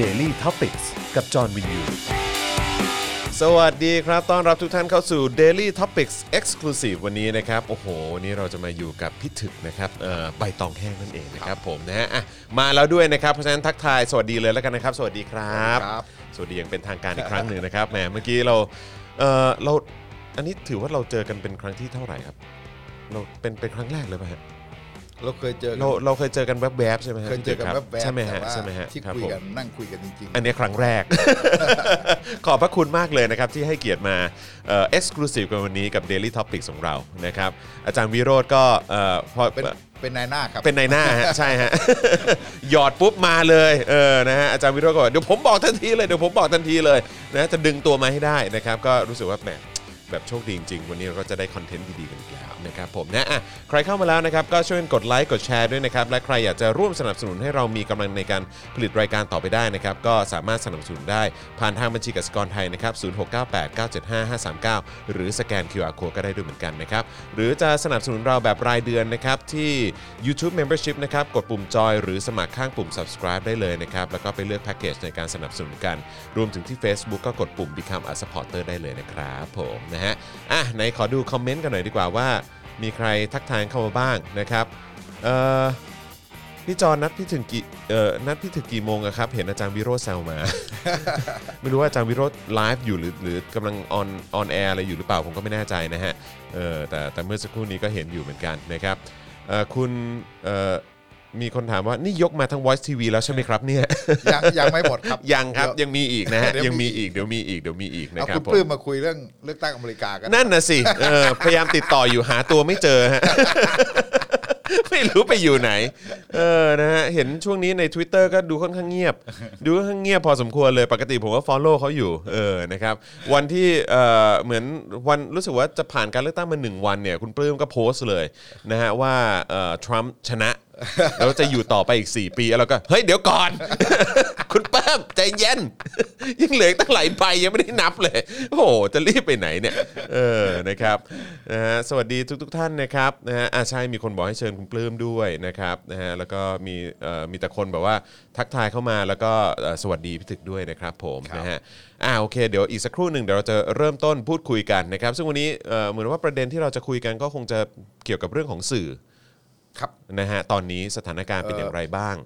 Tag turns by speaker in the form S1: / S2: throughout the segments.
S1: Daily t o p i c กกับจอห์นวินยู
S2: สวัสดีครับ ต้อนรับทุกท่านเข้าสู่ Daily Topics Exclusive วันนี้นะครับ โอ้โห วันนี้เราจะมาอยู่กับพี่ถึกนะครับเอ่อใบตองแห้งนั่นเองนะครับผมนะฮะอ่ะมาแล้วด้วยนะครับ เพราะฉะนั้นทักทายสวัสดีเลยแล้วกันนะครับ สวัสดีครับ
S3: ครับ
S2: สวัสดีอย่างเป็นทางการอีกครั้งหนึ่ง นะครับ แหม เมื่อกี้เราเอ่อเรา อันนี้ถือว่าเราเจอกันเป็นครั้งที่เท่าไหร่ครับ เราเป็นเป็นครั้งแรกเลยป่ะฮะ
S3: เราเคยเจอกัน
S2: เราเราเคยเจอกันแวบๆใช่ไหมฮะ
S3: เคยเจอกัน
S2: พี่
S3: แว
S2: ถึ
S3: บ
S2: รับ
S3: ๆ
S2: ใช่ไหม
S3: แต่
S2: ฮะ
S3: ว่า
S2: ใช่ไหมฮะ
S3: ที่
S2: รับ
S3: คุย
S2: ผม
S3: กันนั่งคุยกันจริงๆ
S2: อันนี้ครั้งแรก ขอบพระคุณมากเลยนะครับที่ให้เกียรติมาเอ็กซ์คลูซีฟกันวันนี้กับ Daily Topics ของเรานะครับอาจารย์วิโรธก็เอ่อพอ
S3: เป็นเป็นนายหน้าครับ
S2: เป็นนายหน้าฮะ ใช่ฮะ หยอดปุ๊บมาเลยเออนะฮะอาจารย์วิโรธก็บอกเดี๋ยวผมบอกทันทีเลยเดี๋ยวผมบอกทันทีเลยนะจะดึงตัวมาให้ได้นะครับ ก็รู้สึกว่าแหมแบบโชคดีจริงๆ วันนี้เราก็จะได้คอนเทนต์ดีๆกันอีกแล้วนะครับผมนะอ่ะใครเข้ามาแล้วนะครับก็ช่วยกดไลค์กดแชร์ด้วยนะครับและใครอยากจะร่วมสนับสนุนให้เรามีกำลังในการผลิตรายการต่อไปได้นะครับก็สามารถสนับสนุนได้ผ่านทางบัญชีกสิกรไทยนะครับ0698 975 539 หรือสแกน QR code ก็ได้ด้วยเหมือนกันนะครับหรือจะสนับสนุนเราแบบรายเดือนนะครับที่ YouTube Membership นะครับกดปุ่มจอยหรือสมัครข้างปุ่ม subscribe ได้เลยนะครับแล้วก็ไปเลือกแพ็กเกจในการสนับสนุนกัน รวมถึงที่ Facebook ก็กดปุ่ม Become a supporter ได้เลยนะครับผมนะฮะอ่ะไหนขอดูคอมเมนต์กันหน่อยดีกว่าว่า มีใครทักทายเข้ามาบ้างนะครับเอ่อพี่จอนนัดพี่ถึงกี่เอ่อนัดพี่ถึงกี่โมงอะครับ เห็นอาจารย์วิโรจน์แซวมา ไม่รู้ว่าอาจารย์วิโรจน์ไลฟ์อยู่หรือหรือกำลังออนออนแอร์อะไรอยู่หรือเปล่าผมก็ไม่แน่ใจนะฮะเออแต่แต่เมื่อสักครู่นี้ก็เห็นอยู่เหมือนกันนะครับเอ่อคุณเอ่อมีคนถามว่านี่ยกมาทั้ง Voice TV แล้วใช่ไหมครับเนี่ย
S3: ยังยังไม่หมดครับ
S2: ยังครับ
S3: เดี๋ยว
S2: ยังมีอีกนะฮะ
S3: เดี๋ยว
S2: ยังมีอีกเดี๋ยวมีอีกเดี๋ยวมีอีกนะ
S3: เอา
S2: ครั
S3: คุ
S2: บ
S3: ณ
S2: ผม
S3: ปลื้มมาคุยเรื่องเลือกตั้งอเมริกากัน
S2: นั่นนะสิเออพยายามติดต่ออยู่หาตัวไม่เจอ ฮะ ไม่รู้ไปอยู่ไหน เออนะฮะเห็นช่วงนี้ใน Twitter ก็ดูค่อนข้างเงี ยบ ดูค่อนข้างเงียบพอสมควรเลยปกติผมก็ฟอลโล่เขาอยู่เออนะครับ วันที่เออเหมือนวันรู้สึกว่าจะผ่านการเลือกตั้งมาหนึ่งวันเนี่ย คุณปลื้มก็โพสต์เลยนะฮะว่าเออทรัมป์ชนะ แล้วจะอยู่ต่อไปอีก 4 ปีแล้วเราก็ เฮ้ยเดี๋ยวก่อน คุณเปิ้มใจเย็น ยังเหลืออีกตั้งหลายใบยังไม่ได้นับเลย โอ้โห จะรีบไปไหนเนี่ย เออนะครับนะฮะสวัสดีทุกๆทท่านนะครับนะฮะอ่าใช่มีคนบอกให้เชิญคุณปลื้มด้วยนะครับนะฮะแล้วก็มีเอ่อมีแต่คนแบบว่าทักทายเข้ามาแล้วก็เอ่อสวัสดีพี่ถึกด้วยนะครับผมนะฮะอ่าโอเค เดี๋ยวอีกสักครู่หนึ่งเดี๋ยวเราจะเริ่มต้นพูดคุยกันนะครับ ซึ่งวันนี้เอ่อเหมือนว่าประเด็นที่เราจะคุยกันก็คงจะเกี่ยวกับเรื่องของสื่อ
S3: ครับ
S2: นะฮะตอนนี้สถานการณ์เป็นอย่างไรบ้าง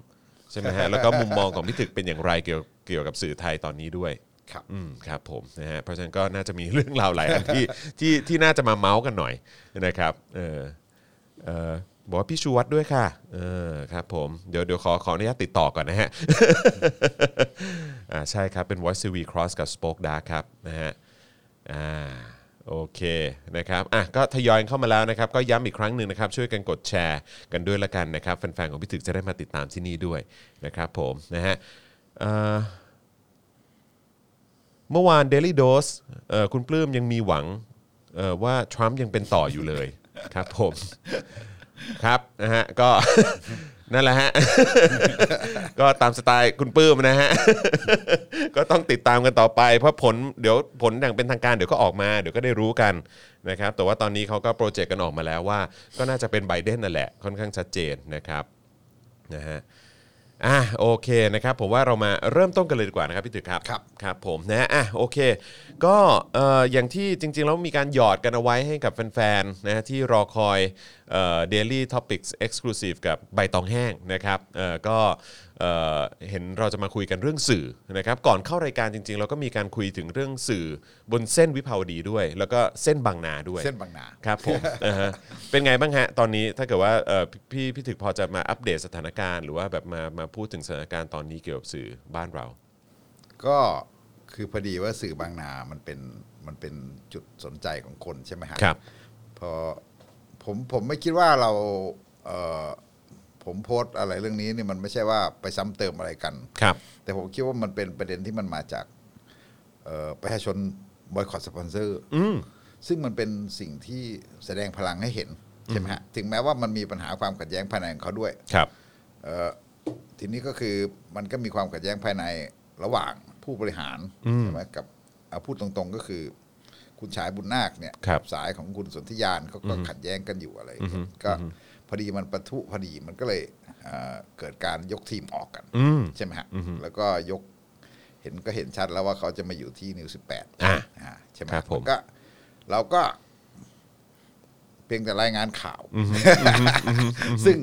S2: ใช่ไหมฮะ แล้วก็มุมมองของพี่ถึกเป็นอย่างไรเกี่ยวเกี่ยวกับสื่อไทยตอนนี้ด้วย
S3: ครับ
S2: อืมครับผมนะฮะเพราะฉะนั้นก็น่าจะมีเรื่องราวหลายอัน ที่ที่ที่น่าจะมาเมาส์กันหน่อยนะครับเออเออบอกว่าพี่ชูวัตรด้วยค่ะเออครับผมเดี๋ยวเดี๋ยวขอขออนุญาตติดต่อก่อนนะ ฮะ อ่าใช่ครับ เป็น Voice TV Cross กับ Spoke Dark ครับนะฮะอ่าโอเคนะครับอ่ะก็ทยอยเข้ามาแล้วนะครับ ก็ย้ำอีกครั้งหนึ่งนะครับ ช่วยกันกดแชร์กันด้วยละกันนะครับ แฟนๆ ของพี่ถึกจะได้มาติดตามที่นี่ด้วยนะครับผมนะฮะเอ่อเมื่อวาน Daily Dose เอ่อคุณปลื้มยังมีหวังเอ่อว่าทรัมป์ยังเป็นต่ออยู่ เลยครับผม ครับนะฮะก็ นั่นแหละฮ ะ ก็ตามสไตล์คุณปื้มนะฮะ ก็ต้องติดตามกันต่อไป เพราะผลเดี๋ยวผลอย่างเป็นทางการเดี๋ยวก็ออกมา เดี๋ยวก็ได้รู้กันนะครับแต่ว่าตอนนี้เขาก็โปรเจกต์กันออกมาแล้วว่า ก็น่าจะเป็นไบเดนนั่นแหละค่อนข้างชัดเจนนะครับนะฮะอ่ะโอเคนะครับผมว่าเรามาเริ่มต้นกันเลยดีกว่านะครับพี่ตึกครับ
S3: ครับ
S2: ครับผมนะอ่ะโอเค ก็เอ่ออย่างที่จริงๆ แล้วมีการหยอดกันเอาไว้ให้กับแฟนๆนะฮะที่รอคอยเอ่อ Daily Topics Exclusive กับใบตองแห้งนะครับเอ่อก็เอ่อเห็นเราจะมาคุยกันเรื่องสื่อนะครับก่อนเข้ารายการจริงๆ เราก็มีการคุยถึงเรื่องสื่อบนเส้นวิภาวดีด้วย แล้วก็เส้นบางนาด้วย
S3: เส้นบางนา
S2: ครับผม นะฮะเป็นไงบ้างฮะ ตอนนี้ถ้าเกิดว่าเอ่อพี่พี่ถึกพอจะมาอัปเดตสถานการณ์ หรือว่าแบบมามาพูดถึงสถานการณ์ตอนนี้เกี่ยวกับสื่อบ้านเรา
S3: ก็คือพอดีว่าสื่อบางนา มันเป็นมันเป็นจุดสนใจของคนใช่ไหมฮะ
S2: ครับ
S3: พอผมผมไม่คิดว่าเราเอ่อผมโพสต์อะไรเรื่องนี้เนี่ยมันไม่ใช่ว่าไปซ้ำเติมอะไรกัน
S2: ครับ
S3: แต่ผมคิดว่ามันเป็นประเด็นที่มันมาจากเอ่อประชาชนบอยคอตสปอนเซอร์ซึ่งมันเป็นสิ่งที่แสดงพลังให้เห็นใช่ไหมฮะถึงแม้ว่ามันมีปัญหาความขัดแย้งภายในของเขาด้วย
S2: ครับ
S3: เอ่อทีนี้ก็คือมันก็มีความขัดแย้งภายในระหว่างผู้บริหารใช่ไหมกับเอาพูดตรงๆก็คือ คุณชายบุญนาคเนี่ย
S2: ครับ
S3: สายของคุณสนธิยานเขาก็ขัดแย้งกันอยู่อะไรอย่างเงี้ยก็พอดีมันปะทุพอดีมันก็เลยเอ่อเกิดการยกทีมออกกัน
S2: อืม
S3: ใช่ไหมฮะแล้วก็ยก เห็นก็เห็นชัดแล้วว่าเขาจะมาอยู่ที่นิวสิบแปด
S2: อ่ะ
S3: ใช่ไหม
S2: ครับผม
S3: ก็เราก็ เพียงแต่รายงานข่าว ซึ่ง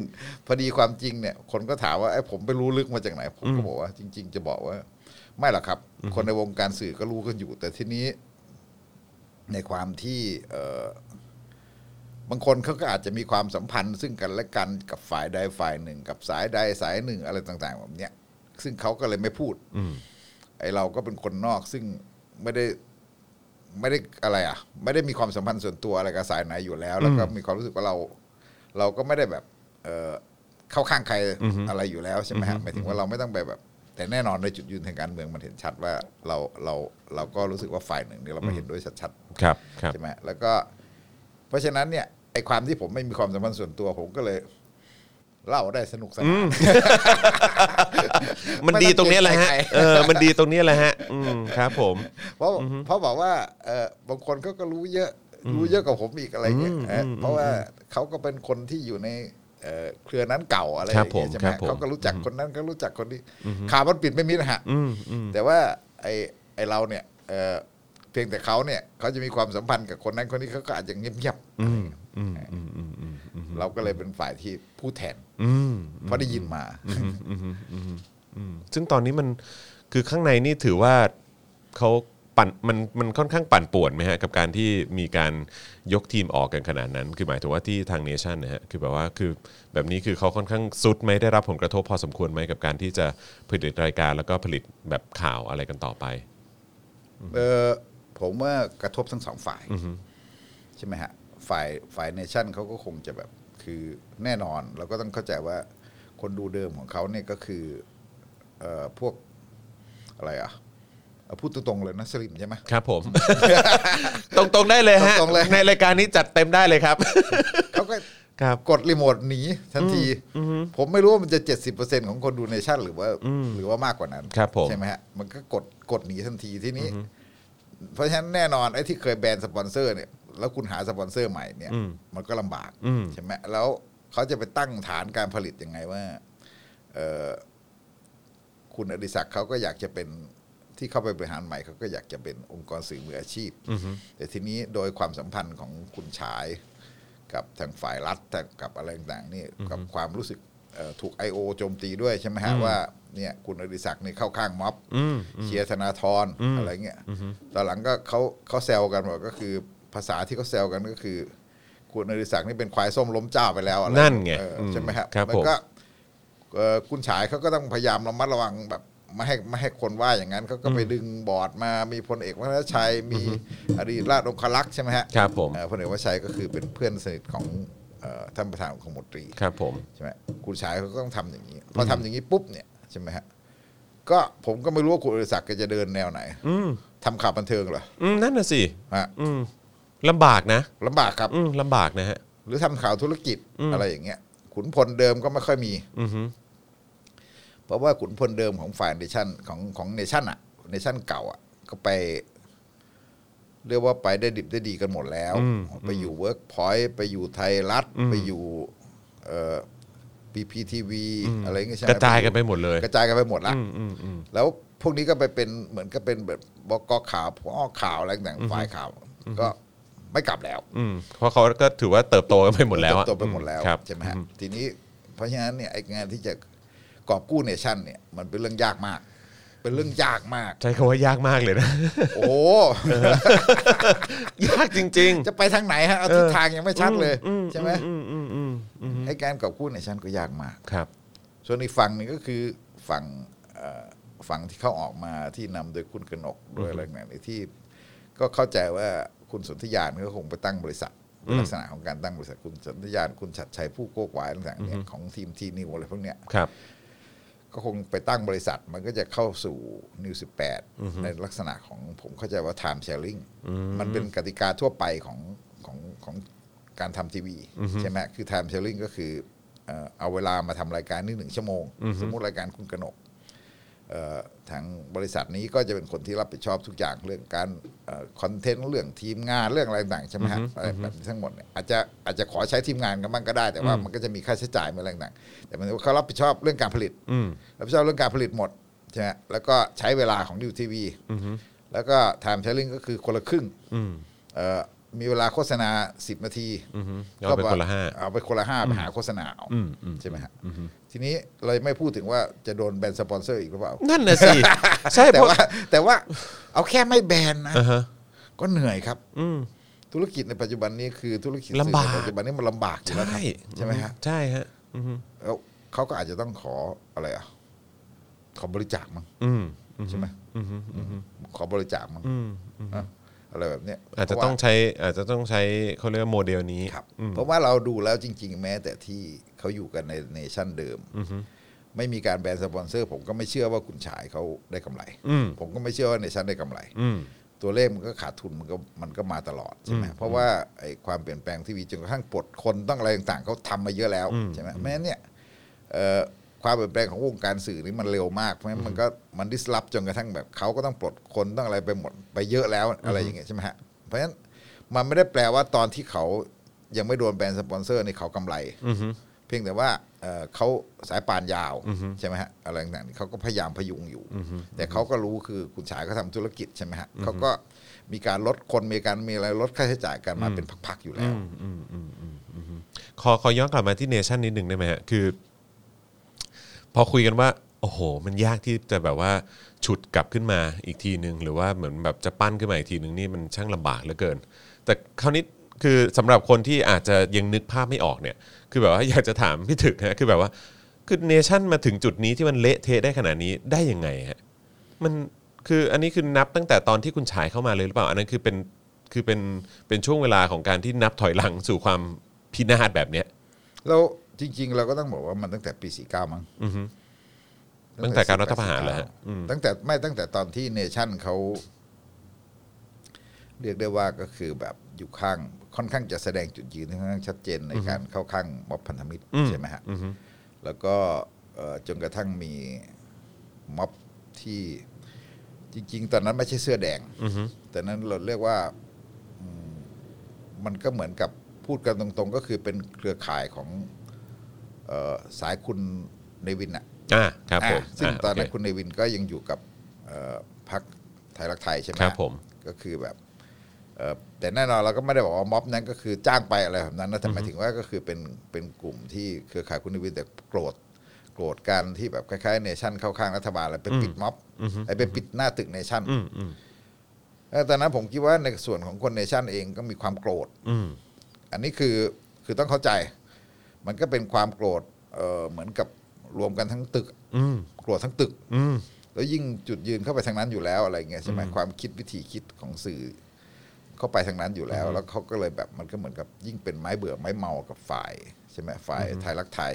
S3: พอดีความจริงเนี่ย คนก็ถามว่าไอ้ยผมไปรู้ลึกมาจากไหน ผมก็บอกว่า จริง ๆ จะบอกว่า ไม่หรอกครับ คนในวงการสื่อก็รู้กันอยู่ แต่ทีนี้ ในความที่เอ่อบางคนเขาก็อาจจะมีความสัมพันธ์ ซึ่งกันและกันกับฝ่ายใดฝ่ายหนึ่ง กับสายใดสายหนึ่ง อะไรต่าง ๆ แบบเนี้ย ซึ่งเขาก็เลยไม่พูดไอเราก็เป็นคนนอก ซึ่งไม่ได้ ไม่ได้อะไรอ่ะ ไม่ได้มีความสัมพันธ์ส่วนตัวอะไรกับสายไหนอยู่แล้ว แล้วก็มีความรู้สึกว่าเรา เราก็ไม่ได้แบบ เอ่อเข้าข้างใครอะไรอยู่แล้วใช่ไหมฮะหมายถึงว่าเราไม่ต้องไปแบบ แต่แน่นอนในจุดยืนทางการเมืองมันเห็นชัดว่าเราเราเราก็รู้สึกว่าฝ่ายหนึ่งเนี่ยเราไม่เห็นด้วยชัดๆ
S2: ครับครับ
S3: ใช่ไหมแล้วก็ เพราะฉะนั้นเนี่ยไอความที่ผมไม่มีความสัมพันธ์ส่วนตัวผมก็เลย เล่าได้สนุกสนาน
S2: มันดีตรงเนี้ยแหละฮะ
S3: ไม่ต้องเกรงใจใคร
S2: เออมันดีตรงเนี้ยแหละฮะ อืมครับผม
S3: เพราะเพราะบอกว่าเออบางคนเขาก็รู้เยอะ รู้เยอะกว่าผมอีกอะไรเงี้ยเออเพราะว่าเขาก็เป็นคนที่อยู่ในเอ่อเครือนั้นเก่าอะไรอย่าง
S2: ครับผม
S3: เงี้ยใช่ไห
S2: ค
S3: ม
S2: รับผม
S3: เขาก็รู้จักคนนั้นก็รู้จักคนนี้ข่าวมันปิดไม่มิดนะฮะ
S2: อืมอืม
S3: แต่ว่าไอ้ไอ้เราเนี่ยเอ่อเพียงแต่เขาเนี่ยเขาจะมีความสัมพันธ์กับคนนั้นคนนี้เขาก็อาจจะเงียบๆอะไรเงี้ยเราก็เลยเป็นฝ่ายที่พูดแทนเพราะได้ยินมา
S2: ซึ่งตอนนี้มันคือข้างในนี่ถือว่าเขาปั่นมันมันค่อนข้างปั่นป่วนไหมฮะ กับการที่มีการยกทีมออกกันขนาดนั้น คือหมายถึงว่าที่ทางเนชั่นนะฮะคือแบบว่าคือแบบนี้คือเขาค่อนข้างสุดไหมได้รับผลกระทบพอสมควรไหมกับการที่จะผลิตรายการแล้วก็ผลิตแบบข่าวอะไรกันต่อไป
S3: เออผมว่ากระทบทั้งสองฝ่ายใช่ไหมฮะฝ่ายฝ่ายเนชั่นเขาก็คงจะแบบคือแน่นอนเราก็ต้องเข้าใจว่าคนดูเดิมของเขาเนี่ยก็คือเอ่อพวกอะไรอ่ะเอาพูดตรงๆเลยนะสลิมใช่ไหม
S2: ครับ ผม ตรงๆได้เลยฮะ
S3: ตรงๆเลย
S2: ในรายการนี้จัดเต็มได้เลยครับ
S3: เขาก็
S2: ครับ
S3: กดรีโมทหนีทันที ผมไม่รู้ว่ามันจะ 70%ของคนดูในชาติหรือว่าหรือว่ามากกว่านั้น
S2: ครับผม
S3: ใช่ไหมฮะมันก็กดกดหนีทันทีที่นี้ เพราะฉะนั้นแน่นอนไอ้ที่เคยแบนสปอนเซอร์เนี่ยแล้วคุณหาสปอนเซอร์ใหม่เนี่ย มันก็ลำบากใช่ไหมแล้วเขาจะไปตั้งฐานการผลิตยังไงว่าเอ่อคุณอดิศักดิ์เขาก็อยากจะเป็นที่เข้าไปบริหารใหม่เขาก็อยากจะเป็นองค์กรสื่อมืออาชีพแต่ทีนี้โดยความสัมพันธ์ของคุณชาย กับทางฝ่ายรัฐทางกับอะไรต่างๆนี่กับความรู้สึกเอ่อถูก I.O. โจมตีด้วยใช่ไหมฮะว่าเนี่ยคุณอดิศักดิ์นี่เข้าข้างม็อบเชียร์ธนาธรอะไรเงี้ยตอนหลังก็เขาเขาแซวกันว่าก็คือภาษาที่เขาแซวกันก็คือ คุณอดิศักดิ์นี่เป็นควายส้มล้มเจ้าไปแล้วอะไร
S2: นั่นไง
S3: เออใช่ไหมฮะ
S2: ครับ
S3: แล้ว
S2: ผม
S3: ก็เอ่อคุณฉายเขาก็ต้องพยายามระมัดระวังแบบไม่ให้ไม่ให้คนว่าอย่างนั้นเขาก็ไปดึงบอร์ดมามีพลเอกวัฒนชัยมีอดีตราชองครักษ์ใช่ไหมฮะ
S2: ครับผม
S3: เอ่อพลเอกวชัยก็คือเป็นเพื่อนสนิทของเอ่อท่านประธานของมนตรี
S2: ครับผม
S3: ใช่ไหมคุณชายเขาก็ต้องทำอย่างนี้ พอทำอย่างนี้ปุ๊บเนี่ยใช่ไหมฮะก็ผมก็ไม่รู้ว่าคุณอริศักดิ์แกจะเดินแนวไหนทำข่าวบันเทิงเหรอ
S2: อืมนั่นน่ะสิ
S3: ฮะ
S2: อืมลำบากนะ
S3: ลำบากครับ
S2: อืมลำบากนะฮะ
S3: หรือทำข่าวธุรกิจอะไรอย่างเงี้ย ขุนพลเดิมก็ไม่ค่อยมีเพราะว่าขุนพลเดิมของฝ่ายเนชั่นของของเนชั่นอะเนชั่นเก่าอะก็ไป เรียกว่าไปได้ดิบได้ดีกันหมดแล้ว ไปอยู่เวิร์กพอยต์ไปอยู่ไทยรัฐ ไปอยู่เอ่อปีพีทีวีอะไรเงี้ยใช่ไหม
S2: กระจายกันไปหมดเลย
S3: กระจายกันไปหมดละ
S2: อืมอืมอืม
S3: แล้วพวกนี้ก็ไปเป็นเหมือนก็เป็นแบบบกข่าวพอข่าวอะไรต่างๆฝ่ายข่าว ก็ไม่กลับแล้ว
S2: อืมเพราะเขาก็ถือว่าเติบโตกันไปหมดแล้วอะ
S3: เติบโตไปหมดแล้ว
S2: ครับ
S3: ใช่ไหมฮะทีนี้เพราะฉะนั้นเนี่ยไอ้งานที่จะกอบกู้เนชั่นเนี่ยมันเป็นเรื่องยากมาก เป็นเรื่องยากมาก
S2: ใช้คำว่ายากมากเลย นะ
S3: โอ้โห
S2: ยากจริง
S3: จะไปทางไหนฮะเอาทิศทางยังไม่ชัดเลยใช่ไหมไอ้การกอบกู้เนชั่นก็ยากมาก
S2: ๆ ครับ
S3: ส่วนอีกฝั่งหนึงก็คือฝั่งเอ่อฝั่งที่เขาออกมาที่นำโดยคุณกนกโดยอะไรต่างๆที่ ก็เข้าใจว่าคุณสนธยานก็คงไปตั้งบริษัทเป็นลักษณะของการตั้งบริษัทคุณสนธยานคุณชัดชัยผู้โกกหวายต่างๆเนี่ยของทีมทีนิวอะไรพวกเนี้ย
S2: ครับ
S3: ก็คงไปตั้งบริษัทมันก็จะเข้าสู่นิวสิบแปดในลักษณะของผมเข้าใจว่า time sharing มันเป็นกติกาทั่วไปของของของการทำทีวีใช่ไหมคือ time sharing ก็คือเอ่อเอาเวลามาทำรายการนี่หนึ่งชั่วโมง สมมติรายการคุณกนกเอ่อทางบริษัทนี้ก็จะเป็นคนที่รับผิดชอบทุกอย่างเรื่องการคอนเทนต์เรื่องทีมงานเรื่องอะไรต่างๆใช่ไหมฮะอะไรแบบนี้ทั้งหมดเนี่ยอาจจะอาจจะขอใช้ทีมงานกันบ้างก็ได้ แต่ว่ามันก็จะมีค่าใช้จ่ายมีอะไรต่างๆแต่มันเขารับผิดชอบเรื่องการผลิต
S2: อืม
S3: รับผิดชอบเรื่องการผลิตหมด ใช่ไหมแล้วก็ใช้เวลาของดิวทีวีแล้วก็ time sharing ก็คือคนละครึ่งเอ่อมีเวลาโฆษณา 10 นาที
S2: เอาไปคนละห้า
S3: เอาไปคนละห้าไปหาโฆษณาเอาใช่ไหมฮะทีนี้เราไม่พูดถึงว่าจะโดนแบนสปอนเซอร์อีกหรือเปล่า
S2: นั่นน่ะ สิ ใช่
S3: แต่
S2: เพราะ
S3: ว่าแต่ว่าเอาแค่ไม่แบนนะ
S2: อ่าฮะ
S3: ก็เหนื่อยครับ
S2: อืม
S3: ธุรกิจในปัจจุบันนี้คือธุรกิจ
S2: ลำบาก
S3: สื่อในปัจจุบันนี้มันลำบากอยู่แล้วค
S2: ใช่
S3: รับใช่ไหมฮะ
S2: ใช่ฮะ อืม
S3: แล้วเขาก็อาจจะต้องขออะไรอ่ะ ขอบริจาคมั้ง
S2: อืม
S3: ใช่ไหมขอบริจาคมั้งอ่ะอะไรแบบเนี้ย
S2: อาจจะต้องใช้อาจจะต้องใช้เขาเรียกว่าโมเดลนี้
S3: ครับ เพราะว่าเราดูแล้วจริง ๆ แม้แต่ที่เขาอยู่กันในเนชั่นเดิมไม่มีการแบนสปอนเซอร์ ผมก็ไม่เชื่อว่าคุณชายเขาได้กำไร
S2: อืม
S3: ผมก็ไม่เชื่อว่าเนชั่นได้กำไร
S2: อืม
S3: ตัวเลขมันก็ขาดทุนมันก็มันก็มาตลอดใช่ไหมเพราะว่าไอ้ความเปลี่ยนแปลงที่มีจนกระทั่งปลดคนต้องอะไรต่างๆเขาทำมาเยอะแล้วใช่ไหมแม้นเนี่ยเอ่อความเปลี่ยนแปลงของวงการสื่อนี่มันเร็วมากเพราะฉะนั้นมันก็มันดิสลอฟจนกระทั่งแบบเขาก็ต้องปลดคนต้องอะไรไปหมดไปเยอะแล้วอะไรอย่างเงี้ยใช่ไหมฮะเพราะฉะนั้นมันไม่ได้แปลว่าตอนที่เขายังไม่โดนแบนสปอนเซอร์นี่เขากำไรเพียงแต่ว่าเอ่อเขาสายป่านยาวใช่ไหมฮะอะไรต่างๆนี่เขาก็พยายามพยุงอยู่ แต่เขาก็รู้คือคุณฉายก็ทำธุรกิจใช่ไหมฮะเขาก็มีการลดคนมีการมีอะไรลดค่าใช้จ่ายกันมาเป็นพักๆอยู่แล้ว
S2: ขอขอย้อนกลับมาที่เนชั่นนิดหนึ่งได้ไหมฮะคือ พอคุยกันว่า โอ้โห มันยากที่จะแบบว่าฉุดกลับขึ้นมาอีกทีหนึ่งหรือว่าเหมือนแบบจะปั้นขึ้นมาอีกทีหนึ่งนี่มันช่างลำบากเหลือเกิน แต่คราวนี้คือสำหรับคนที่อาจจะยังนึกภาพไม่ออกเนี่ย คือแบบว่าอยากจะถามพี่ถึกนะคือแบบว่าคือเนชั่นมาถึงจุดนี้ที่มันเละเทะได้ขนาดนี้ได้ยังไงฮะมันคืออันนี้คือนับตั้งแต่ตอนที่คุณฉายเข้ามาเลยหรือเปล่าอันนั้นคือเป็นคือเป็นเป็นช่วงเวลาของการที่นับถอยหลังสู่ความพินาศแบบเนี้ย
S3: แล้วจริง ๆ เราก็ต้องบอกว่ามันตั้งแต่ปี 49 มั้ง
S2: ตั้งแต่การรัฐประหารเหรอฮะ
S3: 49ตั้งแต่ไม่ตั้งแต่ตอนที่เนชั่นเขา เรียกได้ว่าก็คือแบบอยู่ข้างค่อนข้างจะแสดงจุดยืนค่อนข้างชัดเจนในการเข้าข้างม็อบพันธมิตรใช่ไหมฮะแล้วก็เอ่อจนกระทั่งมีม็อบที่จริง ๆ ตอนนั้นไม่ใช่เสื้อแดงแต่นั้นเราเรียกว่า มันก็เหมือนกับพูดกันตรงๆ ก็คือเป็นเครือข่ายของเออสายคุณเนวินอ่ะ
S2: อ่าครับผม
S3: อ่ะซึ่ง
S2: า
S3: ตอนนั้น
S2: โเค
S3: คุณเนวินก็ยังอยู่กับเอ่อพรรคไทยรักไทยใช่ไหม
S2: ครับผม
S3: ก็คือแบบเอ่อแต่แน่นอนเราก็ไม่ได้บอกว่าม็อบนั้นก็คือจ้างไปอะไรแบบนั้นนะแต่หมายถึงว่าก็คือเป็นเป็นกลุ่มที่เครือข่ายคุณเนวินแต่โกรธโกรธการที่แบบคล้ายๆเนชั่นเข้าข้างรัฐบาลแล้วไปปิดม็อบไอ้ไปปิดหน้าตึกเนชั่น
S2: อืมอืม
S3: แล้วตอนนั้นผมคิดว่าในส่วนของคนเนชั่นเองก็มีความโกรธ
S2: อืม
S3: อันนี้คือคือต้องเข้าใจ มันก็เป็นความโกรธเอ่อเหมือนกับรวมกันทั้งตึก
S2: อืม
S3: โกรธทั้งตึก
S2: อืม
S3: แล้วยิ่งจุดยืนเข้าไปทางนั้นอยู่แล้วอะไรเงี้ยใช่ไหมความคิดวิธีคิดของสื่อ เข้าไปทางนั้นอยู่แล้ว แล้วเขาก็เลยแบบมันก็เหมือนกับยิ่งเป็นไม้เบื่อไม้เมากับฝ่ายใช่ไหมฝ่ายไทยรักไทย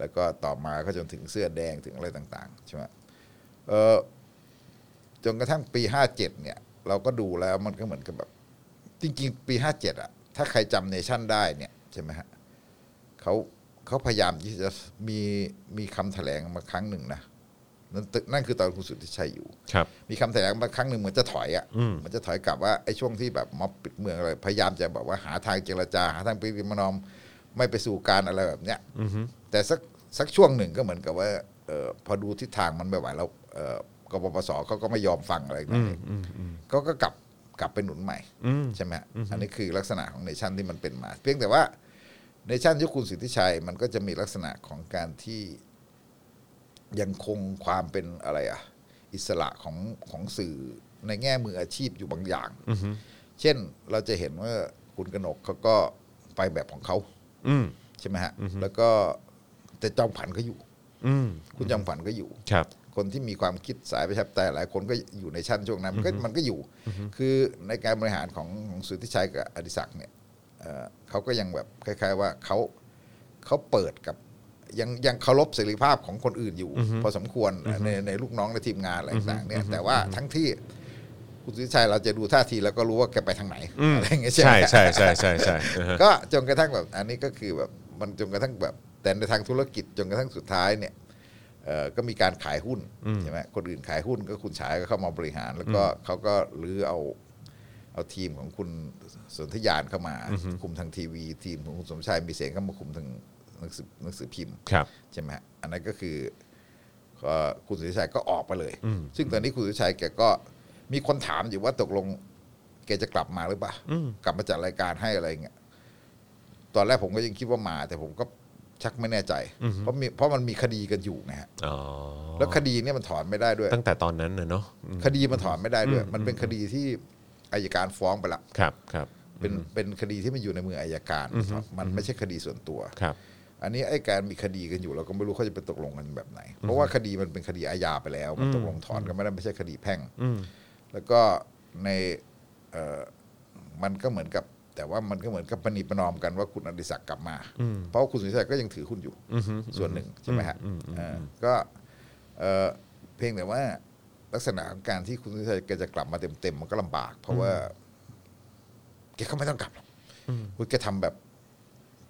S3: แล้วก็ต่อมาก็จนถึงเสื้อแดงถึงอะไรต่าง ๆ ใช่ไหมเออจนกระทั่งปีห้าเจ็ดเนี่ย เราก็ดูแล้วมันก็เหมือนกับแบบ จริงๆ ปีห้าเจ็ดอะถ้าใครจำเนชั่นได้เนี่ยใช่ไหมฮะเขาเขาพยายามที่จะมีมีคำแถลงมาครั้งหนึ่งนะ นั่นตึนั่นคือตอนคุณสุทธิชัยอยู่
S2: ครับ
S3: มีคำแถลงมาครั้งหนึ่งเหมือนจะถอยอ่ะเหมันจะถอยกลับว่าไอ้ช่วงที่แบบม็อบปิดเมืองอะไรพยายามจะแบบว่าหาทางเจรจาหาทางปริมานอมไม่ไปสู่การอะไรแบบเนี้ยแต่สักสักช่วงหนึ่งก็เหมือนกับว่าเออพอดูทิศทางมันไม่ไหวแล้วเออกบปสเขาก็ไม่ยอมฟังอะไรนั่นเองเขาก็กลับกลับไปหนุนใหม่ใช่ไหมฮะอันนี้คือลักษณะของเนชั่นที่มันเป็นมา เพียงแต่ว่าเนชั่นยุคคุณสิทธิชัยมันก็จะมีลักษณะของการที่ ยังคงความเป็นอะไรอะอิสระของของสื่อในแง่มืออาชีพอยู่บางอย่างเช่นเราจะเห็นว่าคุณกนกเขาก็ไปแบบของเขา
S2: อืม
S3: ใช่ไหมฮะแล้วก็แต่จอมผันก็อยู่
S2: อืม
S3: คุณจอมผันก็อยู่
S2: ครับ
S3: คนที่มีความคิดสายประชาธิปไตยหลายคนก็อยู่ในชั้นช่วงนั้นมันก็มันก็อยู่ คือในการบริหารของของสุทธิชัยกับอดิศักดิ์เนี่ยเอ่อเขาก็ยังแบบคล้าย ๆ ว่าเขาเขาเปิดกับยังยังเคารพเสรีภาพของคนอื่นอยู่ พอสมควรในในลูกน้องในทีมงานอะไรต่างๆเนี่ยแต่ว่าทั้งที่คุณสุทธิชัยเราจะดูท่าทีแล้วก็รู้ว่าแกไปทางไหน
S2: อืม
S3: อะไรอย่างเงี้ยใช่
S2: ใช่
S3: ไหม
S2: ใช่ใช่ใช่ใช่อ่าฮะ
S3: ก็จนกระทั่งแบบอันนี้ก็คือแบบมันจนกระทั่งแบบแต่ในทางธุรกิจจนกระทั่งสุดท้ายเนี่ยเอ่อก็มีการขายหุ้นใช่ไหมคนอื่นขายหุ้นก็คุณฉายก็เข้ามาบริหาร แล้วก็เขาก็รื้อเอาเอาทีมของคุณสนธยานเข้ามา คุมทางทีวี ทีมของคุณสมชายมีเสียงเข้ามาคุมทางหนังสือหนังสือพิมพ์
S2: ครับ
S3: ใช่ไหมฮะอันนั้นก็คือ ก็คุณสุริชัยก็ออกไปเลย ซึ่งตอนนี้คุณสุริชัยแกก็มีคนถามอยู่ว่าตกลง แกจะกลับมาหรือเปล่า กลับมาจัดรายการให้อะไรเงี้ยตอนแรกผมก็ยังคิดว่ามา แต่ผมก็ชักไม่แน่ใจ เพราะมีเพราะมันมีคดีกันอยู่ไงฮะ
S2: อ๋อ
S3: แล้วคดีเนี่ยมันถอนไม่ได้ด้วย
S2: ตั้งแต่ตอนนั้นนะเนาะอืม
S3: คดีมันถอนไม่ได้ด้วย มันเป็นคดีที่อายการฟ้องไปละ
S2: ครับครับ
S3: เป็นเป็นคดีที่มันอยู่ในมืออายการครับมันไม่ใช่คดีส่วนตัว
S2: ครับ
S3: อันนี้ไอ้การมีคดีกันอยู่เราก็ไม่รู้เขาจะไปตกลงกันแบบไหน เพราะว่าคดีมันเป็นคดีอาญาไปแล้ว มันตกลงถอนกันไม่ได้ไม่ใช่คดีแพ่งแล้วก็ในเอ่อมันก็เหมือนกับ แต่ว่ามันก็เหมือนกับประนีประนอมกันว่าคุณอดิศักดิ์กลับมา เพราะว่าคุณสุริชัยก็ยังถือคุณอยู่ส่วนหนึ่งใช่ไหมฮะเออก็เอ่อเพียงแต่ว่าลักษณะของการที่คุณสุริชัยแกจะกลับมาเต็มๆมันก็ลำบาก เพราะว่าแกก็ไม่ต้องกลับหรอกอุ๊ยแกทำแบบ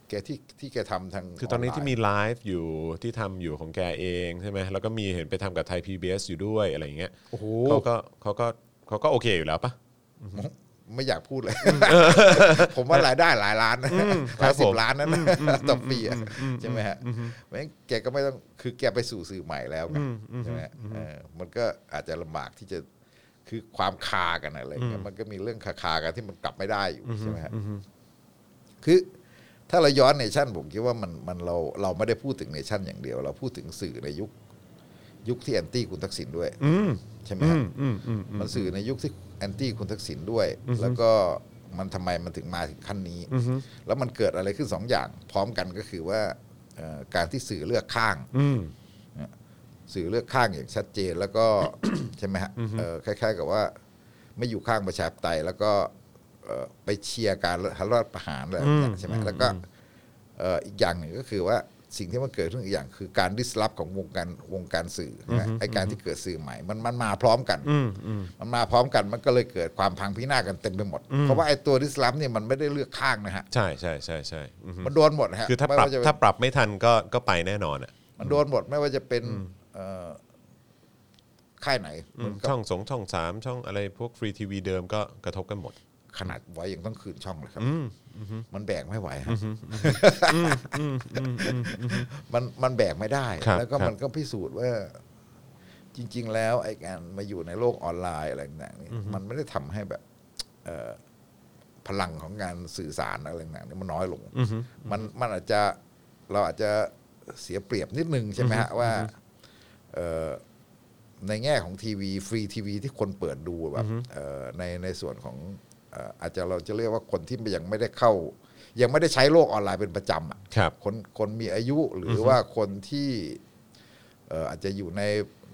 S3: แกที่ที่แกทำทาง
S2: คือตอนนี้
S3: ไล
S2: ที่มีไลฟ์อยู่ที่ทำอยู่ของแกเองใช่ไหมแล้วก็มีเห็นไปทำกับไทย PBS อยู่ด้วยอะไรอย่างเงี้ย
S3: โอ้โห
S2: เขาก็เขาก็เขาก็โอเคอยู่แล้วปะ
S3: ไม่อยากพูดเลย ผมว่ารายได้หลายล้านนะห
S2: ครั
S3: ลาย
S2: บ
S3: สิ
S2: ผ
S3: บ
S2: ม
S3: ล้านนั่นนะต่อปีอะใช่ไหมฮะเพราะฉะนั้นแกก็ไม่ต้องคือแกไปสู่สื่อใหม่แล้วไงใช่ไหมฮะเออมันก็อาจจะลำบากที่จะคือความคากันอะไรเงี้ยมันก็มีเรื่องคาคาๆกันที่มันกลับไม่ได้อยู่ใช่ไหมฮะคือถ้าเราย้อนเนชั่นผมคิดว่ามันมันเราเราไม่ได้พูดถึงเนชั่นอย่างเดียว เราพูดถึงสื่อในยุค ยุคที่แอนตี้คุณทักษิณด้วยใช่ไหมฮะ มันสื่อในยุคที่แอนตี้คุณทักษิณด้วย แล้วก็มันทำไมมันถึงมาถึงขั้นนี้ แล้วมันเกิดอะไรขึ้นสองอย่างพร้อมกันก็คือว่าเอ่อการที่สื่อเลือกข้าง
S2: อืม
S3: สื่อเลือกข้างอย่างชัดเจนแล้วก็ ใช่ไหมฮะเอ่อคล้าย ๆ กับว่า ไม่อยู่ข้างประชาธิปไตยแล้วก็เอ่อไปเชียร์การรัฐประหารอะไรแบบเนี้ยใช่ไหมแล้วก็เอ่ออีกอย่างหนึ่งก็คือว่าสิ่งที่มันเกิดขึ้นอีกอย่างคือการดิสลอฟของวงการวงการสื่อใช่ไหมไอการที่เกิดสื่อใหม่มันมันมาพร้อมกันมันมาพร้อมกันมันก็เลยเกิดความพังพินาศกันเต็มไปหมด เพราะว่าไอตัวดิสลอฟเนี่ยมันไม่ได้เลือกข้างนะฮะ
S2: ใช่ใช่ใช่ใช่อืม
S3: มันโดนหมดฮะ
S2: คือถ้า
S3: ไม่
S2: ปรับ
S3: ว่จะเป็น
S2: ถ้าปรับไม่ทันก็ก็ไปแน่นอนอ่ะ
S3: มันโดนหมดไม่ว่าจะเป็นเอ่อค่ายไหน
S2: อื
S3: มั
S2: ม
S3: นก็
S2: ช่องสงช่องสามช่องอะไรพวกฟรีทีวีเดิมก็กระทบกันหมด
S3: ขนาดไว้ยังต้องคืนช่องเลยครับมันแบกไม่ไหวฮะมันมันแบกไม่ได้
S2: ครับ
S3: แล้วก็
S2: ครับ
S3: มันก็พิสูจน์ว่า จริง ๆ แล้ว ไอ้การมาอยู่ในโลกออนไลน์อะไรต่างๆนี่มันไม่ได้ทำให้แบบ เอ่อพลังของการสื่อสารอะไรต่างๆนี่มันน้อยลงมันมันอาจจะเราอาจจะเสียเปรียบนิดนึงใช่ไหมฮะว่า เอ่อในแง่ของทีวี ฟรีทีวีที่คนเปิดดูแบบเอ่อในในส่วนของเอ่ออาจจะเราจะเรียกว่าคนที่ยังไม่ได้เข้า ยังไม่ได้ใช้โลกออนไลน์เป็นประจำอะ
S2: ครับ
S3: คนคนมีอายุหรือว่าคนที่เอ่ออาจจะอยู่ใน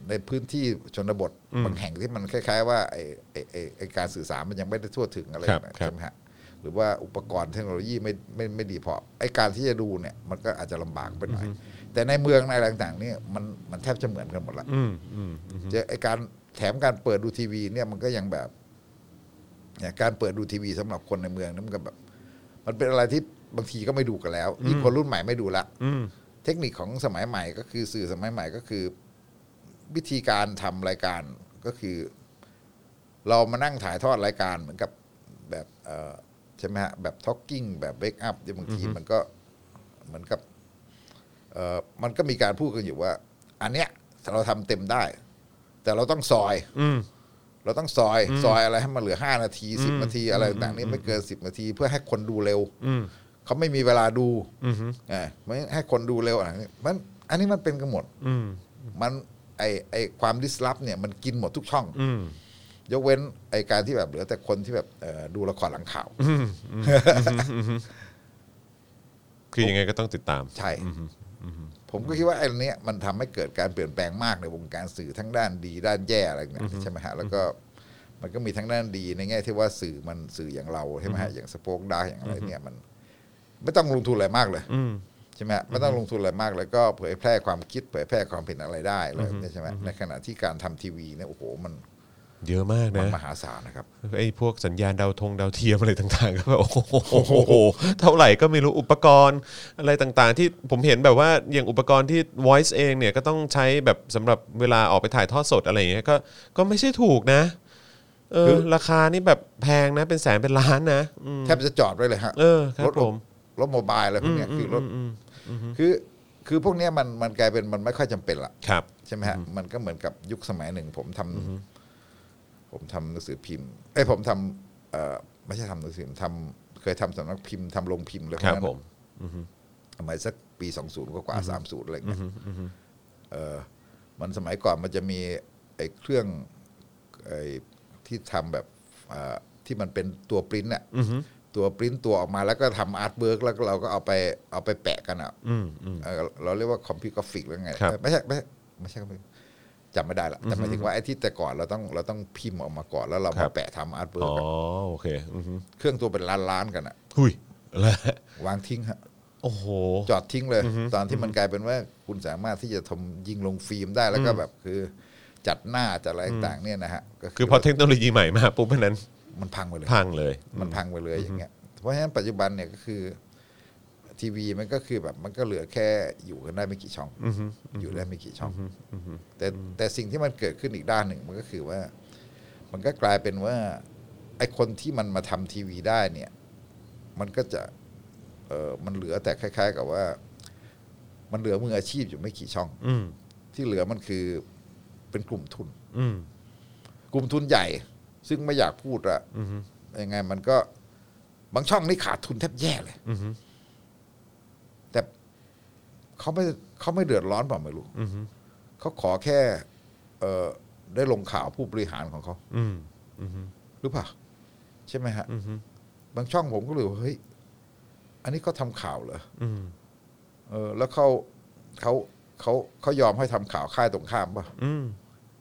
S3: ในพื้นที่ชนบทบางแห่งที่มันคล้าย ๆ ว่าไอไอ้ไอ้ไอ้การสื่อสารมันยังไม่ได้ทั่วถึงอะไร
S2: ครับ
S3: นะครับ ใช่ไหมฮะหรือว่าอุปกรณ์เทคโนโลยีไม่ไม่ไม่ดีพอไอการที่จะดูเนี่ยมันก็อาจจะลำบากไปหน่อยแต่ในเมืองในอะไรต่างๆเนี่ยมันมันแทบจะเหมือนกันหมดละ
S2: อืมอืมอืม
S3: เจอไอการแถมการเปิดดูทีวีเนี่ยมันก็ยังแบบเนี่ยการเปิดดูทีวีสำหรับคนในเมืองเนี่ยมันก็แบบ มันเป็นอะไรที่บางทีก็ไม่ดูกันแล้วยิ่งคนรุ่นใหม่ไม่ดูละ
S2: อืม
S3: เทคนิคของสมัยใหม่ก็คือสื่อสมัยใหม่ก็คือ วิธีการทำรายการก็คือ เรามานั่งถ่ายทอดรายการเหมือนกับแบบเอ่อใช่ไหมฮะแบบท a l ก i ิ g งแบบเวกอัพบางทีมันก็เหมือนกับ เอ่อมันก็มีการพูดกันอยู่ว่า อันเนี้ยเราทำเต็มได้ แต่เราต้องซอย
S2: อืม
S3: เราต้องซอย ซอยอะไรให้มันเหลือห้านาทีสิบนาทีอะไรต่างๆนี่ไม่เกินสิบนาที เพื่อให้คนดูเร็วเขาไม่มีเวลาดูอ่าไม่ให้คนดูเร็วอะไรอย่างนี้มันอันนี้มันเป็นกันหมดมันไอไอความดิสลอฟเนี่ยมันกินหมดทุกช่องยกเว้นไอการที่แบบเหลือแต่คนที่แบบเอ่อดูละครหลังข่าว
S2: คือยังไงก็ต้องติดตาม
S3: ใช่ ผมก็คิดว่าไอ้เนี้ยมันทำให้เกิดการเปลี่ยนแปลงมากในวงการสื่อทั้งด้านดีด้านแย่อะไรเนี่ยใช่ไหมฮะแล้วก็มันก็มีทั้งด้านดีในแง่ที่ว่าสื่อมันสื่ออย่างเราใช่ไหมฮะอย่างสปอคดาอย่างอะไรเนี่ยมัน ไม่ต้องลงทุนอะไรมากเลยใช่ไหมฮะไม่ต้องลงทุนอะไรมากเลยก็เผยแพร่ความคิดเผยแพร่ความเห็นอะไรได้อะไรแบบเนี่ยใช่ไหมในขณะที่การทำทีวีเนี่ยโอ้โหมัน
S2: เยอะมาก
S3: มัน
S2: นะ
S3: มหาศาลนะครับ
S2: ไอ้พวกสัญญาณดาวธงดาวเทียมอะไรต่างๆก็แบบโอ้ โหเท่าไหร่ก็ไม่รู้อุปกรณ์อะไรต่างๆ ที่ผมเห็นแบบว่าอย่างอุปกรณ์ที่ voice เองเนี่ยก็ต้องใช้แบบสำหรับเวลาออกไปถ่ายทอดสดอะไรอย่างเงี้ยก็ก็ไม่ใช่ถูกนะเออราคานี่แบบแพงนะเป็นแสนเป็นล้านนะอืม
S3: แทบจะจอดไว้เลยฮะ
S2: เออครับ
S3: รถ
S2: ผม
S3: รถโมบายอะไรพวกเนี้ยคือรถคือ คือพวกเนี้ยมันมันกลายเป็นมันไม่ค่อยจำเป็นละ
S2: ครับ
S3: ใช่ไหมฮะมันก็เหมือนกับยุคสมัยหนึ่ง ผมทำผมทำหนังสือพิมพ์เอ้ยผมทำเอ่อไม่ใช่ทำหนังสือพิมพ์ทำเคยทำสำนักพิมพ์ทำโรงพิมพ์เลย
S2: ครับ
S3: พวกนั้น
S2: ผม
S3: สมัยสักปีสองศูนย์กว่าสามศูนย์อะไรอย่างเงี้ยเออมันสมัยก่อนมันจะมีไอ้เครื่องไอ้ที่ทำแบบเอ่อที่มันเป็นตัวปริ้นท์อะตัวปริ้นท์ตัวออกมาแล้วก็ทำอาร์ตเวิร์กแล้วก็เราก็เอาไปเอาไปแปะกันอะ
S2: อืมอืม
S3: เอ่อเราเรียกว่าคอมพิวกราฟิกหรือไง
S2: ครับ
S3: ไม่ใช่ไม่ใช่ไม่ใช่ computer จำไม่ได้ละแต่หมายถึงว่าไอ้ที่แต่ก่อนเราต้องเราต้องพิมพ์ออกมาก่อนแล้วเรามาแปะทำอาร์ตเบิร์
S2: อ๋
S3: ก
S2: อ
S3: อะ
S2: โอเคอือฮึ
S3: เครื่องตัวเป็นล้านล้านๆกันอะ
S2: หุย แล้ว
S3: วางทิ้งฮะ
S2: โอ้โห
S3: จอดทิ้งเลย ตอนที่มันกลายเป็นว่าคุณสามารถที่จะทำยิงลงฟิล์มได้แล้วก็แบบคือ จัดหน้าจัดอะไรต่างๆเนี่ยนะฮะก็
S2: คือพอเทคโนโลยีใหม่มาปุ๊บอันนั้น
S3: มันพังไปเลย
S2: พังเลย
S3: มันพังไปเลยอย่างเงี้ย เพราะฉะนั้นปัจจุบันเนี่ยก็คือ ทีวีมันก็คือแบบมันก็เหลือแค่อยู่กันได้ไม่กี่ช่องอยู่ได้ไม่กี่ช่องแต่แต่สิ่งที่มันเกิดขึ้นอีกด้านหนึ่งมันก็คือว่า มันก็กลายเป็นว่า ไอคนที่มันมาทำทีวีได้เนี่ย มันก็จะ เออมันเหลือแต่คล้าย ๆ กับว่า มันเหลือมืออาชีพอยู่ไม่กี่ช่อง
S2: อืม
S3: ที่เหลือมันคือเป็นกลุ่มทุน
S2: อืม
S3: กลุ่มทุนใหญ่ ซึ่งไม่อยากพูดอะยังไงมันก็บางช่องนี่ขาดทุนแทบแย่เลยแต่เขาไม่เขาไม่เดือดร้อนเปล่าไม่รู้เขาขอแค่ เออได้ลงข่าวผู้บริหารของเขา
S2: อืม
S3: หรือเปล่าใช่ไหมฮะบางช่องผมก็เลยว่าเฮ้ยอันนี้เขาทำข่าวเหรออเออ แล้วเขาเขาเขาเขายอมให้ทำข่าวค่ายตรงข้ามป่ะ
S2: อืม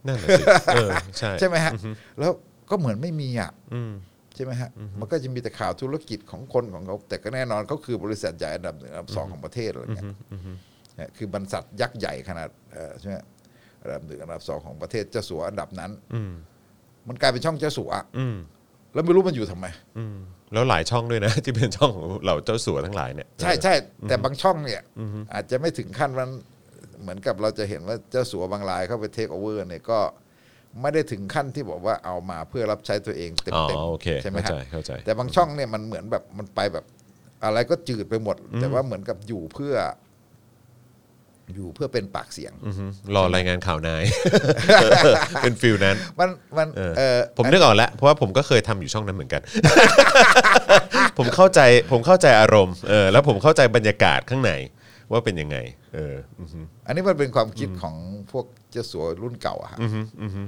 S2: นั่นแหละสิเออใช่
S3: ใช่ไหมฮะ แล้วก็เหมือนไม่มีอ่ะ
S2: อืม
S3: ใช่ไหมฮะ มันก็จะมีแต่ข่าวธุรกิจของคนของเขา แต่ก็แน่นอนเขาคือบริษัทใหญ่อันดับหนึ่งอันดับสองของประเทศอะไรเงี้ยนะคือบริษัทยักษ์ใหญ่ขนาดเอ่อใช่ไหมอันดับหนึ่งอันดับสองของประเทศเจ้าสัวอันดับนั้น
S2: อืม
S3: มันกลายเป็นช่องเจ้าสัวอะ
S2: อืม
S3: แล้วไม่รู้มันอยู่ทำไม
S2: อืมแล้วหลายช่องด้วยนะ ที่เป็นช่องของเหล่าเจ้าสัวทั้งหลายเนี่ย
S3: ใช่ใช่แต่บางช่องเนี่ยอาจจะไม่ถึงขั้นมันเหมือนกับเราจะเห็นว่าเจ้าสัวบางรายเข้าไปเทคโอเวอร์เนี่ยก็ไม่ได้ถึงขั้นที่บอกว่าเอามาเพื่อรับใช้ตัวเองเต็ม
S2: อ๋อ
S3: เต็ม
S2: โอเค
S3: ใช่ไหม
S2: เข้าใจ
S3: ฮะ
S2: เข้าใจ
S3: แต่บางช่องเนี่ยมันเหมือนแบบมันไปแบบ อะไรก็จืดไปหมด แต่ว่าเหมือนกับอยู่เพื่อ อยู่เพื่อเป็นปากเสียง
S2: อือฮึรอรายงานข่าวนาย เป็นฟิลนั้น
S3: มันมัน
S2: เออ
S3: เออ
S2: ผมนึกออกแล้วเพราะว่าผมก็เคยทำอยู่ช่องนั้นเหมือนกัน ผมเข้าใจผมเข้าใจอารมณ์เออแล้วผมเข้าใจบรรยากาศข้างในว่าเป็นยังไง เอออือฮึ
S3: อันนี้มันเป็นความคิดของพวกเจ้าสัวรุ่นเก่าอะฮะ
S2: อือฮึอือฮึ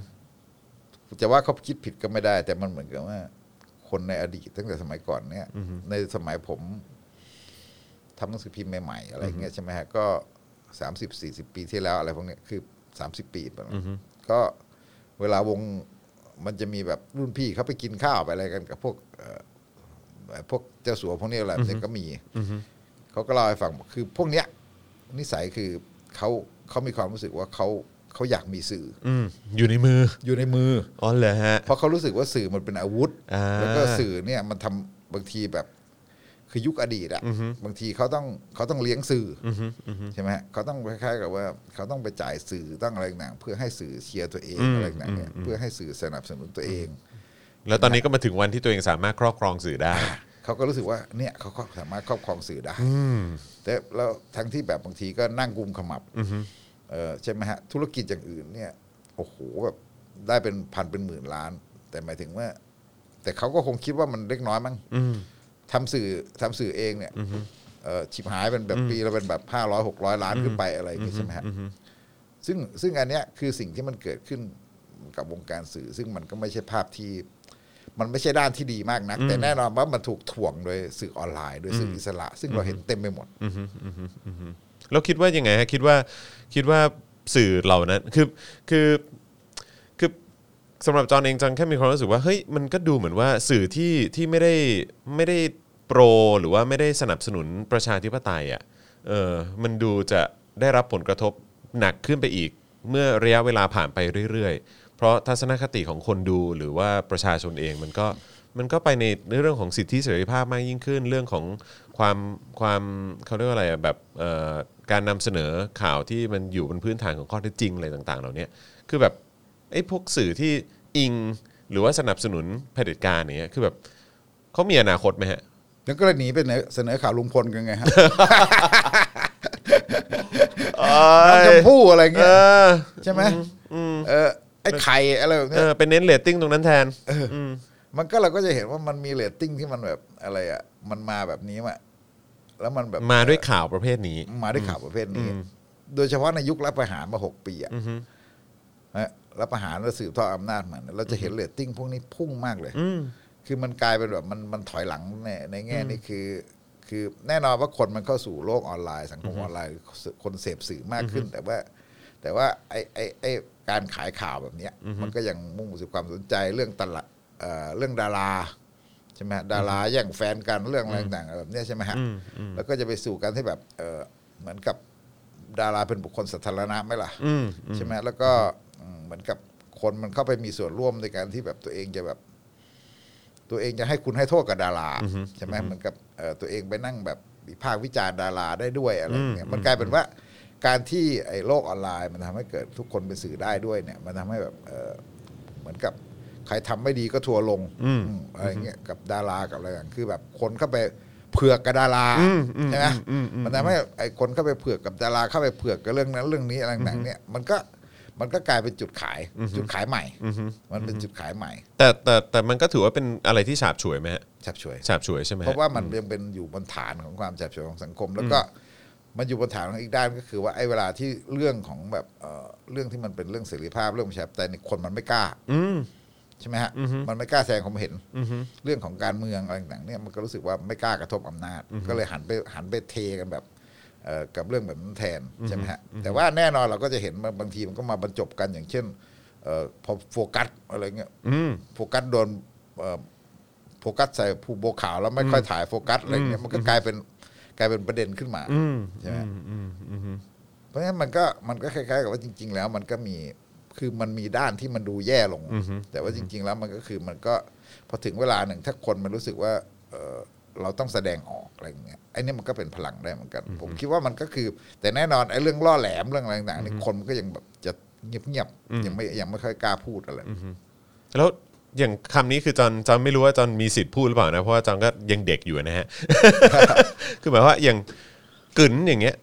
S3: จะว่าเขาคิดผิดก็ไม่ได้ แต่มันเหมือนกับว่า คนในอดีตตั้งแต่สมัยก่อนเนี่ยในสมัยผมทำหนังสือพิมพ์ใหม่ๆอะไรเงี้ยใช่ไหมฮะก็สามสิบสี่สิบปีที่แล้วอะไรพวกเนี้ยคือสามสิบปีประมาณก็เวลาวงมันจะมีแบบรุ่นพี่เขาไปกินข้าวไปอะไรกันกับพวกเอ่อ พวกเจ้าสัวพวกนี้อะไรแบบนี้ก็มีเขาก็เล่าให้ฟังบอกคือพวกเนี้ย นิสัยคือเขาเขามีความรู้สึกว่าเขาเขาอยากมีสื่อ
S2: อืมอยู่ในมือ
S3: อยู่ในมือ
S2: อ๋อเหรอฮะ
S3: เพราะเขารู้สึกว่าสื่อมันเป็นอาวุธ
S2: อ่า
S3: แล้วก็สื่อเนี่ยมันทำบางทีแบบ คือยุคอดีตอะบางทีเขาต้องเขาต้องเลี้ยงสื่ออใช่ไหมฮะเขาต้องคล้ายๆกับว่าเขาต้องไปจ่ายสื่อต้องอะไรต่างๆเพื่อให้สื่อเชียร์ตัวเองอะไรต่างๆเนี่ยเพื่อให้สื่อสนับสนุนตัวเอง
S2: แล้วตอนนี้ก็มาถึงวันที่ตัวเองสามารถครอบครองสื่อได้
S3: เขาก็รู้สึกว่าเนี่ยเขาก็สามารถครอบครองสื่อได้แต่แล้วทั้งที่แบบบางทีก็นั่งกุมขมับเออใช่ไหมฮะ ธุรกิจอย่างอื่นเนี่ย โอ้โหแบบได้เป็นพันเป็นหมื่นล้าน แต่หมายถึงว่า แต่เขาก็คงคิดว่ามันเล็กน้อยมั้งทำสื่อทำสื่อเองเนี่ยเออชิบหายเป็นแบบปีเราเป็นแบบห้าร้อยหกร้อยล้านขึ้นไปอะไรอย่างงี้ใช่ไหมฮะซึ่งซึ่งอันเนี้ยคือสิ่งที่มันเกิดขึ้นกับวงการสื่อ ซึ่งมันก็ไม่ใช่ภาพที่ มันไม่ใช่ด้านที่ดีมากนัก แต่แน่นอนว่ามันถูกถ่วงโดยสื่อออนไลน์โดยสื่ออิสระ ซึ่งเราเห็นเต็มไปหมด
S2: แล้วคิดว่ายังไงฮะคิดว่าคิดว่าสื่อเหล่านั้นคือคือคือสำหรับจอห์นเองจอห์นแค่มีความรู้สึกว่าเฮ้ยมันก็ดูเหมือนว่าสื่อที่ที่ไม่ได้ไม่ได้โปรหรือว่าไม่ได้สนับสนุนประชาธิปไตยอ่ะเออมันดูจะได้รับผลกระทบหนักขึ้นไปอีก เมื่อระยะเวลาผ่านไปเรื่อยๆ เพราะทัศนคติของคนดูหรือว่าประชาชนเองมันก็มันก็ไปในเรื่องของสิทธิเสรีภาพมากยิ่งขึ้น เรื่องของความความเขาเรียกว่าอะไรอะแบบเอ่อการนำเสนอข่าวที่มันอยู่บนพื้นฐานของข้อเท็จจริงอะไรต่างๆ เหล่าเนี้ยคือแบบไอ้พวกสื่อที่อิงหรือว่าสนับสนุนเผด็จการอย่างเนี้ยคือแบบเขามีอนาคตไหมฮะ
S3: แล้วก็หนีไปเสนอข่าวลุงพลกันไงฮะ น้องชมพู่อะไร
S2: เอ
S3: เงี้ย
S2: อ
S3: ใช่ไหมเออไอ้ไข่อะไรแบบ
S2: เอ
S3: เนี้ย
S2: อเป็นเน้นเรตติ้งตรงนั้นแทน
S3: มันก็เราก็จะเห็นว่ามันมีเรตติ้งที่มันแบบอะไรอ่ะมันมาแบบนี้มาแล้วมันแบบ
S2: มาด้วยข่าวประเภทนี้
S3: มาด้วยข่าวประเภทนี้ โดยเฉพาะในยุครัฐประหารมาหกปีอ่ะนะรัฐประหารแล้วสืบทอดอำนาจมันเราจะเห็นเรตติ้งพวกนี้พุ่งมากเลย
S2: อืม
S3: คือมันกลายเป็นแบบมันมันถอยหลังในในแง่นี้คือ คือแน่นอนว่าคนมันเข้าสู่โลกออนไลน์ สังคมออนไลน์ คนเสพสื่อมากขึ้น แต่ว่า แต่ว่าไอไอไอการขายข่าวแบบเนี้ย มันก็ยังมุ่งสู่ความสนใจเรื่องตลาดเอ่อเรื่องดาราใช่ไหมฮะดาราแย่งแฟนกันเรื่องอะไรต่างๆแบบเนี้ยใช่ไหมฮะแล้วก็จะไปสู่การที่แบบเออเหมือนกับดาราเป็นบุคคลสาธารณะไหมล่ะ
S2: อืม
S3: ใช่ไหมแล้วก็อืมเหมือนกับคนมันเข้าไปมีส่วนร่วมในการที่แบบตัวเองจะแบบ ตัวเองจะให้คุณให้โทษกับดาราใช่ไหมเหมือนกับเอ่อตัวเองไปนั่งแบบวิพากษ์วิจารณ์ดาราได้ด้วยอะไรอย่างเงี้ยมันกลายเป็นว่า การที่ไอ้โลกออนไลน์ มันทำให้เกิดทุกคนเป็นสื่อได้ด้วยเนี่ย มันทำให้แบบเอ่อเหมือนกับใครทำไม่ดีก็ทัวร์ลงอืมอะไรอย่างเงี้ยกับดารากับอะไรอย่างคือแบบคนเข้าไปเผือกกับดาราใช่ไหมมันทำให้ไอ้คนเข้าไปเผือกกับดาราเข้าไปเผือกกับเรื่องนั้นเรื่องนี้อะไรต่างๆเนี่ยมันก็มันก็กลายเป็นจุดขายจุดขายใหม่ มันเป็นจุดขายใหม่
S2: แต่แต่แต่มันก็ถือว่าเป็นอะไรที่ฉาบฉวยไหมฮะ
S3: ชับช่วย
S2: ฉาบฉวยใช่ไหมฮ
S3: เพราะว่ามันยังเป็นอยู่บนฐานของความจับฉวยของสังคม แล้วก็มันอยู่บนฐานของอีกด้านก็คือว่าไอ้เวลาที่เรื่องของแบบเอ่อเรื่องที่มันเป็นเรื่องเสรีภาพเรื่องประชาธิปไตยเนี่ยคนมันไม่กล้า
S2: อืม
S3: ใช่ไหมฮะมันไม่กล้าแสดงความเห็นเรื่องของการเมืองอะไรต่างๆเนี่ยมันก็รู้สึกว่าไม่กล้ากระทบอำนาจ ก็เลยหันไปหันไปเทกันแบบเอ่อกับเรื่องแบบนั้นแทนใช่ไหมฮะแต่ว่าแน่นอนเราก็จะเห็นว่าบางทีมันก็มาบรรจบกันอย่างเช่นเอ่อพอโฟกัสอะไรเงี้ย
S2: อืม
S3: โฟกัสโดนเอ่อโฟกัสใส่ผู้โบวขาวแล้วไม่ค่อยถ่ายโฟกัสอะไรเงี้ยมันก็กลายเป็นกลายเป็นประเด็นขึ้นมาใช่ไหมเพราะฉะนั้นมันก็มันก็คล้าย ๆ กับว่าจริง ๆ แล้ว มันก็มีคือมันมีด้านที่มันดูแย่ลง แต่ว่าจริง ๆ แล้วมันก็คือมันก็พอถึงเวลาหนึ่งถ้าคนมันรู้สึกว่าเอ่อเราต้องแสดงออกอะไรเงี้ยไอ้นี่มันก็เป็นพลังได้เหมือนกัน ผมคิดว่ามันก็คือ แต่แน่นอนไอ้เรื่องล่อแหลมเรื่องอะไรต่างๆนี่คนมันก็ยังแบบจะเงียบๆยังไม่ยังไม่ค่อยกล้าพูดอะไร
S2: แล้วอย่างคำนี้คือจอนจอนไม่รู้ว่าจอนมีสิทธิ์พูดหรือเปล่านะเพราะว่าจอนก็ยังเด็กอยู่นะฮ ะ คือหมายว่าอย่างกึ๋นอย่างเงี้ย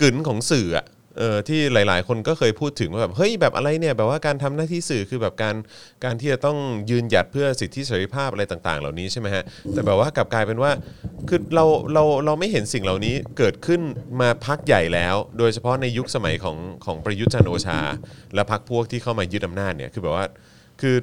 S2: กึ๋นของสื่ออะเออที่หลาย ๆ คนก็เคยพูดถึงว่าแบบเฮ้ยแบบอะไรเนี่ยแบบว่าการทำหน้าที่สื่อคือแบบการการที่จะต้องยืนหยัดเพื่อสิทธิเสรีภาพอะไรต่าง ๆ เหล่านี้ใช่ไหมฮะแต่แบบว่ากลับกลายเป็นว่าคือเราเราเราไม่เห็นสิ่งเหล่านี้เกิดขึ้นมาพักใหญ่แล้ว โดยเฉพาะในยุคสมัยของของประยุทธ์จันทร์โอชา และพรรคพวกที่เข้ามายึดอำนาจเนี่ยคือแบบว่าคือ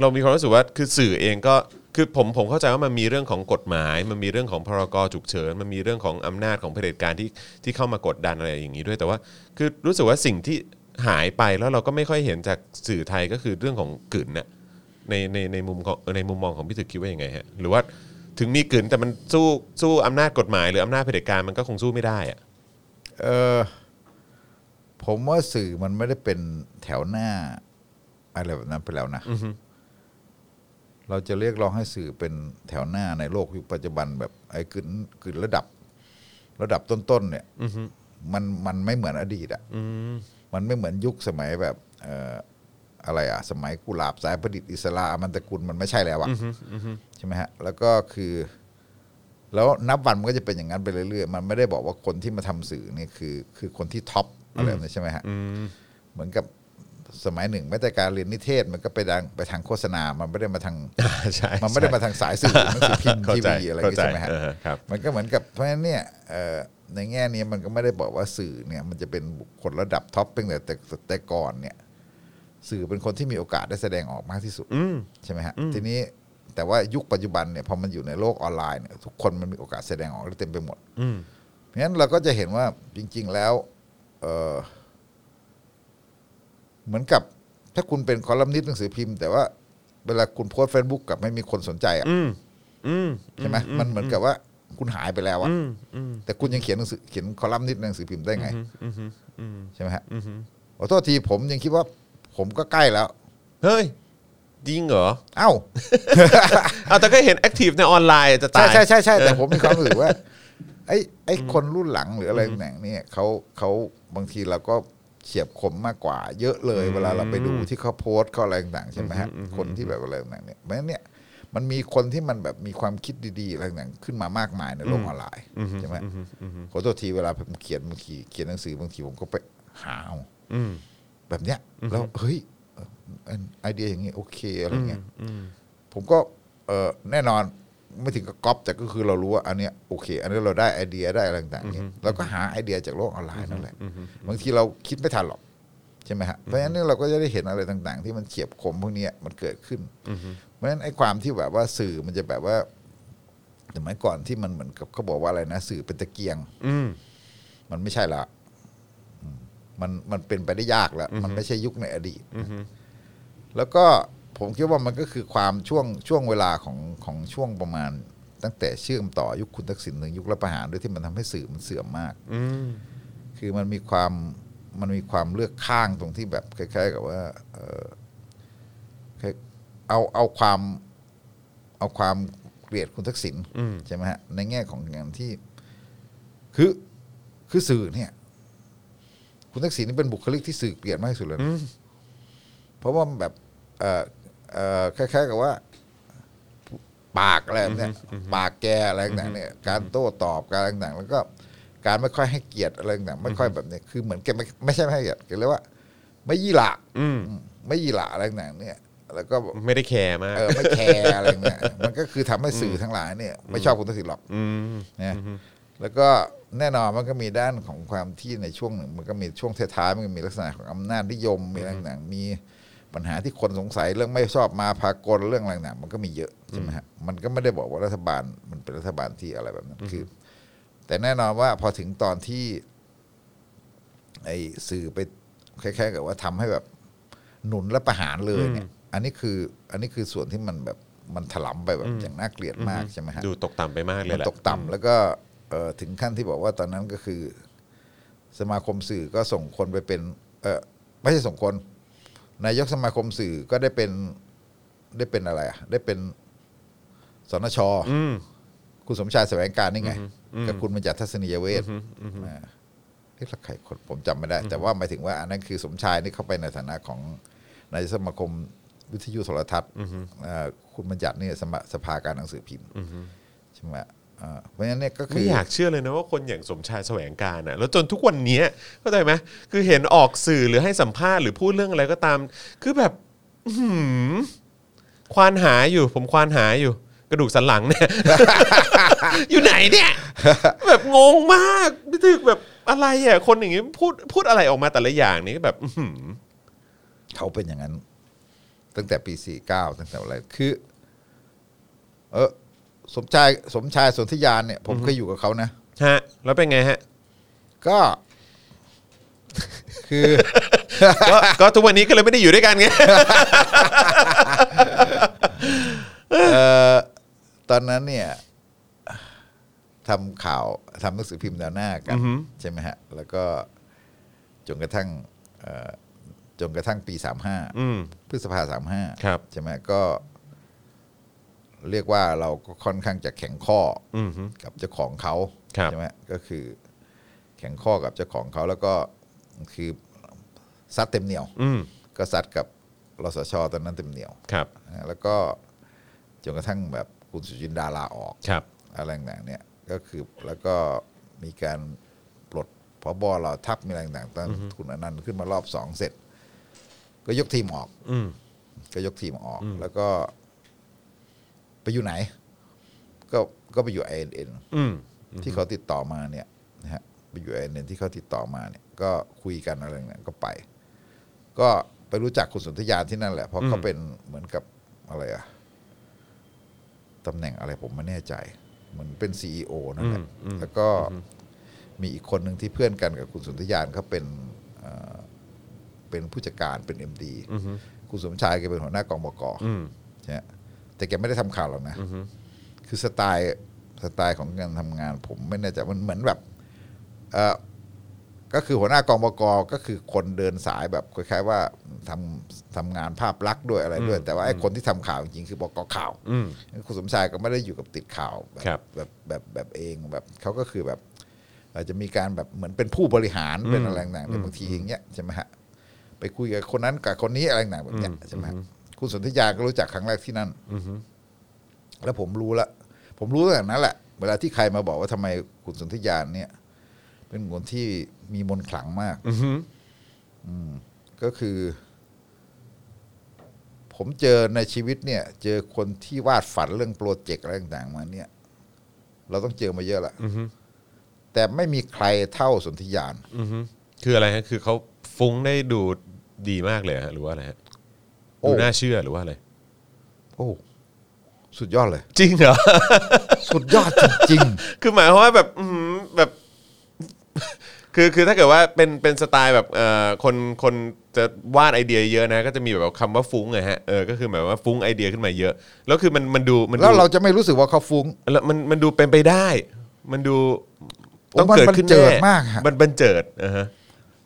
S2: เรามีความรู้สึกว่าคือสื่อเองก็คือผมผมเข้าใจว่ามันมีเรื่องของกฎหมาย มันมีเรื่องของพรกฉุกเฉินมันมีเรื่องของอำนาจของเผด็จการที่ที่เข้ามากดดันอะไรอย่างนี้ด้วยแต่ว่า คือรู้สึกว่าสิ่งที่หายไปแล้วเราก็ไม่ค่อยเห็นจากสื่อไทยก็คือเรื่องของกึ่นน่ะในในในมุมของในมุมมองของพี่ถึกคิดว่ายังไงฮะหรือว่าถึงมีกึ่นแต่มันสู้สู้อำนาจกฎหมายหรืออำนาจเผด็จการมันก็คงสู้ไม่ได้อะ
S3: เออผมว่าสื่อมันไม่ได้เป็นแถวหน้า อะไรแบบนั้นไปแล้วนะเราจะเรียกร้องให้สื่อเป็นแถวหน้าในโลกยุคปัจจุบันแบบไอ้กึนกึนระดับ ระดับต้นๆเนี่ยมันมันไม่เหมือนอดีตอ่ะมันไม่เหมือนยุคสมัยแบบ เอออะไรอ่ะ สมัยกุหลาบสายประดิษฐ์อิสลาอมันตะกุลมันไม่ใช่แล้วอ่ะใช่ไหมฮะ แล้วก็คือ แล้วนับวันมันก็จะเป็นอย่างนั้นไปเรื่อยๆ มันไม่ได้บอกว่าคนที่มาทำสื่อนี่คือ คือคนที่ท็อปอะไรแบบนี้ใช่ไหมฮะเหมือนกับสมัยหนึ่งแม้แต่การเรียนนิเทศมันก็ไปทางไปทางโฆษณา มันไม่ได้มาทาง
S2: ใช่
S3: มันไม่ได้มาทางสาย สื่อหนังสือพิมพ์
S2: เข้า
S3: ที
S2: ใจ
S3: วีอะไรอย่า
S2: เข้า
S3: งงี้
S2: ใจ
S3: ใช่ไหมฮะ
S2: เออครับ
S3: มันก็เหมือนกับเพราะฉะนั้นเนี่ยเอ่อในแง่นี้มันก็ไม่ได้บอกว่าสื่อเนี่ย มันจะเป็นบุคคลระดับท็อปเป็นแต่แต่แต่ก่อนเนี่ย สื่อเป็นคนที่มีโอกาสได้แสดงออกมากที่สุดใช่ไหมฮะทีนี้แต่ว่ายุคปัจจุบันเนี่ยพอมันอยู่ในโลกออนไลน์เนี่ยทุกคนมันมีโอกาสแสดงออกได้เต็มไปหมดเพราะฉะนั้นเราก็จะเห็นว่าจริง ๆ แล้ว เอ่อ เหมือนกับถ้าคุณเป็นคอลัมนิสต์หนังสือพิมพ์ แต่ว่าเวลาคุณโพสเฟซบุ๊กกลับไม่มีคนสนใจอ่ะ
S2: อืมอืม
S3: ใช่ไหมมันเหมือนกับว่าคุณหายไปแล้วอะแต่คุณยังเขียนหนังสือเขียนคอลัมน์นิดหนังสือพิมพ์ได้ไงใช่ไหมฮะขอโทษทีผมยังคิดว่า ผมก็ใกล้แล้ว
S2: เฮ้ยจริงเหรอ
S3: เอ้า
S2: เอาแต่ก็เห็นแอคทีฟในออนไลน์จะตา
S3: ใช่
S2: ย
S3: ใช่ใช่ใช่แต่ผมมีความรู้สึก ว่าไอ้ไอ้คนรุ่นหลังหรืออะไรต่างๆเนี่ยเขาเขาบางทีเราก็เฉียบคมมากกว่า เยอะเลย เวลาเราไปดูที่เขาโพสต์เขาอะไรต่างๆใช่ไหมฮะคนที่แบบอะไรต่างๆเนี่ยเพราะฉะนั้นเนี่ย มันมีคนที่มันแบบมีความคิดดีๆอะไรต่างๆขึ้นมามากมายในโลกออนไลน์ใช่ไหมขอโทษทีเวลาผมเขียนบางทีเขียนหนังสือบางทีผมก็ไปหาเอา
S2: อืม
S3: แบบเนี้ยแล้วเฮ้ยเอ่อเอ่อไอเดียอย่างงี้โอเคอะไรเงี้ยผมก็เออแน่นอนไม่ถึงกับก๊อปแต่ก็คือเรารู้ว่าอันเนี้ยโอเค อันนี้เราได้ไอเดียได้อะไรต่างๆเงี้ยเราก็หาไอเดียจากโลกออนไลน์นั่นแหละบางทีเราคิดไม่ทันหรอก ใช่ไหมฮะเพราะฉะนั้นเนี่ยเราก็จะได้เห็นอะไรต่างๆ ที่มันเฉียบคมพวกเนี้ยมันเกิดขึ้นเพราะฉะนั้นไอ้ความที่แบบว่าสื่อมันจะแบบว่าสมัยก่อนที่มันเหมือนกับเขาบอกว่าอะไรนะ สื่อเป็นตะเกียง
S2: อืม
S3: มันไม่ใช่ละอืมมันมันเป็นไปได้ยากแล้วมันไม่ใช่ยุคในอดีตแล้วก็ผมคิดว่ามันก็คือความช่วงช่วงเวลาของของช่วงประมาณ ตั้งแต่เชื่อมต่อยุคคุณทักษิณถึงยุครัฐประหารด้วยที่มันทำให้สื่อมันเสื่อมมาก
S2: อืม
S3: คือมันมีความมันมีความเลือกข้างตรงที่แบบคล้ายๆกับว่าเอ่อคล้ายเอาเอาความเอาความเกลียดคุณทักษิณ
S2: อืม
S3: ใช่ไหมฮะในแง่ของอย่างที่ คือคือสื่อเนี่ย คุณทักษิณนี่เป็นบุคลิกที่สื่อเกลียดมากที่สุดเลยนะเพราะว่าแบบเอ่อเอ่อคล้ายๆกับว่า ปากอะไรแบบเนี่ยปากแกอะไรต่างๆเนี่ยการโต้ตอบการอะไรต่างๆแล้วก็การไม่ค่อยให้เกียรติอะไรต่างๆไม่ค่อยแบบเนี้ยคือเหมือนแกไม่ไม่ใช่ไม่ให้เกียรติแกเรียกว่า ไม่ยี่หละ
S2: อืม
S3: อืมไม่ยี่หละอะไรต่างๆเนี่ย แล้วก็
S2: ไม่ได้แคร์มาก
S3: เออไม่แคร์อะไรเงี้ยมันก็คือทำให้สื่อทั้งหลายเนี่ย ไม่ชอบคุณทักษิณหรอก
S2: ม
S3: นะแล้วก็แน่นอนมันก็มีด้านของความที่ในช่วงหนึ่งมันก็มีช่วงท้ายๆมันก็มีลักษณะของอำนาจนิยมมีอะไรต่างๆมีปัญหาที่คนสงสัยเรื่องไม่ชอบมาพากลเรื่องอะไรต่างๆมันก็มีเยอะใช่ไหมฮะมันก็ไม่ได้บอกว่ารัฐบาลมันเป็นรัฐบาลที่อะไรแบบนั้นคือ แต่แน่นอนว่าพอถึงตอนที่ ไอ้สื่อไปคล้ายๆกับว่าทำให้แบบหนุนและประหารเลยเนี่ย อันนี้คือ อันนี้คือส่วนที่มันแบบมันถลำไปแบบอย่างน่าเกลียดมากใช่ไหมฮะ
S2: ดูตกต่ำไปมากเลย
S3: มัน
S2: แหละ
S3: ตกต่ำแล้วก็เอ่อถึงขั้นที่บอกว่าตอนนั้นก็คือ สมาคมสื่อก็ส่งคนไปเป็น เออไม่ใช่ส่งคน นายกสมาคมสื่อก็ได้เป็นได้เป็นอะไรอะได้เป็นสนช
S2: อืม
S3: คุณสมชายแสวงการนี่ไง กับคุณบัญญัติทัศนียเวทอ่าเรียกใครคนผมจำไม่ได้ แต่ว่าหมายถึงว่าอันนั้นคือสมชายนี่เข้าไปในฐานะของนายกสมาคมวิทยุโทรทัศน์อ่าคุณบัญญัติเนี่ยสมาสภาการหนังสือพิมพ์ใช่ไหมอ่าเพราะฉะนั้นเนี่ยก็คื
S2: ไม่
S3: อ
S2: อยากเชื่อเลยนะว่าคนอย่างสมชายแสวงการอ่ะแล้วจนทุกวันเนี้ยเข้าใจไหมคือเห็นออกสื่อหรือให้สัมภาษณ์หรือพูดเรื่องอะไรก็ตาม คือแบบอื้อหือควานหาอยู่ ผมควานหาอยู่ กระดูกสันหลังเนี่ย อยู่ไหนเนี่ย แบบงงมากพี่ถึกแบบอะไรอ่ะคนอย่างงี้พูดพูดอะไรออกมาแต่ละอย่างนี่แบบ อื้อหือ
S3: เขาเป็นอย่างนั้น ตั้งแต่ปี 49 ตั้งแต่อะไร คือ เออสมชายสมชายสนธิยานเนี่ย ผมเคยอยู่กับเขานะ
S2: ฮะ แล้วเป็นไงฮะ
S3: ก็ คือ
S2: ก็ก็ทุกวันนี้ก็เลยไม่ได้อยู่ด้วยกันไง
S3: เอ่อตอนนั้นเนี่ยทำข่าวทำหนังสือพิมพ์แนวหน้ากัน ใช่ไหมฮะ แล้วก็จนกระทั่งเอ่อจนกระทั่งปีสามห้า
S2: อืม
S3: พฤษภาสามห้า
S2: ครับ
S3: ใช่ไหมก็ เรียกว่าเราก็ค่อนข้างจะแข็งข้ออ
S2: อืมฮึ
S3: กับเจ้าของเขา
S2: ครับ
S3: ใช่ไหมก็คือ แข็งข้อกับเจ้าของเขาแล้วก็คือซัดเต็มเหนียว
S2: อืม
S3: ก็ซัดกับรสชตอนนั้นเต็มเหนียว
S2: ครับ
S3: นะแล้วก็จนกระทั่งแบบคุณสุจินดาลาออก
S2: ครับ
S3: อะไรต่างๆเนี่ยก็คือแล้วก็มีการปลดพบอเราทัพมีอะไรต่างๆตอนคุณอนันต์ขึ้นมารอบสองเสร็จ ก็ยกทีมออก
S2: อืม
S3: ก็ยกทีมออก แล้วก็ ไปอยู่ไหน ก็ก็ไปอยู่ไอเอ็น
S2: อืม
S3: ที่เขาติดต่อมาเนี่ยนะฮะไปอยู่ไอเอ็นที่เขาติดต่อมาเนี่ย ก็คุยกันอะไรต่างๆก็ไป ก็ไปรู้จักคุณสนธยาที่นั่นแหละเพราะเขาเป็นเหมือนกับอะไรอะตำแหน่งอะไรผมไม่แน่ใจเหมือนเป็นซีอนั่นแหละแล้วก็มีอีกคนหนึ่งที่เพื่อนกันกับคุณสนธยานเขาเป็นเอ่อเป็นผู้จัดการเป็นเอ็มดีคุณสมชายแกเป็นหัวหน้ากองบก
S2: อืม
S3: ใช่ไหมแต่แกไม่ได้ทำข่าวหรอกนะคือสไตล์สไตล์ของการทำงาน ผมไม่แน่ใจมันเหมือนแบบ เอ่อก็คือหัวหน้ากองบกก็คือคนเดินสายแบบคล้ายๆว่าทำทำงานภาพลักษณ์ด้วยอะไรด้วย แต่ว่าไอ้คนที่ทำข่าวจริงๆคือบกข่าว
S2: อืม
S3: คุณสมชายก็ไม่ได้อยู่กับติดข่าวแ
S2: ครับ
S3: แบบแบบแบบเองแบบเขาก็คือแบบอาจจะมีการแบบเหมือนเป็นผู้บริหารเป็นอะไรต่างๆแต่บางทีอย่างเงี้ยใช่ไหมฮะไปคุยกับคนนั้นกับคนนี้อะไรต่างๆแบบเนี้ยใช่ไหมฮะคุณสนธิยาก็รู้จักครั้งแรกที่นั่น แล้วผมรู้ละผมรู้ตั้งแต่นั้นแหละ เวลาที่ใครมาบอกว่าทำไมคุณสนธิยานเนี่ย เป็นคนที่มีมนต์ขลังมาก
S2: อือฮึ
S3: ก็คือ ผมเจอในชีวิตเนี่ย เจอคนที่วาดฝันเรื่องโปรเจกต์อะไรต่างๆมาเนี่ย เราต้องเจอมาเยอะละ
S2: อือฮึ
S3: แต่ไม่มีใครเท่าสนธิยาน
S2: อือฮึคืออะไรฮะคือเขาฟุ้งได้ดูดีมากเลยฮะหรือว่าอะไรฮะ
S3: โอ้
S2: ดูน่าเชื่อหรือว่าอะไร
S3: โอ้สุดยอ ดเลย
S2: จริงเหรอ
S3: สุดยอดจริง
S2: คือหมายความว่าแบบอื้อหือแบบ คือคือถ้าเกิดว่าเป็นเป็นสไตล์แบบเอ่อคนคนจะวาดไอเดียเยอะนะ ก็จะมีแบบคำว่าฟุ้งไงฮะเออก็คือหมายว่าฟุ้งไอเดียขึ้นมาเยอะ แล้วคือมันมันดูมัน
S3: ๆ
S2: ดู
S3: แล้วเราจะไม่รู้สึกว่าเขาฟุ้ง
S2: แล้วมันมันดูเป็นไปได้ มันดู
S3: ผมว่า
S2: ต้องเกิดขึ้น
S3: มันบันเจิด
S2: แน่
S3: มากฮะ
S2: มันบันเจิดอ่าฮะ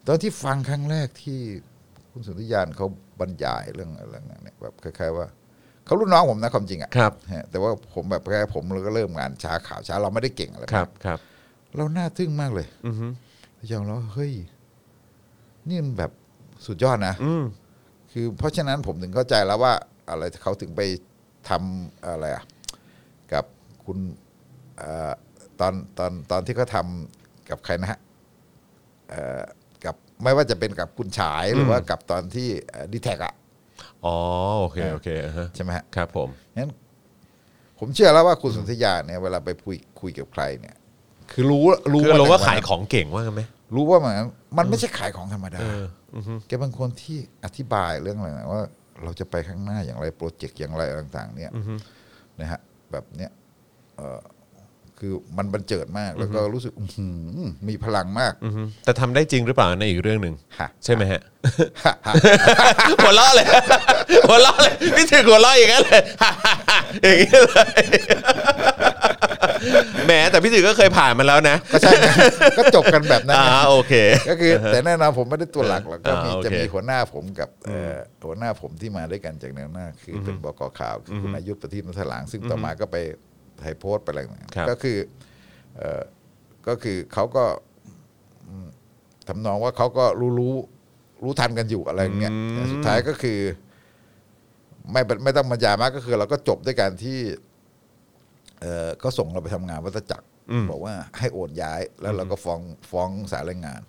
S3: ตอนที่ฟังครั้งแรกที่คุณสุนทรยานเขาบรรยายเรื่องอะไรอย่างเนี่ยแบบคล้ายๆว่าเขารุ่นน้องผมนะความจริงอะ
S2: ครับ
S3: ฮะแต่ว่าผมแบบแค่ผมเราก็เริ่มงานช้าข่าวช้าเราไม่ได้เก่งอะไร
S2: ครับครับ
S3: เราหน้าทึ่งมากเลย
S2: อือฮึ
S3: ยอมรับว่าเฮ้ยนี่มันแบบสุดยอดนะ
S2: อืม
S3: คือเพราะฉะนั้นผมถึงเข้าใจแล้วว่า อะไรเขาถึงไปทำอะไรอะกับคุณเออตอนตอนตอนที่เขาทำกับใครนะฮะเอ่อกับไม่ว่าจะเป็นกับคุณฉายหรือว่ากับตอนที่ดีแท็กอะ
S2: อ๋อโอเคโอเคอ่าฮะ
S3: ใช่ไหมฮะ
S2: ครับผม
S3: งั้นผมเชื่อแล้วว่าคุณสนธยาเนี่ยเวลาไปคุยคุยกับใครเนี่ย คือรู้รู้
S2: คือเราว่า
S3: แต่น
S2: ขายของเก่งว่ากันไหม
S3: รู้ว่ามันมันไม่ใช่ขายของธรรมดา
S2: เอออือฮึ
S3: แกบางคนที่อธิบายเรื่องอะไรนะว่า เราจะไปข้างหน้าอย่างไรโปรเจกต์อย่างไรอะไรต่างๆ เนี่ยนะฮะแบบเนี้ยเอ่อคือมันบันเจิดมากแล้วก็รู้สึกอื้อหือมีพลังมาก
S2: อือฮึแต่ทำได้จริงหรือเปล่าในนอีกเรื่องหนึ่ง
S3: ฮะ
S2: ใช่ไหมฮะ
S3: ฮะฮะ
S2: หัวเราะเลย หัวเราะเลยนี่ถึงหัวเราะอย่างนั้นเลย อย่างนี้เลย แหมแต่พี่ถือก็เคยผ่านมาแล้วนะ
S3: ก็ใช่ไง ก็จบกันแบบนั้น
S2: อ่า
S3: ไง
S2: โอเค
S3: ก็คือ แต่แน่นอนผมไม่ได้ตัวหลักหรอกก็มี
S2: อ่าโอเค
S3: จะมีหัวหน้าผมกับเอ่อหัวหน้าผมที่มาด้วยกันจากแนวหน้า คือเป็นบกข่าวคือคุณอายุประทีปนัทหลังซึ่งต่อมาก็ไปไทยโพสต์ไปอะไรต่างๆ
S2: ครับ
S3: ก็คือเอ่อก็คือเขาก็ ทำนองว่าเขาก็รู้รู้รู้ทันกันอยู่อะไรอย่างเงี้ยแต่สุดท้ายก็คือ ไม่เป็นไม่ต้องบรรยายมากก็คือ เราก็จบด้วยการที่ เออก็ส่งเราไปทำงานวัตจักร บอกว่าให้โอนย้าย แล้วเราก็ฟ้องฟ้องสารแรงงาน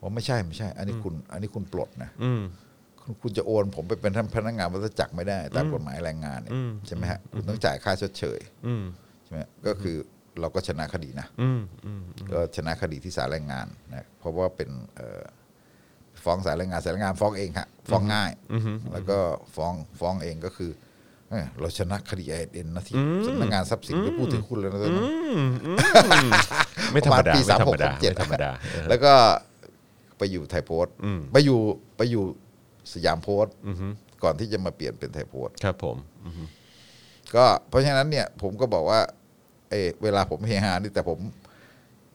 S3: ว่าไม่ใช่ไม่ใช่ อันนี้คุณ อันนี้คุณปลดนะ
S2: อืม
S3: คุณคุณจะโอน ผมไปเป็นท่านพนักงานวัตจักรไม่ได้ ตามกฎหมายแรงงานเนี่ย
S2: อืม
S3: ใช่ไหมฮะคุณต้องจ่ายค่าชดเชย
S2: อืม
S3: ใช่ไหมก็คือเราก็ชนะคดีนะ
S2: อืมอืม
S3: ก็ชนะคดีที่ศาลแรงงานนะเพราะว่าเป็นเอ่อฟ้องศาลแรงงานศาลแรงงานฟ้องเองฮะฟ้องง่าย แล้วก็ฟ้องฟ้องเองก็คือเอ้ยเราชนะคดีไอเอ็นนะที่สำนักงานทรัพย์สินไปพูดถึงคุณเลยนะตอนนั้น
S2: ไม่ธรรมดา
S3: ปะาณปี
S2: ไม่
S3: สาม
S2: ธร
S3: ห
S2: รม
S3: ก
S2: ดา
S3: สามเจ็ด
S2: ไม่ธรรมดา
S3: แล้วก็ไปอยู่ไทยโพสต์
S2: อืม
S3: ไปอยู่ไปอยู่สยามโพสต์ก่อนที่จะมาเปลี่ยนเป็นไทยโพสต์
S2: ครับผม
S3: ก็เพราะฉะนั้นเนี่ยผมก็บอกว่าเออเวลาผมเฮฮานี่แต่ผม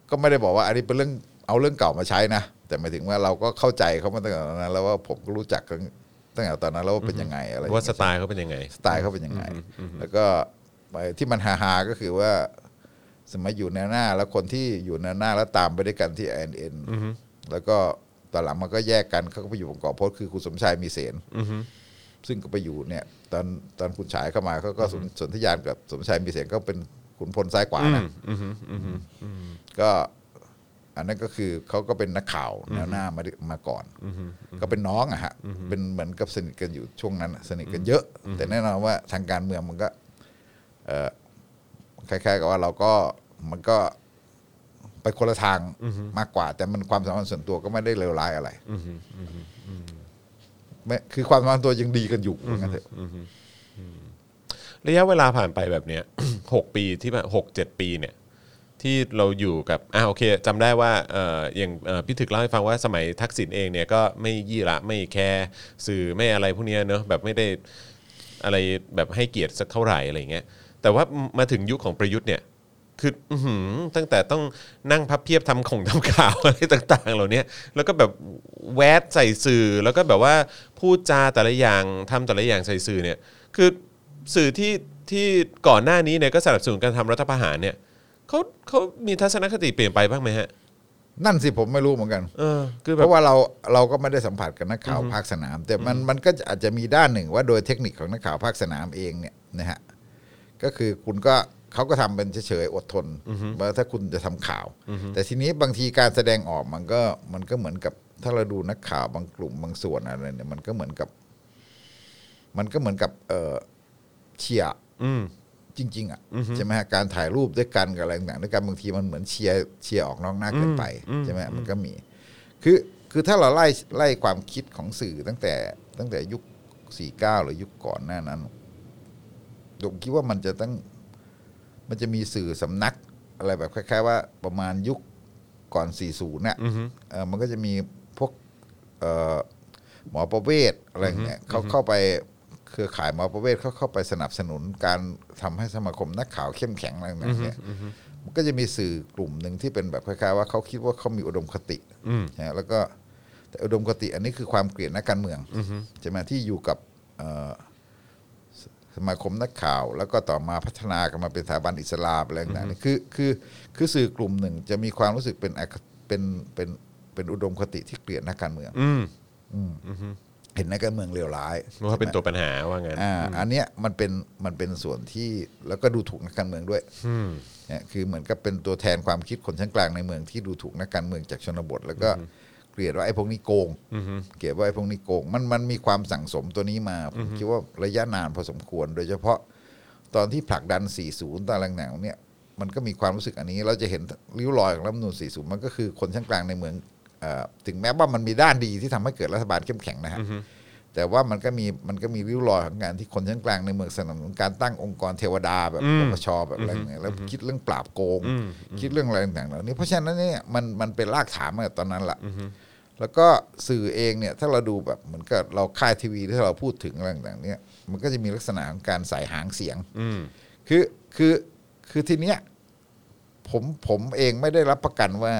S3: ก็ไม่ได้บอกว่าอันนี้เป็นเรื่องเอาเรื่องเก่ามาใช้นะ แต่หมายถึงว่าเราก็เข้าใจเขามาตั้งแต่ตอนนั้น แล้วว่าผมก็รู้จักกันตั้งแต่ตอนนั้นแล้วว่าเป็นยังไงอะไร
S2: ว่าสไตล์เขาเป็นยังไง
S3: สไตล์เขาเป็นยังไง แล้วก็ไอ้ที่มันฮาฮาๆก็คือว่า สมัยอยู่แนวหน้า แล้วคนที่อยู่แนวหน้าแล้วตามไปด้วยกันที่ n n แล้วก็ตอนหลังมันก็แยกกันเขาก็ไปอยู่บางกอกโพสต์คือคุณสมชายมีเสน ซึ่งก็ไปอยู่เนี่ยตอนตอนคุณฉายเข้ามาเขาก็สนสนธยานกับสมชายมีเสียงก็เป็นขุนพลซ้ายขวานะก็อันนั้นก็คือเขาก็เป็นนักข่าวแนวหน้ามาดิมาก่อนก็เป็นน้องอะฮะเป็นเหมือนกับสนิทกันอยู่ช่วงนั้นอะสนิทกันเยอะ แต่แน่นอนว่าทางการเมืองมันก็ เอ่อคล้ายๆกับว่าเราก็มันก็ไปคนละทางมากกว่า แต่มันความสัมพันธ์ส่วนตัวก็ไม่ได้เลวร้ายอะไร ไม่คือความสัมพันธ์ตัวยังดีกันอยู่ว่างั้นเถอะ
S2: ระยะเวลาผ่านไปแบบเนี้ย หกปีที่ผ่านหกเจ็ดปีเนี่ย ที่เราอยู่กับอ่าโอเคจำได้ว่าเอ่ออย่างเอ่อพี่ถึกเล่าให้ฟังว่าสมัยทักษิณเองเนี่ยก็ไม่ยี่ละไม่แคร์สื่อไม่อะไรพวกเนี้ยเนอะแบบไม่ได้อะไรแบบให้เกียรติสักเท่าไหร่อะไรอย่างเงี้ยแต่ว่ามาถึงยุคของประยุทธ์เนี่ย คืออื้อหือตั้งแต่ต้องนั่งพับเพียบทำของทำข่าว อะไรต่างๆ เหล่านี้แล้วก็แบบแวดใส่สื่อแล้วก็แบบว่าพูดจาแต่ละอย่างทำแต่ละอย่างใส่สื่อเนี่ย คือสื่อที่ที่ก่อนหน้านี้เนี่ยก็สนับสนุนการทำรัฐประหารเนี่ยเขาเขามีทัศนคติเปลี่ยนไปบ้างไหมฮะ
S3: นั่นสิผมไม่รู้เหมือนกัน
S2: เออ คือแบ
S3: เพ
S2: บ
S3: ราะว่าเราเราก็ไม่ได้สัมผัสกับนักข่าวภาคสนาม แต่มันมันก็อาจจะมีด้านหนึ่งว่าโดยเทคนิคของนักข่าวภาคสนามเองเนี่ยนะฮะ ก็คือคุณก็เขาก็ทำเป็นเฉยๆอดทนเมื่อถ้าคุณจะทำข่าว แต่ทีนี้บางทีการแสดงออกมันก็มันก็เหมือนกับถ้าเราดูนักข่าวบางกลุ่มบางส่วนอะไรเนี่ยมันก็เหมือนกับ มันก็เหมือนกับ เออเชียร์
S2: อืม
S3: จริงๆอ่ะใช่ไหมฮะการถ่ายรูปด้วยกันกับอะไรต่างๆด้วยกันบางทีมันเหมือนเชียร์เชียร์ออกนอกหน้าเกินไปใช่ไหมฮะมันก็มี คือคือถ้าเราไล่ไล่ความคิดของสื่อตั้งแต่ตั้งแต่ยุค 49 หรือยุคก่อนหน้านั้นผมคิดว่ามันจะต้องมันจะมีสื่อสำนักอะไรแบบคล้ายๆว่าประมาณยุคก่อน 40เนี่ยเอ่อมันก็จะมีพวกเอ่อหมอประเวศอะไรอย่างเงี้ยเขาเข้าไปเครือข่ายหมอประเวศเขาเข้าไปสนับสนุนการทำให้สมาคมนักข่าวเข้มแข็งอะไรอย่างเงี้ยมันก็จะมีสื่อกลุ่มหนึ่งที่เป็นแบบคล้ายๆว่าเขาคิดว่าเขามีอุดมคตินะฮะแล้วก็แต่อุดมคติอันนี้คือความเกลียดนักการเมืองใช่ไหมที่อยู่กับเอ่อ สมาคมนักข่าว แล้วก็ต่อมาพัฒนากันมาเป็นสถาบันอิสลามอะไรต่างๆนี่คือคือคือสื่อกลุ่มหนึ่งจะมีความรู้สึกเป็นอคเป็นเป็นเป็นอุดมคติที่เกลียดนักการเมือง
S2: อืม
S3: เห็นนักการเมืองเลวร้าย
S2: ว่าเป็น
S3: ใช่ไหม
S2: ตัวปัญหาว่างั้น
S3: อ่าอันเนี้ยมันเป็นมันเป็นส่วนที่แล้วก็ดูถูกนักการเมืองด้วย
S2: อืม
S3: เนี่ยคือเหมือนกับเป็นตัวแทนความคิดคนชั้นกลางในเมืองที่ดูถูกนักการเมืองจากชนบท แล้วก็เกลียดว่าไอ้พวกนี้โกงเกลียดว่าไอ้พวกนี้โกงมันมันมีความสั่งสมตัวนี้มาผมคิดว่าระยะนานพอสมควร โดยเฉพาะ ตอนที่ผลักดัน 40 ตารางหนังเนี่ย มันก็มีความรู้สึกอันนี้ เราจะเห็นริ้วรอยของรัฐธรรมนูญ40 มันก็คือคนชั้นกลางในเมืองเออถึงแม้ว่ามันมีด้านดีที่ทำให้เกิดรัฐบาลเข้มแข็งนะฮะ แต่ว่ามันก็มีมันก็มีริ้วรอยของการที่คนชั้นกลางในเมืองสนับสนุนการตั้งองค์กรเทวดาแบบปปชแบบอะไรเนี่ยแล้วคิดเรื่องปราบโกง คิดเรื่องอะไรต่างๆเหล่านี้เพราะฉะนั้นเนี่ยมันมันเป็นรากฐานมาจากตอนนั้นละแล้วก็สื่อเองเนี่ยถ้าเราดูแบบเหมือนกับเราค่ายทีวีที่เราพูดถึงอะไรต่างๆเนี่ยมันก็จะมีลักษณะของการใส่หางเสียง
S2: อืม
S3: คือคือคือทีเนี้ยผมผมเองไม่ได้รับประกันว่า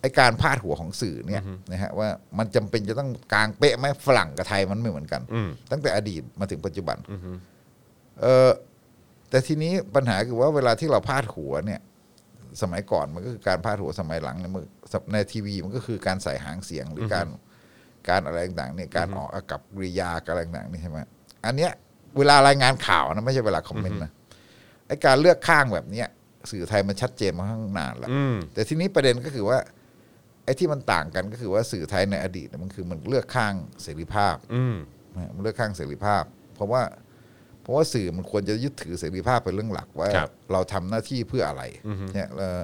S3: ไอการพาดหัวของสื่อเนี่ยนะฮะว่ามันจำเป็นจะต้องกลางเป๊ะไหมฝรั่งกับไทยมันไม่เหมือนกัน
S2: อืม
S3: ตั้งแต่อดีตมาถึงปัจจุบันเออแต่ทีนี้ปัญหาคือว่าเวลาที่เราพาดหัวเนี่ย สมัยก่อนมันก็คือการพาดหัวสมัยหลังในมือในทีวีมันก็คือการใส่หางเสียงหรือการการอะไรต่างๆเนี่ยการออกอากับกริยาการอะไรต่างๆนี่ใช่ไหมอันเนี้ยเวลารายงานข่าวนะไม่ใช่เวลาคอมเมนต์นะไอการเลือกข้างแบบเนี้ยสื่อไทยมันชัดเจนมาข้างนานแล้ว
S2: อืม
S3: แต่ทีนี้ประเด็นก็คือว่า ไอ้ที่มันต่างกันก็คือว่าสื่อไทยในอดีตเนี่ยมันคือมันเลือกข้างเสรีภาพ
S2: อืม
S3: นะมันเลือกข้างเสรีภาพ เพราะว่าเพราะว่าสื่อมันควรจะยึดถือเสรีภาพเป็นเรื่องหลักว่า
S2: ครับ
S3: เราทำหน้าที่เพื่ออะไรเนี่ยเอ่อ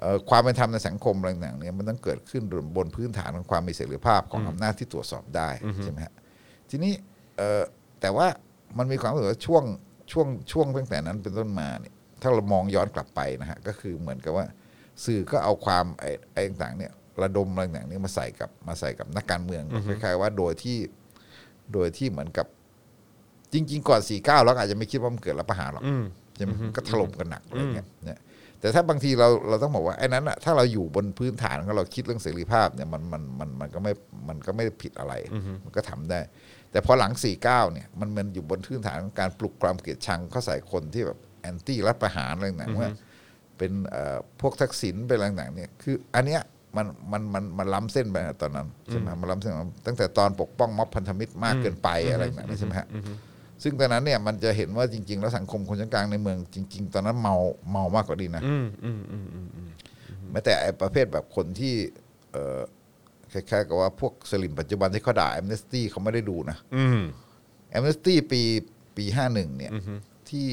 S3: เอ่อความเป็นธรรมในสังคมอะไรต่างๆเนี่ยมันต้องเกิดขึ้นบนพื้นฐานของความมีเสรีภาพของอำนาจที่ตรวจสอบได้ใช่ไหมฮะทีนี้เอ่อแต่ว่ามันมีความรู้สึกว่าช่วงช่วงช่วงตั้งแต่นั้นเป็นต้นมาเนี่ยถ้าเรามองย้อนกลับไปนะฮะก็คือเหมือนกับว่า สื่อก็เอาความไอ้ไอ้ต่างๆเนี่ยระดมอะไรต่างๆเนี่ยมาใส่กับมาใส่กับนักการเมืองคล้ายๆว่าโดยที่ โดยที่เหมือนกับจริง ๆ ก่อน 49 เราก็อาจจะไม่คิดว่ามันเกิดรัฐประหารหรอกใช่ไหมก็ถล่มกันหนักอะไรเงี้ยเนี่ยแต่ถ้าบางทีเราเราต้องบอกว่าไอ้นั้นอะถ้าเราอยู่บนพื้นฐานของเราคิดเรื่องเสรีภาพเนี่ยมันมันมันมันก็ไม่มันก็ไม่ได้ผิดอะไร มันก็ทำได้ แต่พอหลัง 49 เนี่ยมันมันอยู่บนพื้นฐานของการปลุกความเกลียดชังเข้าใส่คนที่แบบแอนตี้รัฐประหารอะไรต่างๆว่า เป็นเอ่อพวกทักษิณเป็นอะไรต่างๆเนี่ยคืออันเนี้ยมันมันมันมันล้ำเส้นไปนะตอนนั้นใช่ไหมมันล้ำเส้นมาตั้งแต่ตอนปกป้องม็อบพันธมิตรมากเกินไปอะไรต่างๆใช่ไหมฮะซึ่งตอนนั้นเนี่ยมันจะเห็นว่าจริง ๆ แล้วสังคมคนชั้นกลางในเมืองจริง ๆ ตอนนั้นเมาเมามากกว่าดีนะ
S2: อืมอืมอืมอืม
S3: แม้แต่ไอ้ประเภทแบบคนที่เอ่อคล้ายๆกับว่าพวกสลิมปัจจุบันที่เขาด่าแอมเนสตี้เขาไม่ได้ดูนะ
S2: อืม
S3: แอมเนสตี้ปีปีห้าหนึ่งเนี่ยที่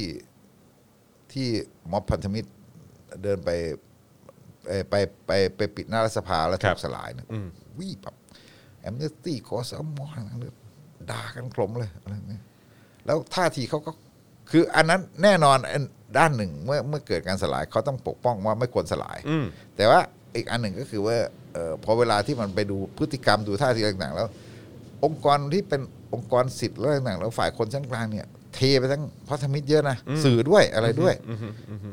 S3: ที่ม็อบพันธมิตรเดินไปเอ่อไปไปไปปิดหน้ารัฐสภาแล้ว
S2: ครั
S3: ถู
S2: บ
S3: กสลายเนี่ยวิ่งแบบแอมเนสตี้ขอสมองด่ากันกลมเลยอะไรเนี่ยแล้วท่าทีเขาก็คืออันนั้นแน่นอนอันด้านหนึ่งเมื่อเมื่อเกิดการสลายเขาต้องปกป้องว่าไม่ควรสลาย
S2: อืม
S3: แต่ว่าอีกอันหนึ่งก็คือว่าเออพอเวลาที่มันไปดูพฤติกรรมดูท่าทีต่างๆ แล้ว องค์กรที่เป็นองค์กรสิทธิ์และต่างๆแล้วฝ่ายคนชั้นกลางเนี่ย เทไปทั้งพัฒมิตรเยอะนะสื่อด้วยอะไรด้วย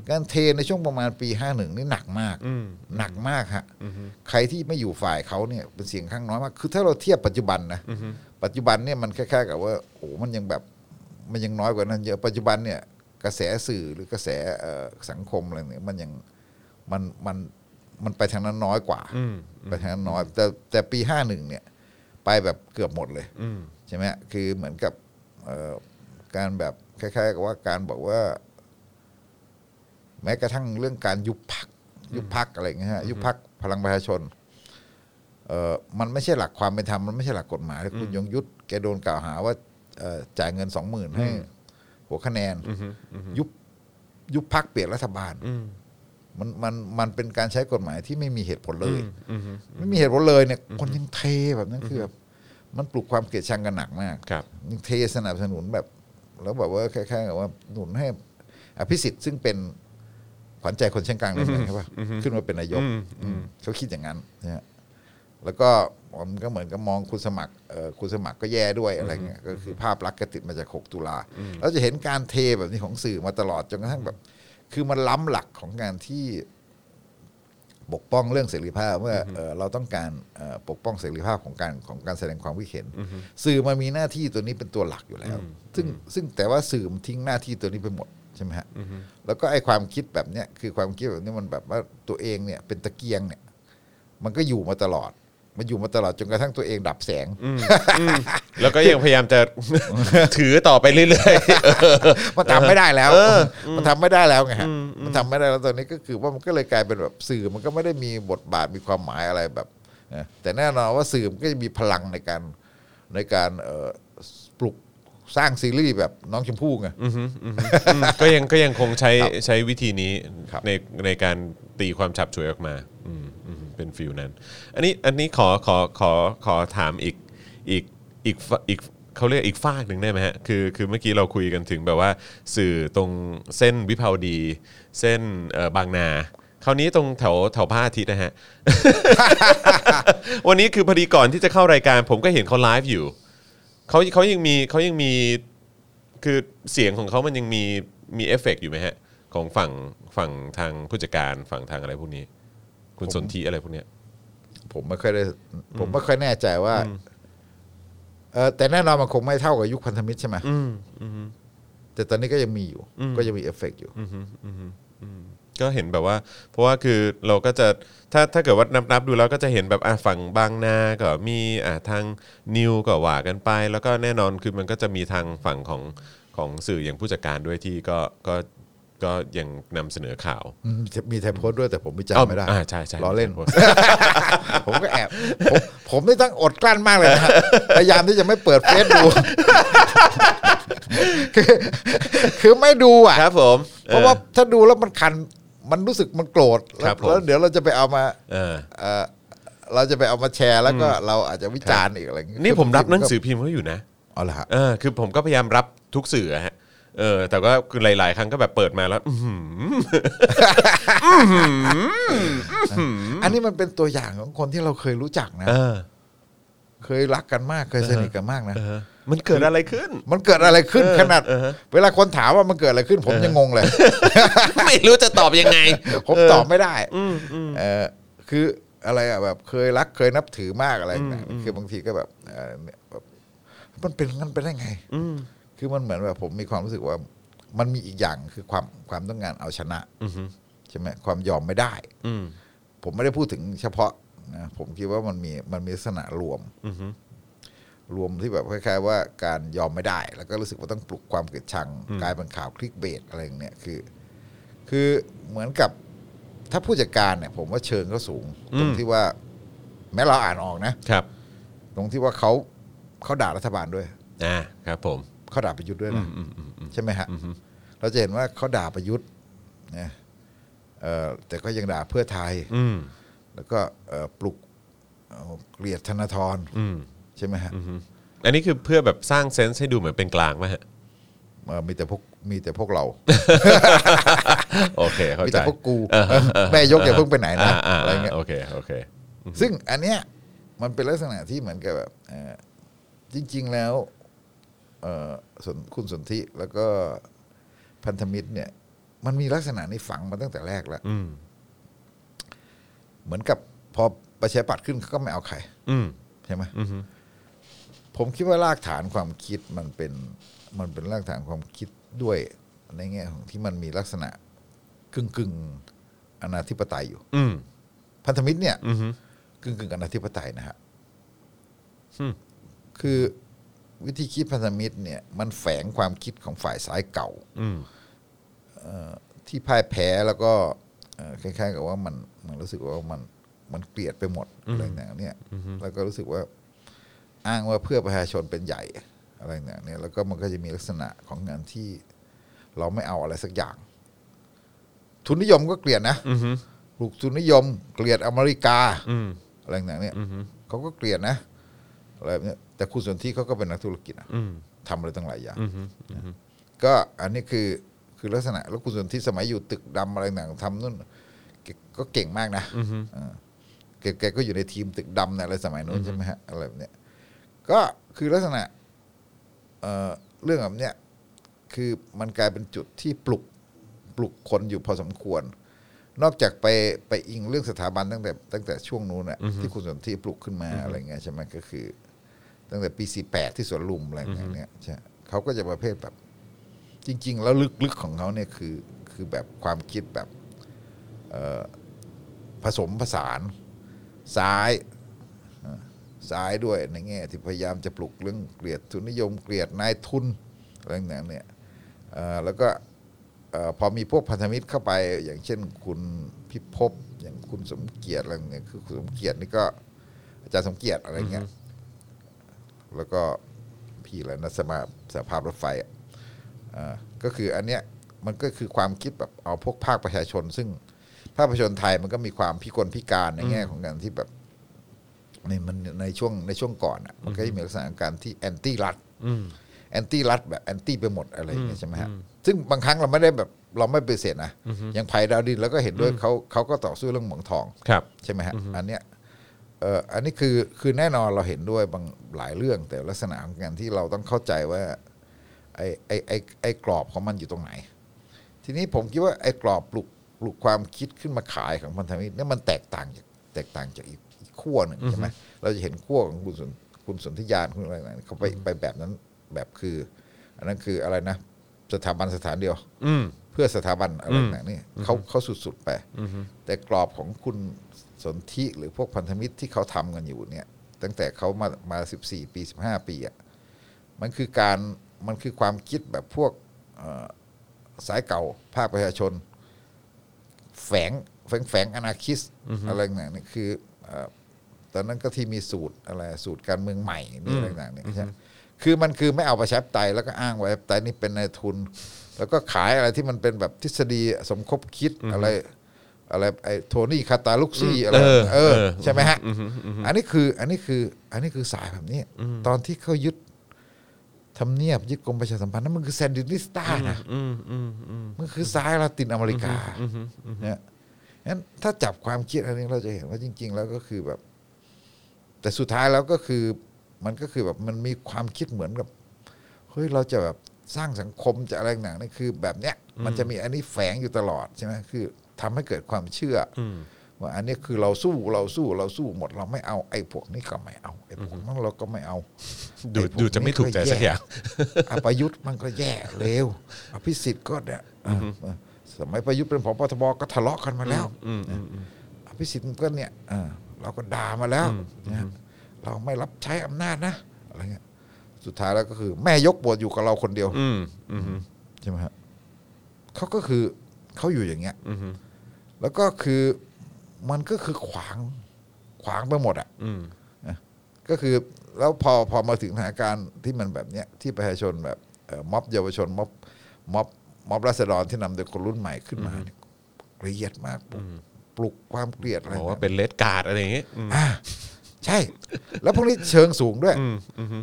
S3: การเทในช่วงประมาณปีห้าหนึ่งนี่หนักมาก
S2: อืม
S3: หนักมากฮะใครที่ไม่อยู่ฝ่ายเขาเนี่ยเป็นเสียงข้างน้อยมากคือถ้าเราเทียบปัจจุบันนะปัจจุบันเนี่ยมันคล้ายๆกับว่าโอ้โหมันยังแบบมันยังน้อยกว่านั้นเยอะปัจจุบันเนี่ยกระแสสื่อหรือกระแสเอ่อสังคมอะไรเนี่ยมันยัง มันมันมันไปทางนั้นน้อยกว่า
S2: อืม
S3: ไปทางนั้นน้อย แต่แต่ปีห้าหนึ่งเนี่ย ไปแบบเกือบหมดเลย
S2: อืม
S3: ใช่ไหมฮะคือเหมือนกับเอ่อ การแบบคล้ายๆกับว่าการบอกว่า แม้กระทั่งเรื่องการยุบพัก ยุบพักอะไรอย่างเงี้ยฮะยุบพักพลังประชาชน เออมันไม่ใช่หลักความเป็นธรรมมันไม่ใช่หลักกฎหมายคุณยงยุทธแกโดนกล่าวหาว่าเอ่อจ่ายเงินสองหมื่นให้ หัวคะแนน ยุบยุบพักเปลี่ยนรัฐบาล มันมันมันเป็นการใช้กฎหมายที่ไม่มีเหตุผลเลย ไม่มีเหตุผลเลยเนี่ย คนยังเทแบบนั้นคือแบบมันปลุกความเกลียดชังกันหนักมาก
S2: ครับ
S3: ยังเทสนับสนุนแบบ แล้วแบบว่าคล้ายๆกับว่าหนุนให้อภิสิทธิ์ซึ่งเป็นขวัญใจคนเชียงกลางเลยใช่ปะขึ้นมาเป็นนายกอืมเขาคิดอย่างนั้นนะฮะแล้วก็มันก็เหมือนกับมองคุณสมัครเอ่อคุณสมัครก็แย่ด้วยอะไรเงี้ยก็คือภาพลักษณ์ก็ติดมาจาก 6 ตุลาเราจะเห็นการเทแบบนี้ของสื่อมาตลอดจนกระทั่งแบบ คือมันล้ำหลักของการที่ ปกป้องเรื่องเสรีภาพว่าเอ่อเราต้องการเอ่อปกป้องเสรีภาพของการของการแสดงความคิดเห็น สื่อมันมีหน้าที่ตัวนี้เป็นตัวหลักอยู่แล้ว ซึ่งซึ่งแต่ว่าสื่อมันทิ้งหน้าที่ตัวนี้ไปหมดใช่ไหมฮะแล้วก็ไอ้ความคิดแบบเนี้ยคือความคิดแบบเนี้ยมันแบบว่าตัวเองเนี่ยเป็นตะเกียงเนี่ย มันก็อยู่มาตลอด มันอยู่มาตลอดจนกระทั่งตัวเองดับแสง
S2: แล้วก็ยังพยายามจะ ถือต่อไปเรื่อยๆ
S3: มันทำไม่ได้แล้ว มันทำไม่ได้แล้วไงฮะ มันทำไม่ได้แล้วตอนนี้ก็คือว่ามันก็เลยกลายเป็นแบบสื่อมันก็ไม่ได้มีบทบาทมีความหมายอะไรแบบเออแต่แน่นอนว่าสื่อมันก็จะมีพลังในการในการเอ่อปลุกสร้างซีรีส์แบบน้องชมพู่ไง
S2: อืม ก็ยังก็ยังคงใช้ใช้วิธีนี้
S3: ครับ
S2: ในในการตีความฉับฉวยออกมาอืมอืมเป็นฟิลนั้น อันนี้อันนี้ขอขอขอขอถามอีกอีกอีกฝ่อีกเขาเรียกอีกฝากหนึ่งได้ไหมฮะคือคือเมื่อกี้เราคุยกันถึงแบบว่า สื่อตรงเส้นวิภาวดี เส้นเอ่อบางนา คราวนี้ตรงแถวแถวพระอาทิตย์นะฮะ วันนี้คือพอดีก่อนที่จะเข้ารายการ ผมก็เห็นเขาไลฟ์อยู่เขาเขายังมีเขายังมี คือเสียงของเขามันยังมีมีเอฟเฟกต์อยู่ไหมฮะ ของฝั่งฝั่งทางผู้จัดการฝั่งทางอะไรพวกนี้ คุณสนธิอะไรพวกเนี้ย
S3: ผมไม่ค่อยได้ผมไม่ค่อยแน่ใจว่าเออแต่แน่นอนมันคงไม่เท่ากับยุคพันธมิตรใช่ไหมแต่ตอนนี้ก็ยังมีอยู่ ก็ยังมีเอฟเฟกต์อยู่
S2: ก็เห็นแบบว่า เพราะว่าคือเราก็จะถ้าถ้าเกิดว่านับนับดูแล้วก็จะเห็นแบบอ่ะฝั่งบางนาก็มีอ่ะทางนิวก็ว่ากันไป แล้วก็แน่นอนคือมันก็จะมีทางฝั่งของของสื่ออย่างผู้จัดการด้วยที่ก็ก็ก็ยังนำเสนอข่าว
S3: อืมมีไทยโพสต์ด้วยแต่ผมวิจาร
S2: อ้าว
S3: ณ์ไม่ได้
S2: อ่าใช่ใช่
S3: ล้อเล่น ผมก็แอบผมผมนี่ต้องอดกลั้นมากเลยนะฮะพยายามที่จะไม่เปิดเฟซดู คือคือไม่ดูอ่ะ
S2: ครับผม
S3: เพราะว่าถ้าดูแล้วมันคัน มันรู้สึกมันโกรธ
S2: ครั
S3: แล้ว
S2: บผม
S3: แล้วเดี๋ยวเราจะไปเอามา
S2: เออ
S3: เอ่อเราจะไปเอามาแชร์แล้วก็เราอาจจะวิจารณ์อีกอะไรอย่างเงี้ย
S2: นี่ผมรับหนังสื
S3: ก็
S2: อพิมพ์เขาอยู่นะ
S3: เอาละฮะ
S2: เออคือผมก็พยายามรับทุกสื่ออะฮะ เออ แต่ก็คือหลาย ๆ ครั้งก็แบบเปิดมาแล้ว อื้อหือ
S3: อันนี้มันเป็นตัวอย่างของคนที่เราเคยรู้จักนะ
S2: เออ
S3: เคยรักกันมากเคยสนิทกันมากนะ
S2: เออ มันเกิดอะไรขึ้น
S3: มันเกิดอะไรขึ้น
S2: เออ
S3: ขนาด
S2: เออฮะ
S3: เวลาคนถามว่ามันเกิดอะไรขึ้น ผมยังงงเลย
S2: ไม่รู้จะตอบยังไง
S3: ผมตอบไม่ได้เออคืออะไรอะแบบเคยรักเคยนับถือมากอะไรอย่างเงี้ยคือบางทีก็แบบเอ่อเนี่ยแบบมันเป็นงั้นไปได้ไงคือมันเหมือนแบบผมมีความรู้สึกว่า มันมีอีกอย่างคือความความต้องการเอาชนะใช่ไหมความยอมไม่ได้ผมไม่ได้พูดถึงเฉพาะนะผมคิดว่ามันมีมันมีลักษณะรวมรวมที่แบบคล้ายๆว่าการยอมไม่ได้ แล้วก็รู้สึกว่าต้องปลุกความเกลียดชังกลายเป็นข่าวคลิกเบสอะไรอย่างเนี้ยคือ คือเหมือนกับถ้าผู้จัดการเนี่ย ผมว่าเชิงก็สูง
S2: อืม
S3: ตรงที่ว่า แม้เราอ่านออกนะ
S2: ครับ
S3: ตรงที่ว่าเขาเขาด่ารัฐบาลด้วย
S2: อ่า ครับผม
S3: เขาด่าประยุทธ์ด้วยนะใช่ไหมฮะเราจะเห็นว่าเขาด่าประยุทธ์นะเอ่อแต่ก็ยังด่าเพื่อไทย
S2: อืม
S3: แล้วก็เอ่อปลุกเอ่อเกลียดธนาธร
S2: อืม
S3: ใช่ไหมฮะ
S2: อันนี้คือเพื่อแบบสร้างเซนส์ให้ดูเหมือนเป็นกลางไหมฮะ
S3: เอ่อมีแต่พวกมีแต่พวกเรา
S2: โอเค เข้า
S3: มี
S2: ใจ
S3: แต่พวกกูแม่ยกอย่าเพิ่งไปไหนนะ
S2: อ่า
S3: อะไรเงี้ย
S2: โอเค โอเค
S3: ซึ่งอันเนี้ยมันเป็นลักษณะที่เหมือนกับแบบเอ่อจริง ๆ แล้วเอ่อสนคุณสนธิแล้วก็พันธมิตรเนี่ย มันมีลักษณะนี้ฝังมาตั้งแต่แรกแล้ว
S2: อืม
S3: เหมือนกับพอประชาธิปัดขึ้นเขาก็ไม่เอาใคร
S2: อืม
S3: ใช่ไหมผมคิดว่ารากฐานความคิดมันเป็นมันเป็นรากฐานความคิดด้วยในแง่ของที่มันมีลักษณะกึ่งกึ่งๆอนาธิปไตยอยู่
S2: อืม
S3: พันธมิตรเนี่ย
S2: อืม
S3: กึ่งกึ่งๆอนาธิปไตยนะฮะ
S2: อืม
S3: คือ วิธีคิดพันธมิตรเนี่ยมันแฝงความคิดของฝ่ายสายเก่าเอ่อที่พ่ายแพ้แล้วก็เอ่อคล้ายๆกับว่ามันมันรู้สึกว่ามันมันเกลียดไปหมดอะไรอย่างเนี้ยแล้วก็รู้สึกว่าอ้างว่าเพื่อประชาชนเป็นใหญ่อะไรอย่างเนี้ยแล้วก็มันก็จะมีลักษณะของงานที่เราไม่เอาอะไรสักอย่าง ทุนนิยมก็เกลียดนะปลูกทุนนิยม เกลียดอเมริกาอะไรอย่างเนี้ยเขาก็เกลียดนะ อะไรแบบเนี้ยแต่คุณสนที่เขาก็เป็นนักธุรกิจอะทำอะไรตั้งหลายอย่างก็อันนี้คือคือลักษณะแล้วคุณสนที่สมัยอยู่ตึกดำอะไรต่างๆทำนู่นแกก็เก่งมากนะเออแกแกก็อยู่ในทีมตึกดำนะอะไรสมัยนู้นใช่ไหมฮะอะไรแบบเนี้ยก็คือลักษณะเอ่อเรื่องแบบเนี้ยคือมันกลายเป็นจุดที่ปลุกปลุกคนอยู่พอสมควร นอกจากไปไปอิงเรื่องสถาบันตั้งแต่ตั้งแต่ช่วงนู้นน่ะที่คุณสนที่ปลุกขึ้นมาอะไรเงี้ยใช่ไหมก็คือ ตั้งแต่ปี 48 ที่สวนลุมอะไรอย่างเงี้ยใช่เขาก็จะประเภทแบบ จริง ๆ แล้วลึกๆของเขาเนี่ยคือคือแบบความคิดแบบเอ่อผสมผสานซ้ายเอ่อซ้ายด้วยในแง่ที่พยายามจะปลุกเรื่องเกลียดทุนนิยมเกลียดนายทุนอะไรต่างๆเนี่ยเอ่อแล้วก็เอ่อพอมีพวกพันธมิตรเข้าไป อย่างเช่นคุณพิภพอย่างคุณสมเกียรติอะไรเงี้ยคือคุณสมเกียรตินี่ก็อาจารย์สมเกียรติอะไรเงี้ย แล้วก็พี่อะไรนะสมาสภาพรถไฟอะอ่าก็คืออันเนี้ยมันก็คือความคิดแบบเอาพวกภาคประชาชน ซึ่งภาคประชาชนไทยมันก็มีความพิกลพิการในแง่ของการที่แบบในมันในช่วงในช่วงก่อนอะมันก็จะมีลักษณะของการที่แอนตี้รัฐแอนตี้รัฐแบบแอนตี้ไปหมดอะไรอย่างเงี้ยใช่ไหมฮะซึ่งบางครั้งเราไม่ได้แบบเราไม่ปฏิเสธนะอย่างภัยดาวดินแล้วก็เห็นด้วยเขาเขาก็ต่อสู้เรื่องเหมืองทอง
S2: ครับ
S3: ใช่ไหมฮะอันเนี้ยเอ่ออันนี้คือคือแน่นอนเราเห็นด้วยบางหลายเรื่อง แต่ลักษณะของการที่เราต้องเข้าใจว่าไอ้ไอ้ไอ้ไอ้กรอบของมันอยู่ตรงไหน ทีนี้ผมคิดว่าไอ้กรอบปลุกปลุกความคิดขึ้นมาขายของพันธมิตรเนี่ยมันแตกต่างจากแตกต่างจากอีกอีกขั้วหนึ่งใช่ไหมเราจะเห็นขั้วของคุณสนคุณสนธิยานคุณอะไรต่างๆเขาไปไปแบบนั้นแบบคือ อันนั้นคืออะไรนะ สถาบันสถานเดียว
S2: อืม
S3: เพื่อสถาบันอะไรต่างๆนี่เขาเขาสุดๆไปแต่กรอบของคุณสนธิหรือพวกพันธมิตรที่เขาทำกันอยู่เนี่ย ตั้งแต่เขามามาสิบสี่ปีสิบห้าปีอ่ะมันคือการมันคือความคิดแบบพวกเอ่อสายเก่าภาคประชาชน แฝงแฝงแฝงอนาคิสอะไรต่างๆนี่คือเอ่อตอนนั้นก็ที่มีสูตรอะไรสูตรการเมืองใหม่นี่อะไรต่างๆเนี่ยใช่ไหมคือมันคือไม่เอาประชาธิปไตยแล้วก็อ้างว่าประชาธิปไตยนี่เป็นนายทุน แล้วก็ขายอะไรที่มันเป็นแบบทฤษฎีสมคบคิดอะไร อะไรไอ้โทนี่คาตาลุกซี่อะไร
S2: เออ
S3: เออ
S2: เออ
S3: ใช่ไหมฮะอันนี้คืออันนี้คืออันนี้คือสายแบบนี้ ตอนที่เขายึดทำเนียบยึดกรมประชาสัมพันธ์นั่นมันคือแซนดินิสต้านะ
S2: อืมอืมอืม
S3: มันคือซ้ายลาตินอเมริกาเนี่ยงั้นถ้าจับความคิดอันนี้เราจะเห็นว่าจริง ๆ แล้วก็คือแบบ แต่สุดท้ายแล้วก็คือ มันก็คือแบบมันมีความคิดเหมือนกับเฮ้ยเราจะแบบสร้างสังคมจะอะไรหนังนี่คือ แบบเนี้ย มันจะมีอันนี้แฝงอยู่ตลอดใช่ไหมคือทำให้เกิดความเชื่ออว่าอันนี้คือเราสู้เราสู้เราสู้หมดเราไม่เอาไอ้พวกนี้ก็ไม่เอาไอ้พวกนั้นเราก็ไม่เอา
S2: ดู
S3: ไอ้พว
S2: ดูจะไม่
S3: นี้
S2: ถูกใจสักอย่าง
S3: แอประยุทธ์มันก็แย่เลวอภิสิทธิ์ก็เนี่ยเออสมัยประยุทธ์เป็นผบทบก็ทะเลาะกันมาแล้วอภิสิทธิ์มันก็เนี่ยเออเราก็ด่ามาแล้วนะเราไม่รับใช้อำนาจนะอะไรเงี้ยสุดท้ายแล้วก็คือ แม่ยกบวชอยู่กับเราคนเดียว
S2: อืมอืม
S3: ใช่ไหมฮะเขาก็คือเขาอยู่อย่างเงี้ยแล้วก็คือมันก็คือขวางขวางไปหมดอ่ะ
S2: อืม
S3: ก็คือแล้วพอพอมาถึงสถานการณ์ที่มันแบบเนี้ยที่ประชาชนแบบเอ่อม็อบเยาวชนม็อบม็อบม็อบราษฎรที่นำโดยคนรุ่นใหม่ขึ้นมาเนี่ยเกลียดมากปลุกปลุกความเกลียดอะไร
S2: บอกว่า
S3: เนี่ย
S2: เป็นเลดการ์ดอะไรอย่างเงี้ย
S3: อ่าใช่ แล้วพวกนี้เชิงสูงด้วย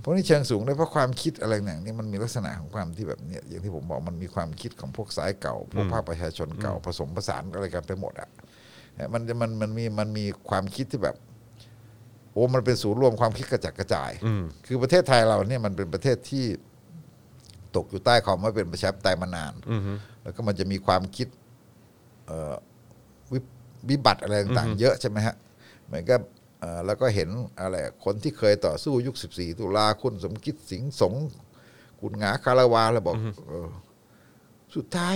S3: พวกนี้เชิงสูงด้วยเพราะความคิดอะไรอย่างนี้มันมีลักษณะของความที่แบบเนี้ยอย่างที่ผมบอกมันมีความคิดของพวกสายเก่า พวกภาคประชาชนเก่าผสมผสานอะไรกันไปหมดอ่ะมันจะมันมันมีมันมีความคิดที่แบบ โอ้มันเป็นศูนย์รวมความคิดกระจัดกระจาย คือประเทศไทยเราเนี่ยมันเป็นประเทศที่ตกอยู่ใต้ความว่าเป็นประชาธิปไตยมานานแล้วก็มันจะมีความคิดเอ่อวิวิบัติอะไรต่างๆ เยอะใช่ไหมฮะเหมือนกับเอ่อแล้วก็เห็นอะไรคนที่เคยต่อสู้ยุค 14 ตุลาคุณสมคิดสิงห์สงฆ์คุณหงาคาราวาแล้วบอกเออสุดท้าย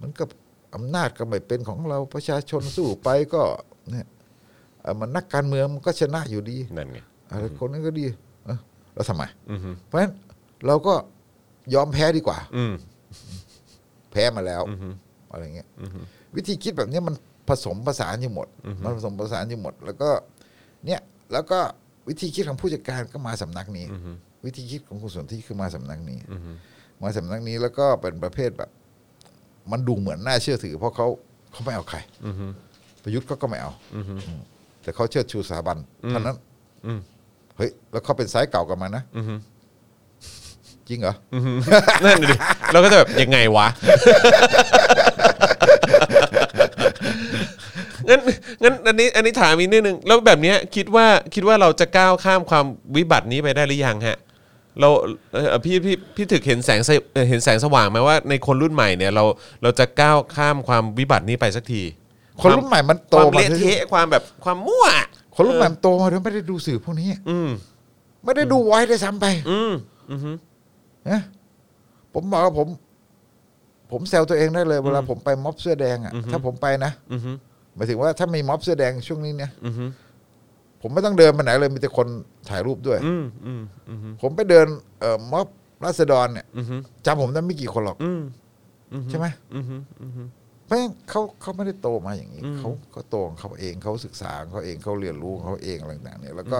S3: มันก็อำนาจก็ไม่เป็นของเราประชาชนสู้ไปก็เนี่ยเอ่อมันนักการเมืองมันก็ชนะอยู่ดี
S2: นั่นไง
S3: อะไรคนนั้นก็ดีเอ้อ แล้วทำไม
S2: อืม
S3: เพราะฉะนั้นเราก็ยอมแพ้ดีกว่า
S2: อืม
S3: แพ้มาแล้ว
S2: อืม
S3: อะไรเงี้ย
S2: อืม
S3: วิธีคิดแบบเนี้ยมันผสมผสานอยู่หมด
S2: อือฮึ
S3: มันผสมผสานอยู่หมด แล้วก็เนี่ยแล้วก็วิธีคิดของผู้จัดการก็มาสำนักนี้
S2: อืม
S3: วิธีคิดของคุณสนที่คือมาสำนักนี้
S2: อืม
S3: มาสำนักนี้แล้วก็เป็นประเภทแบบ มันดูเหมือนน่าเชื่อถือ เพราะเขาเขาไม่เอาใคร
S2: อืม
S3: ประยุทธ์เขาก็ไม่เอา
S2: อืม
S3: แต่เขาเชิดชูสถาบัน
S2: อืม
S3: เท่านั้น
S2: อืม
S3: เฮ้ยแล้วเขาเป็นสายเก่ากันมานะ
S2: อืม
S3: จริงเหรอ
S2: อือหือนั่นน่ะดิเราก็จะแบบยังไงวะ งั้นงั้นอันนี้อันนี้ถามอีกนิดนึง แล้วแบบเนี้ยคิดว่าคิดว่าเราจะก้าวข้ามความวิบัตินี้ไปได้หรือยังฮะ เราเอ่อพี่พี่พี่ถึกเห็นแสงสวเอ่อเห็นแสงสว่างไหมว่า ในคนรุ่นใหม่เนี่ยเราเราจะก้าวข้ามความวิบัตินี้ไปสักที
S3: คนรุ่นใหม่มันโต
S2: ความ
S3: มา
S2: เละเทะความแบบความมั่ว
S3: คนรุ่นใหม่มันโตมาโดยไม่ได้ดูสื่อพวกนี้
S2: อืม
S3: ไม่ได้ดูไว้ได้วยซ้ำไป
S2: อืมอือหือ
S3: นะผมบอกว่าผม ผมแซวตัวเองได้เลยเวลาผมไปม็อบเสื้อแดงอ่ะ
S2: อือฮึ
S3: ถ้าผมไปนะ
S2: อือหือ
S3: หมายถึงว่าถ้ามีม็อบเสื้อแดงช่วงนี้เนี่ย
S2: อือหือ
S3: ผมไม่ต้องเดินไปไหนเลยมีแต่คนถ่ายรูปด้วย
S2: อืมอืมอือหือ
S3: ผมไปเดินเอ่อม็อบราษฎรเนี่ย
S2: อือหือ
S3: จำผมได้ไม่กี่คนหรอก
S2: อืมอือหือ
S3: ใช่ไหม
S2: อือหืออือหือ
S3: เพราะฉะนั้นเขาเขาไม่ได้โตมาอย่างนี้
S2: อืม
S3: เขาเขาโตของเขาเองเขาศึกษาของเขาเองเขาเรียนรู้ของเขาเองอะไรต่างๆเนี่ย แล้วก็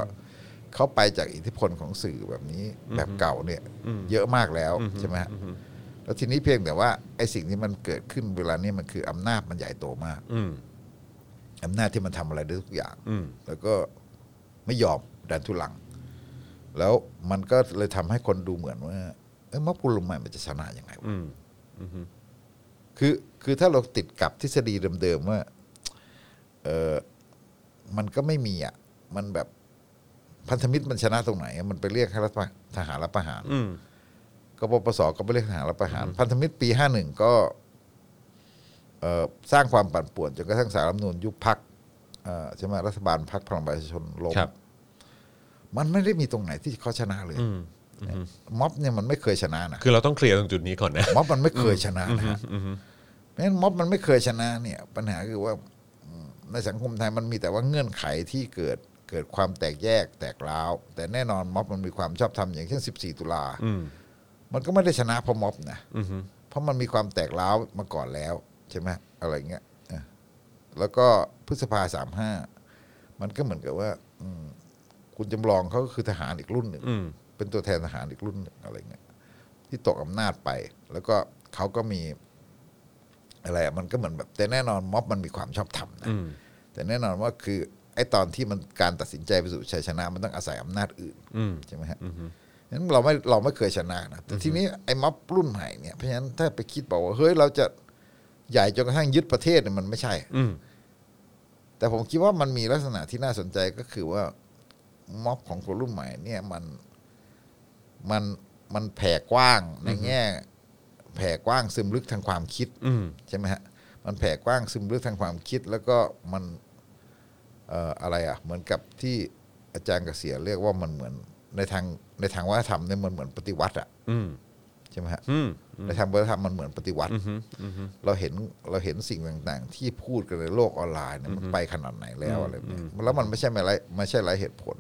S3: เขาไปจากอิทธิพลของสื่อแบบนี้แบบเก่าเนี่ย
S2: อืม
S3: เยอะมากแล้วใช่ไหมฮะ
S2: อืม
S3: แล้วทีนี้เพียงแต่ว่าไอ้สิ่งที่มันเกิดขึ้นเวลานี้มันคืออำนาจมันใหญ่โตมาก
S2: อืม
S3: อำนาจที่มันทำอะไรได้ทุกอย่าง
S2: อืม
S3: แล้วก็ไม่ยอมดันทุลัง แล้วมันก็เลยทำให้คนดูเหมือนว่าเอ้ยม็อบกลุ่มใหม่มันจะชนะยังไงวะ
S2: อืม
S3: คือ คือถ้าเราติดกับทฤษฎีเดิมๆว่าเออมันก็ไม่มีอ่ะมันแบบพันธมิตรมันชนะตรงไหนอะมันไปเรียกให้รัฐประทหารรับประหาร
S2: อืม
S3: กปปสก็ไปเรียกทหารรับประหาร พันธมิตรปีห้าหนึ่งก็เอ่อสร้างความปั่นป่วนจนกระทั่งสารรัฐธรรมนูญยุบพักใช่ไหมรัฐบาลพักพลังประชาชนล้ม
S2: ครับ
S3: มันไม่ได้มีตรงไหนที่เขาชนะเลย
S2: อืม
S3: ม็อบเนี่ยมันไม่เคยชนะนะ
S2: คือเราต้องเคลียร์ตรงจุดนี้ก่อนนะ
S3: ม็อบมันไม่เคยชนะนะฮะ
S2: อืม
S3: เพราะฉะนั้นม็อบมันไม่เคยชนะเนี่ย ปัญหาคือว่าอืมในสังคมไทยมันมีแต่ว่าเงื่อนไขที่เกิดเกิดความแตกแยกแตกร้าว แต่แน่นอนม็อบมันมีความชอบธรรมอย่างเช่น 14 ตุลา
S2: อืม
S3: มันก็ไม่ได้ชนะเพราะม็อบนะ
S2: อืม
S3: เพราะมันมีความแตกร้าวมาก่อนแล้ว ใช่ไหมอะไรเงี้ยอ่ะแล้วก็พฤษภาสามห้ามันก็เหมือนกับว่า อืมคุณจำลองเขาก็คือทหารอีกรุ่นหนึ่ง
S2: อืม
S3: เป็นตัวแทนทหารอีกรุ่นหนึ่งอะไรเงี้ยที่ตกอำนาจไป แล้วก็เขาก็มีอะไรอ่ะมันก็เหมือนแบบ แต่แน่นอนม็อบมันมีความชอบธรรมนะ
S2: อืม
S3: แต่แน่นอนว่าคือ ไอ้ตอนที่มันการตัดสินใจไปสู่ชัยชนะ มันต้องอาศัยอำนาจอื่น
S2: อืม
S3: ใช่ไหมฮะ
S2: อืม
S3: นั้นเราไม่เราไม่เคยชนะนะแต่ทีนี้ไอ้ม็อบรุ่นใหม่เนี่ยเพราะฉะนั้นถ้าไปคิดบอกว่าเฮ้ยเราจะใหญ่จนกระทั่งยึดประเทศเนี่ยมันไม่ใช่
S2: อืม
S3: แต่ผมคิดว่ามันมีลักษณะที่น่าสนใจก็คือว่าม็อบของคนรุ่นใหม่เนี่ยมันมันมันแผ่กว้างในแง่ แผ่กว้างซึมลึกทางความคิด
S2: อืม
S3: ใช่ไหมฮะ มันแผ่กว้างซึมลึกทางความคิด แล้วก็มันเอ่ออะไรอ่ะ เหมือนกับที่อาจารย์เกษียณเรียกว่ามันเหมือนในทางในทางวัฒนธรรมเนี่ยมันเหมือนปฏิวัติอ่ะ
S2: อืม
S3: ใช่ไหมฮะ
S2: อืม
S3: ในทางวัฒนธรรมมันเหมือนปฏิวัติ
S2: อืมอืม
S3: เราเห็นเราเห็นสิ่งต่าง ๆ ที่พูดกันในโลกออนไลน์เนี่ยมันไปขนาดไหนแล้วอะไรแบบนี้แล้วมันไม่ใช่ไม่ไรไม่ใช่ไรเหตุผล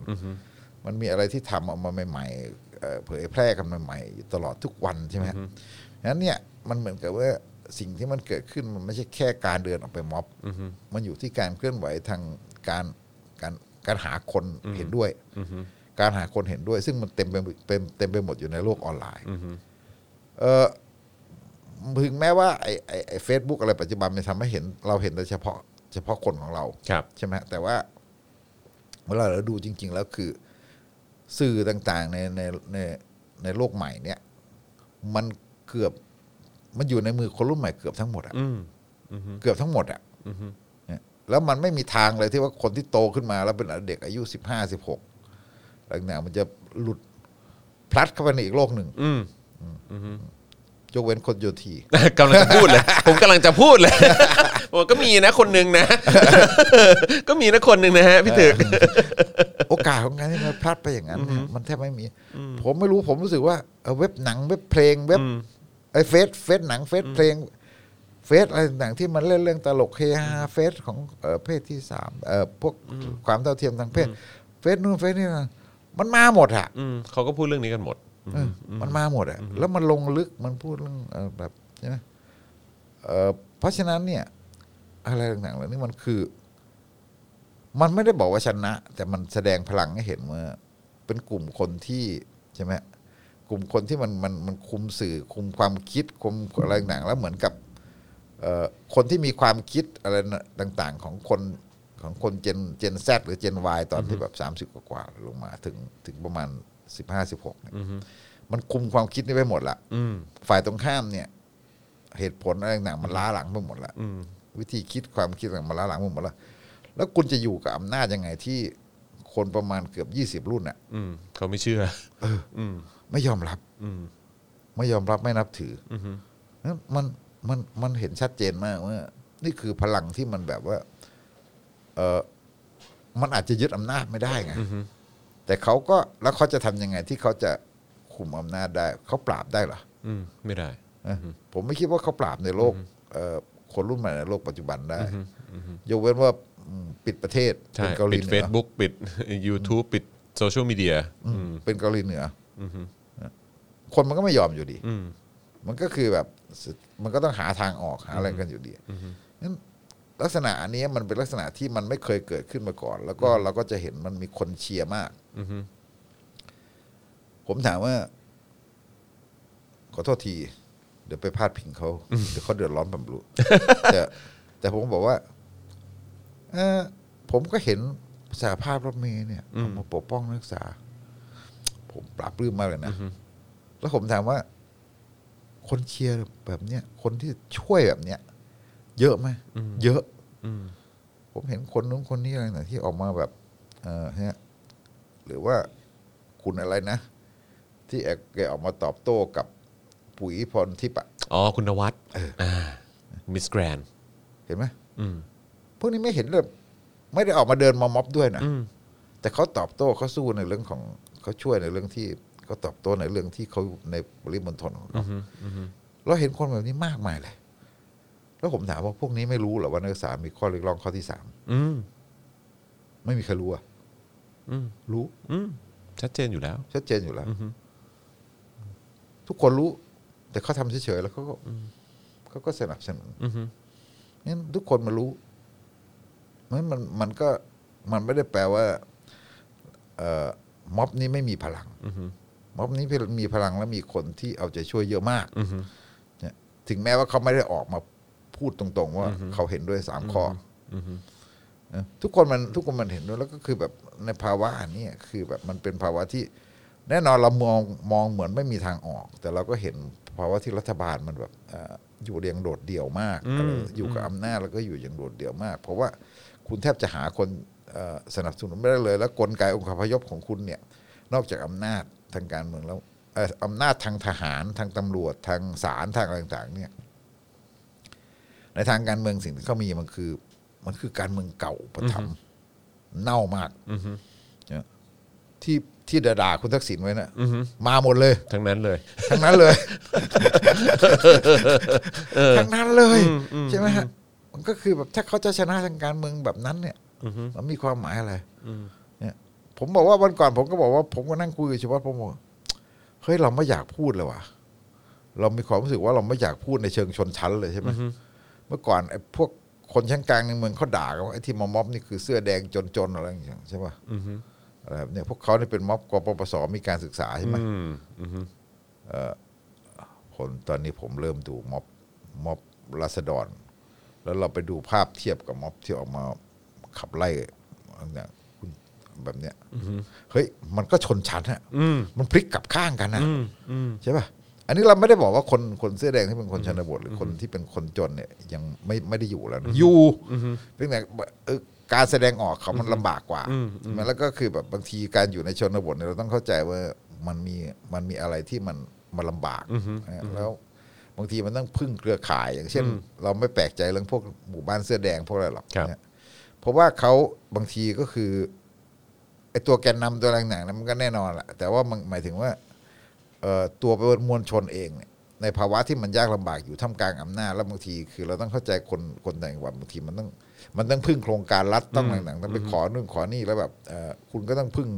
S3: มันมีอะไรที่ทำออกมาใหม่ๆเอ่อเผยแพร่กันใหม่ๆอยู่ตลอดทุกวันใช่ไหมฮะนั้นเนี่ยมันเหมือนกับว่าสิ่งที่มันเกิดขึ้นมันไม่ใช่แค่การเดินออกไปม็อบ มันอยู่ที่การเคลื่อนไหวทางการการการหาคนเห็นด้วย การหาคนเห็นด้วย ซึ่งมันเต็มไปเต็มเต็มไปหมดอยู่ในโลกออนไลน์ เออถึงแม้ว่าไอ้ไอ้ไอ้เฟซบุ๊กอะไรปัจจุบันมันทำให้เห็นเราเห็นแต่เฉพาะ เฉพาะคนของเรา
S2: ครับ
S3: ใช่ไหมแต่ว่า เวลาเราดูจริง ๆ แล้วคือ สื่อต่างๆในในในในโลกใหม่เนี่ย มันเกือบมันอยู่ในมือคนรุ่นใหม่เกือบทั้งหมดอะ
S2: อืม
S3: เกือบทั้งหมดอะเนี่ยแล้วมันไม่มีทางเลยที่ว่าคนที่โตขึ้นมา แล้วเป็นเด็กอายุสิบห้าสิบหกอะไรเนี่ยมันจะหลุดพลัดเข้าไปในอีกโลกหนึ่ง
S2: อืม
S3: ยกเว้นคนโยที
S2: กำลังจะพู ดเลย ผมกำลังจะพูดเลย ผมก็มีนะคนนึงนะ ก็มีนะคนนึงนะ ฮะพี่ถึก
S3: โอกาสของการที่มันพลาดไปอย่างนั้นเนี่ยมันแทบไม่มี ผมไม่รู้ผมรู้สึกว่าเอ่อเว็บหนังเว็บเพลงเว็บไอ้เฟซเฟซหนังเฟซเพลง เฟซอะไรต่างๆที่มันเล่นเรื่องตลกเฮฮาเฟซของเอ่อเพศที่สามเอ่อพวกความเท่าเทียมทางเพศ เฟซนู่นเฟซนี่นะ มันมาหมดอะ
S2: อืมเขาก็พูดเรื่องนี้กันหมดอืม
S3: เออมันมาหมดอะแล้วมันลงลึกมันพูดเรื่องเอ่อแบบใช่ไหมเอ่อเพราะฉะนั้นเนี่ย อะไรต่างๆเหล่านี้มันคือ มันไม่ได้บอกว่าชนะ แต่มันแสดงพลังให้เห็นว่าเป็นกลุ่มคนที่ใช่ไหมกลุ่มคนที่มันมันมันคุมสื่อ คุมความคิดคุมอะไรต่างๆแล้วเหมือนกับ เอ่อคนที่มีความคิดอะไรนะต่าง ๆ ของคนของคนเจนเจนแซหรือเจน Y ตอนที่แบบสามสิบกว่าๆลงมาถึงถึงประมาณสิบห้าสิบหกเนี่ย มันคุมความคิดนี่ไปหมดละ
S2: อืม
S3: ฝ่ายตรงข้ามเนี่ย เหตุผลอะไรต่างๆมันล้าหลังไปหมดละ
S2: อืม
S3: วิธีคิดความคิดต่างๆมันล้าหลังไปหมดละแล้วคุณจะอยู่กับอำนาจยังไงที่คนประมาณเกือบยี่สิบรุ่นน่ะ
S2: อืมเขาไม่เชื่ออืม
S3: ไม่ยอมรับ
S2: อืม
S3: ไม่ยอมรับไม่นับถือ
S2: อืม
S3: นั้นมันมันมันเห็นชัดเจนมากว่า นี่คือพลังที่มันแบบว่า เออมันอาจจะยึดอำนาจไม่ได้ไงแต่เขาก็แล้วเขาจะทำยังไงที่เขาจะคุมอำนาจได้ เขาปราบได้เหรอ
S2: อืมไม่ได้
S3: นะผมไม่คิดว่าเขาปราบในโลกเอ่อคนรุ่นใหม่ในโลกปัจจุบันได้ยกเว้นว่าอืมปิดประเทศ
S2: ใช่
S3: เป็นเกาหลี
S2: ปิด
S3: เหนือ
S2: Facebook ปิด YouTube ปิดโซเชียลมีเดีย
S3: อืมเป็นเกาหลีเหนืออนะคนมันก็ไม่ยอมอยู่ดี
S2: อืม
S3: มันก็คือแบบมันก็ต้องหาทางออกหาอะไรกันอยู่ดีนั้นลักษณะอันเนี้ยมันเป็นลักษณะที่มันไม่เคยเกิดขึ้นมาก่อน แล้วก็เราก็จะเห็นมันมีคนเชียร์มาก
S2: อืม
S3: ผมถามว่า ขอโทษที เดี๋ยวไปพาดพิงเขาเดี๋ยวเขาเดือดร้อนผมรู้ แต่แต่ผมบอกว่าเออผมก็เห็นสาภาพรถเมย์เนี่ยออกมาปกป้องนักศึกษา ผมปราบปลื้มมากเลยนะ แล้วผมถามว่า คนเชียร์แบบเนี้ยคนที่ช่วยแบบเนี้ย เยอะไหมเยอะ
S2: อืม
S3: ผมเห็นคนนู้นคนนี้อะไรต่างๆที่ออกมาแบบ เออเนี่ยหรือว่าคุณอะไรนะ ที่แอกแกออกมาตอบโต้กับปุ๋ยพรทิพย์อะ
S2: อ๋อ คุณนวัดอ่ามิสแกรน
S3: เห็นไหม
S2: อืม
S3: พวกนี้ไม่เห็นเลยไม่ได้ออกมาเดินมาม็อบด้วยนะ
S2: อืม
S3: แต่เขาตอบโต้เขาสู้ในเรื่องของเขาช่วยในเรื่องที่เขาตอบโต้ในเรื่องที่เขาในปริมณฑลของเขาเราเห็นคนแบบนี้มากมายเลย แล้วผมถามว่าพวกนี้ไม่รู้เหรอว่านักศึกษามีข้อเรียกร้องข้อที่สาม
S2: อืม
S3: ไม่มีใครรู้อะ
S2: อืม
S3: รู้
S2: อืมชัดเจนอยู่แล้ว
S3: ชัดเจนอยู่แล้ว ทุกคนรู้ แต่เขาทำเฉยๆแล้วเขาก็เขาก็สนับสนุน
S2: อืม
S3: นั้นทุกคนมารู้มันมันมันก็มันไม่ได้แปลว่า เอ่อม็อบนี้ไม่มีพลัง
S2: อืม
S3: ม็อบนี้มีพลังและมีคนที่เอาใจช่วยเยอะมาก
S2: อืม
S3: เนี่ยถึงแม้ว่าเขาไม่ได้ออกมาพูดตรงๆ ว่าเขาเห็นด้วยสามข้ออนะทุกคนมันทุกคนมันเห็นด้วยแล้วก็คือแบบในภาวะอันเนี้ยคือแบบมันเป็นภาวะที่ แน่นอนเรามองมองเหมือนไม่มีทางออก แต่เราก็เห็นภาวะที่รัฐบาลมันแบบเอ่ออยู่เรียงโดดเดี่ยวมาก
S2: อืม
S3: อะไรอยู่กับอำนาจแล้วก็อยู่อย่างโดดเดี่ยวมาก เพราะว่าคุณแทบจะหาคนเอ่อสนับสนุนไม่ได้เลย แล้วกลไกองค์พยพของคุณเนี่ย นอกจากอำนาจทางการเมืองแล้วเอ่ออำนาจทางทหารทางตำรวจทางศาลทางอะไรต่างๆเนี่ย ในทางการเมืองสิ่งที่เขามีมันคือ มันคือการเมืองเก่าประทับเน่ามาก
S2: อืม
S3: นะที่ที่ด่าๆคุณทักษิณไว้นะ
S2: อืม
S3: มาหมดเลย
S2: ทั้งนั้นเลย
S3: ทั้งนั้นเลยทั้งนั้นเลยใช่ไหมฮะมันก็คือแบบถ้าเขาจะชนะทางการเมืองแบบนั้นเนี่ยมันมีความหมายอะไรเนี่ย ผมบอกว่าวันก่อนผมก็บอกว่าผมก็นั่งคุยกับชวัตผมบอกเฮ้ยเราไม่อยากพูดเลยว่ะเรามีความรู้สึกว่าเราไม่อยากพูดในเชิงชนชั้นเลยใช่ไหมเมื่อก่อนไอ้พวกคนชั้นกลางในเมืองเขาด่ากันว่าไอ้ที่มาม็อบนี่คือเสื้อแดงจนๆอะไรอย่างเงี้ยใช่ป่ะ
S2: อืม
S3: อะไรแบบเนี่ยพวกเขาเนี่ยเป็นม็อบกปปสมีการศึกษาใช่ไหม
S2: อืมอืม
S3: ผมตอนนี้ผมเริ่มดูม็อบม็อบราษฎร แล้วเราไปดูภาพเทียบกับม็อบที่ออกมาขับไล่อะไรเนี่ยคุณแบบเนี้ยเฮ้ย มันก็ชนชั้นฮะ
S2: อืม
S3: มันพลิกกลับข้างกันนะ
S2: อืมอืม
S3: ใช่ป่ะอันนี้เราไม่ได้บอกว่าคนคนเสื้อแดงที่เป็นคนชนบทหรือคนที่เป็นคนจนเนี่ย ยังไม่ไม่ได้อยู่แล้วนะอยู่เพียงแต่เอ่อการแสดงออกเขามันลำบากกว่าแล้วก็คือแบบบางทีการอยู่ในชนบทเนี่ยเราต้องเข้าใจว่ามันมีมันมีอะไรที่มันมันลำบากนะแล้ว บางทีมันต้องพึ่งเครือข่าย อย่างเช่น เราไม่แปลกใจเรื่องพวกหมู่บ้านเสื้อแดงพวกอะไรหรอกเนี่ยเพราะว่าเขาบางทีก็คือไอ้ตัวแกนนำตัวอะไรหนังๆนั้นมันก็แน่นอนแหละแต่ว่ามันหมายถึงว่าเอ่อตัวมวลชนเองเนี่ยในภาวะที่มันยากลำบากอยู่ท่ามกลางอำนาจแล้วบางทีคือเราต้องเข้าใจคนคนต่างจังหวัดบางทีมันต้องมันต้องพึ่งโครงการรัฐต้องหนังๆต้องไปขอนู่นขอนี่แล้วแบบเอ่อคุณก็ต้องพึ่ง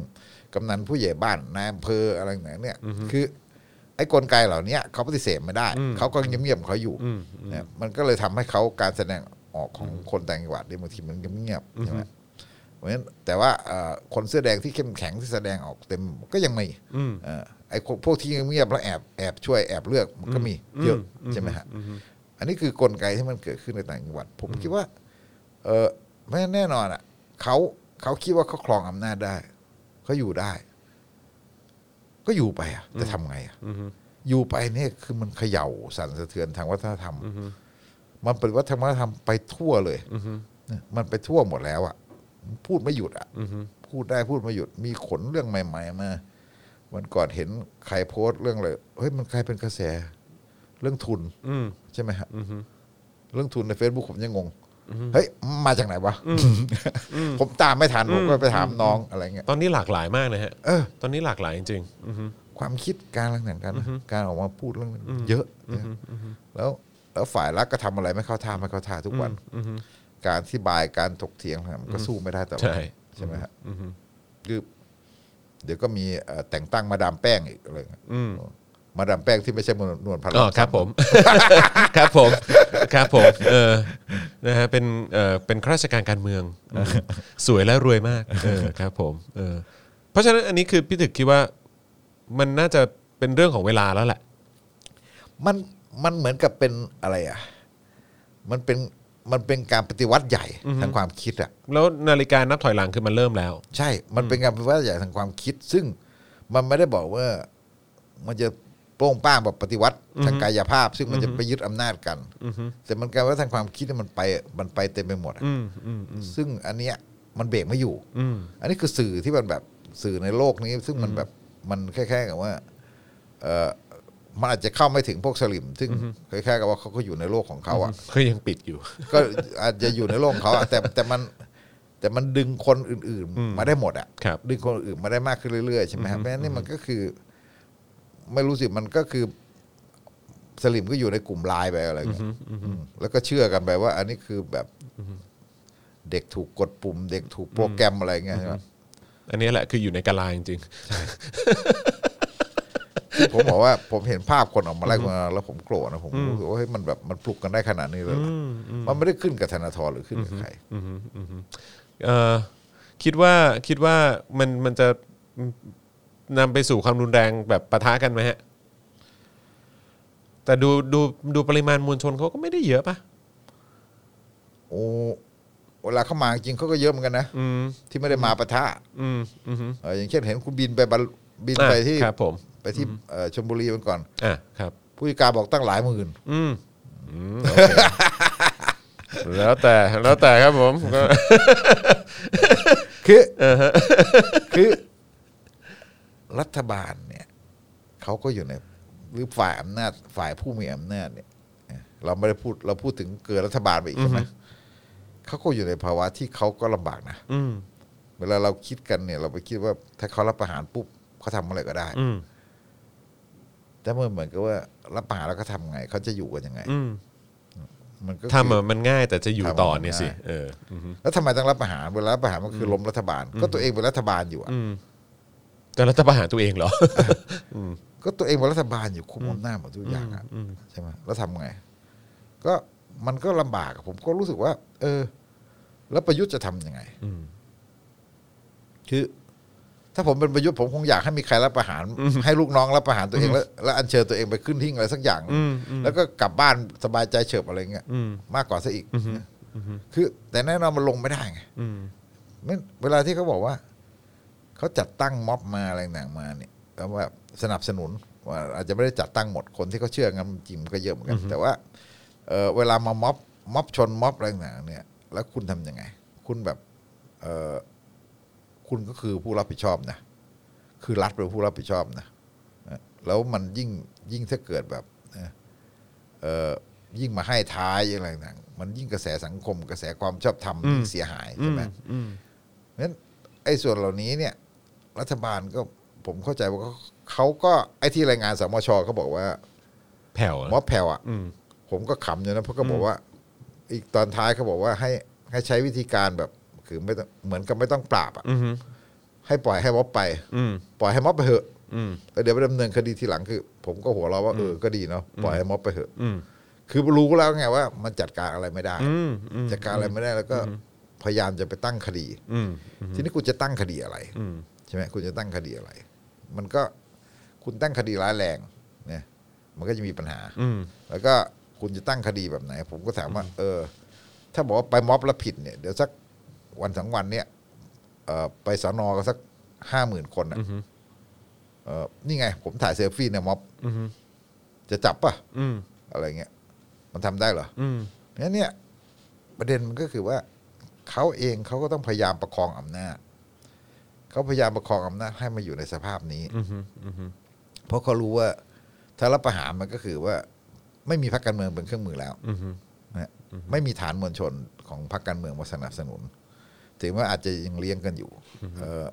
S3: กำนันผู้ใหญ่บ้านนายอำเภออะไรอย่างเงี้ยคือ ไอ้กลไกเหล่าเนี้ยเขาปฏิเสธไม่ได้ เขาก็เงียบๆของเขาอยู่นะมันก็เลยทำให้เขาการแสดงออกของคนต่างจังหวัดเนี่ยบางทีมันเงียบๆใช่ไหมเพราะฉะนั้นแต่ว่าเอ่อคนเสื้อแดงที่เข้มแข็งที่แสดงออกเต็มก็ยังมีเอ่อไอ้คนพวกที่เงียบๆแล้วแอบแอบช่วยแอบเลือกมันก็มีเยอะใช่ไหมฮะอันนี้คือกลไกที่มันเกิดขึ้นในต่างจังหวัด ผมคิดว่า เออไม่แน่นอนอ่ะเขาเขาคิดว่าเขาครองอำนาจได้เขาอยู่ได้ ก็อยู่ไปอ่ะจะทำไงอ่ะอยู่ไปเนี่ยคือมันเขย่าสั่นสะเทือนทางวัฒนธรรม มันเป็นวัฒนธรรมไปทั่วเลยเนี่ยมันไปทั่วหมดแล้วอ่ะพูดไม่หยุดอ่ะพูดได้พูดไม่หยุด มีขนเรื่องใหม่ ๆ มาวันก่อนเห็นใครโพสต์เรื่องอะไรเฮ้ยมันกลายเป็นกระแส เรื่องทุนใช่ไหมฮะเรื่องทุนใน Facebook ผมยังงงเฮ้ยมาจากไหนวะผมตามไม่ทันผมก็ไปถามน้องอะไรเงี้ย
S2: ตอนนี้หลากหลายมากนะฮะ
S3: เออ
S2: ตอนนี้หลากหลายจริงๆอือฮึ
S3: ความคิดการต่างๆกันนะการออกมาพูดเรื่องนั้นเยอะนะแล้วแล้วฝ่ายรัฐก็ทำอะไรไม่เข้าท่าไม่เข้าท่าทุกวัน การที่บายการถกเถียงมันก็สู้ไม่ได้แต่
S2: ใช่
S3: ว่าใช่ไหมฮะคือเดี๋ยวก็มีเอ่อแต่งตั้งมาดามแป้งอีกอะไรเงี้ยมาดามแป้งที่ไม่ใช่นวลพัน
S2: อ๋อ
S3: ล้าน
S2: ครับผม ครับผมครับผมเออนะฮะเป็นเออเป็นข้าราชการการเมือง สวยและรวยมากเออครับผมเออเพราะฉะนั้นอันนี้คือพี่ถึกคิดว่ามันน่าจะเป็นเรื่องของเวลาแล้วแหละ
S3: มันมันเหมือนกับเป็นอะไรอ่ะ มันเป็นมันเป็นการปฏิวัติใหญ่ทางความคิดอ่ะ
S2: แล้วนาฬิกานับถอยหลังคือมันเริ่มแล้ว
S3: ใช่ มันเป็นการปฏิวัติใหญ่ทางความคิด ซึ่งมันไม่ได้บอกว่ามันจะโป้งป้างแบบปฏิวัติทางกายภาพ ซึ่งมันจะไปยึดอำนาจกันแต่มันการว่าทางความคิดเนี่ยมันไปมันไปเต็มไปหมดอะซึ่งอันเนี้ยมันเบรกไม่อยู่อันนี้คือสื่อที่มันแบบสื่อในโลกนี้ ซึ่งมันแบบมันแค่ๆกับว่า เออมันอาจจะเข้าไม่ถึงพวกสลิม ซึ่งคล้ายๆกับว่าเขาก็อยู่ในโลกของเขาอะ
S2: ก็ยังปิดอยู่
S3: ก็ อาจจะอยู่ในโลกของเขาอะแต่แต่มันแต่มันดึงคนอื่นๆ มาได้หมดอ่ะ
S2: ครับ
S3: ดึงคนอื่นมาได้มากขึ้นเรื่อยๆใช่ไหมครับเพราะฉะนั้นนี่มันก็คือ ไม่รู้สิมันก็คือ สลิมก็อยู่ในกลุ่มไลน์ไปอะไรอย่างเงี้ยอืมแล้วก็เชื่อกันไปว่า อันนี้คือแบบเด็กถูกกดปุ่ม เด็กถูกโปรแกรมอะไรเงี้ยใช่ไหม
S2: อันนี้แหละคืออยู่ในกาลาจริง
S3: ที่ผมบอกว่าผมเห็นภาพคนออกมาไล่คนแล้วผมโกรธนะผมรู้สึกว่าเฮ้ยมันแบบมันปลุกกันได้ขนาดนี้เลยเหรออมันไม่ได้ขึ้นกับธนาธรหรือขึ้นกับใคร
S2: ๆอือฮึอือฮึเอ่อคิดว่าคิดว่ามันมันจะนำไปสู่ความรุนแรงแบบปะทะกันไหมฮะ แต่ดูดูดูปริมาณมวลชนเขาก็ไม่ได้เยอะปะ
S3: โอ้เวลาเข้ามาจริงเขาก็เยอะเหมือนกันนะ
S2: อืม
S3: ที่ไม่ได้มาปะทะ
S2: อืมอืม
S3: เอ่ออย่างเช่นเห็นคุณบินไปบัลบินไปที่
S2: ครับผม
S3: ไปที่เอ่อชลบุรีมันก่อน
S2: อ่ะครับ
S3: ผู้จัดการบอกตั้งหลายหมื่น
S2: อืมอืมโอเคแล้วแต่แล้วแต่ครับผมก็
S3: คือคือ รัฐบาลเนี่ยเขาก็อยู่ในหรือฝ่ายอำนาจ ฝ่ายผู้มีอำนาจเนี่ยเราไม่ได้พูดเราพูดถึงเกินรัฐบาลไปอีกใช่ไหมเขาก็อยู่ในภาวะที่เขาก็ลำบากนะ
S2: อืม
S3: เวลาเราคิดกันเนี่ย เราไปคิดว่าถ้าเขารับประหารปุ๊บเขาทำอะไรก็ได้
S2: อืม
S3: แต่มันเหมือนกับว่ารับป่าแล้วก็ทำไง เขาจะอยู่กันยังไง
S2: อืม
S3: มันก็
S2: ทำ
S3: คือ
S2: อะมันง่ายแต่จะอยู่
S3: ทำ
S2: ต่อ
S3: มัน
S2: เนี่ยสิ
S3: ง่าย
S2: เอออืม
S3: แล้วทำไมต้องรับประหารเวลารับประหารมันคือล้มรัฐบาล ก็ตัวเองเป็นรัฐบาลอยู่อะ
S2: แต่รัฐประหารตัวเองเหรอ
S3: ก็ตัวเองเป็นรัฐบาลอยู่คุมอำนาจหมดทุกอย่างอะใช่ไหมแล้วทำไง ก็มันก็ลำบากอะผมก็รู้สึกว่า เออ แล้วประยุทธ์จะทำยังไงคือ ถ้าผมเป็นประยุทธ์ผมคงอยากให้มีใครรับประหาร ให้ลูกน้องรับประหารตัวเองแล้วแล้วอัญเชิญตัวเองไปขึ้นทิ้งอะไรสักอย่าง แล้วก็กลับบ้านสบายใจเฉิบอะไรเงี้ยมากกว่าซะอีกคือ แต่แน่นอนมันลงไม่ได้ไงไม่เวลาที่เขาบอกว่า เขาจัดตั้งม็อบมาอะไรต่างๆมาเนี่ยแล้วว่าสนับสนุนว่าอาจจะไม่ได้จัดตั้งหมดคนที่เขาเชื่องั้นจริงมันก็เยอะเหมือนกันแต่ว่าเอ่อเวลามาม็อบม็อบชนม็อบอะไรต่างๆเนี่ย แล้วคุณทำยังไง คุณแบบ เอ่อ คุณก็คือผู้รับผิดชอบนะ คือรัฐเป็นผู้รับผิดชอบนะเอ่อแล้วมันยิ่งยิ่งถ้าเกิดแบบเอ่อเอ่อยิ่งมาให้ท้ายอะไรต่างๆมันยิ่งกระแสสังคม กระแสความชอบธรรมยิ่งเสียหายใช่ไหมเพราะฉะนั้นไอ้ส่วนเหล่านี้เนี่ย รัฐบาลก็ผมเข้าใจว่าเขาเขาก็ไอ้ที่รายงานสมชเขาบอกว่า
S2: แผ่ว
S3: ม็อบแผ่วอ่ะผมก็ขำอยู่นะเพราะก็บอกว่า อีกตอนท้ายเขาบอกว่าให้ให้ใช้วิธีการแบบ คือไม่ต้องเหมือนกับไม่ต้องปราบอ่ะ ให้ปล่อยให้ม็อบไป
S2: อืม
S3: ปล่อยให้ม็อบไปเถอะ
S2: อืม
S3: แล้วเดี๋ยวไปดำเนินคดีทีหลังคือ ผมก็หัวเราะว่าเออก็ดีเนาะปล่อยให้ม็อบไปเถอะ
S2: อืม
S3: คือรู้แล้วไงว่า มันจัดการอะไรไม่ได้
S2: อืมอืม
S3: จัดการอะไรไม่ได้แล้วก็พยายามจะไปตั้งคดี
S2: อืม
S3: ทีนี้คุณจะตั้งคดีอะไร
S2: อืม
S3: ใช่ไหมคุณจะตั้งคดีอะไร มันก็คุณตั้งคดีร้ายแรงเนี่ยมันก็จะมีปัญหา
S2: อืม
S3: แล้วก็คุณจะตั้งคดีแบบไหน ผมก็ถามว่า เออ ถ้าบอกว่าไปม็อบแล้วผิดเนี่ยเดี๋ยวสักวันสองวันเนี่ยเออไปสอนอกันสักห้าหมื่นคนน่ะเออนี่ไง ผมถ่ายเซลฟี่ในม็อบ
S2: อืม
S3: จะจับปะ
S2: อืม
S3: อะไรเงี้ยมันทำได้เหรอ
S2: อืม
S3: เนี่ยเนี่ย ประเด็นมันก็คือว่าเขาเองเขาก็ต้องพยายามประคองอำนาจเขาพยายามประคองอำนาจให้มาอยู่ในสภาพนี้
S2: อืมอืม
S3: เพราะเขารู้ว่าถ้ารับประหารมันก็คือว่า ไม่มีพรรคการเมืองเป็นเครื่องมือแล้ว
S2: อืม
S3: นะฮะไม่มีฐานมวลชนของพรรคการเมืองมาสนับสนุน ถึงว่าอาจจะยังเลี้ยงกันอยู่เอ่อ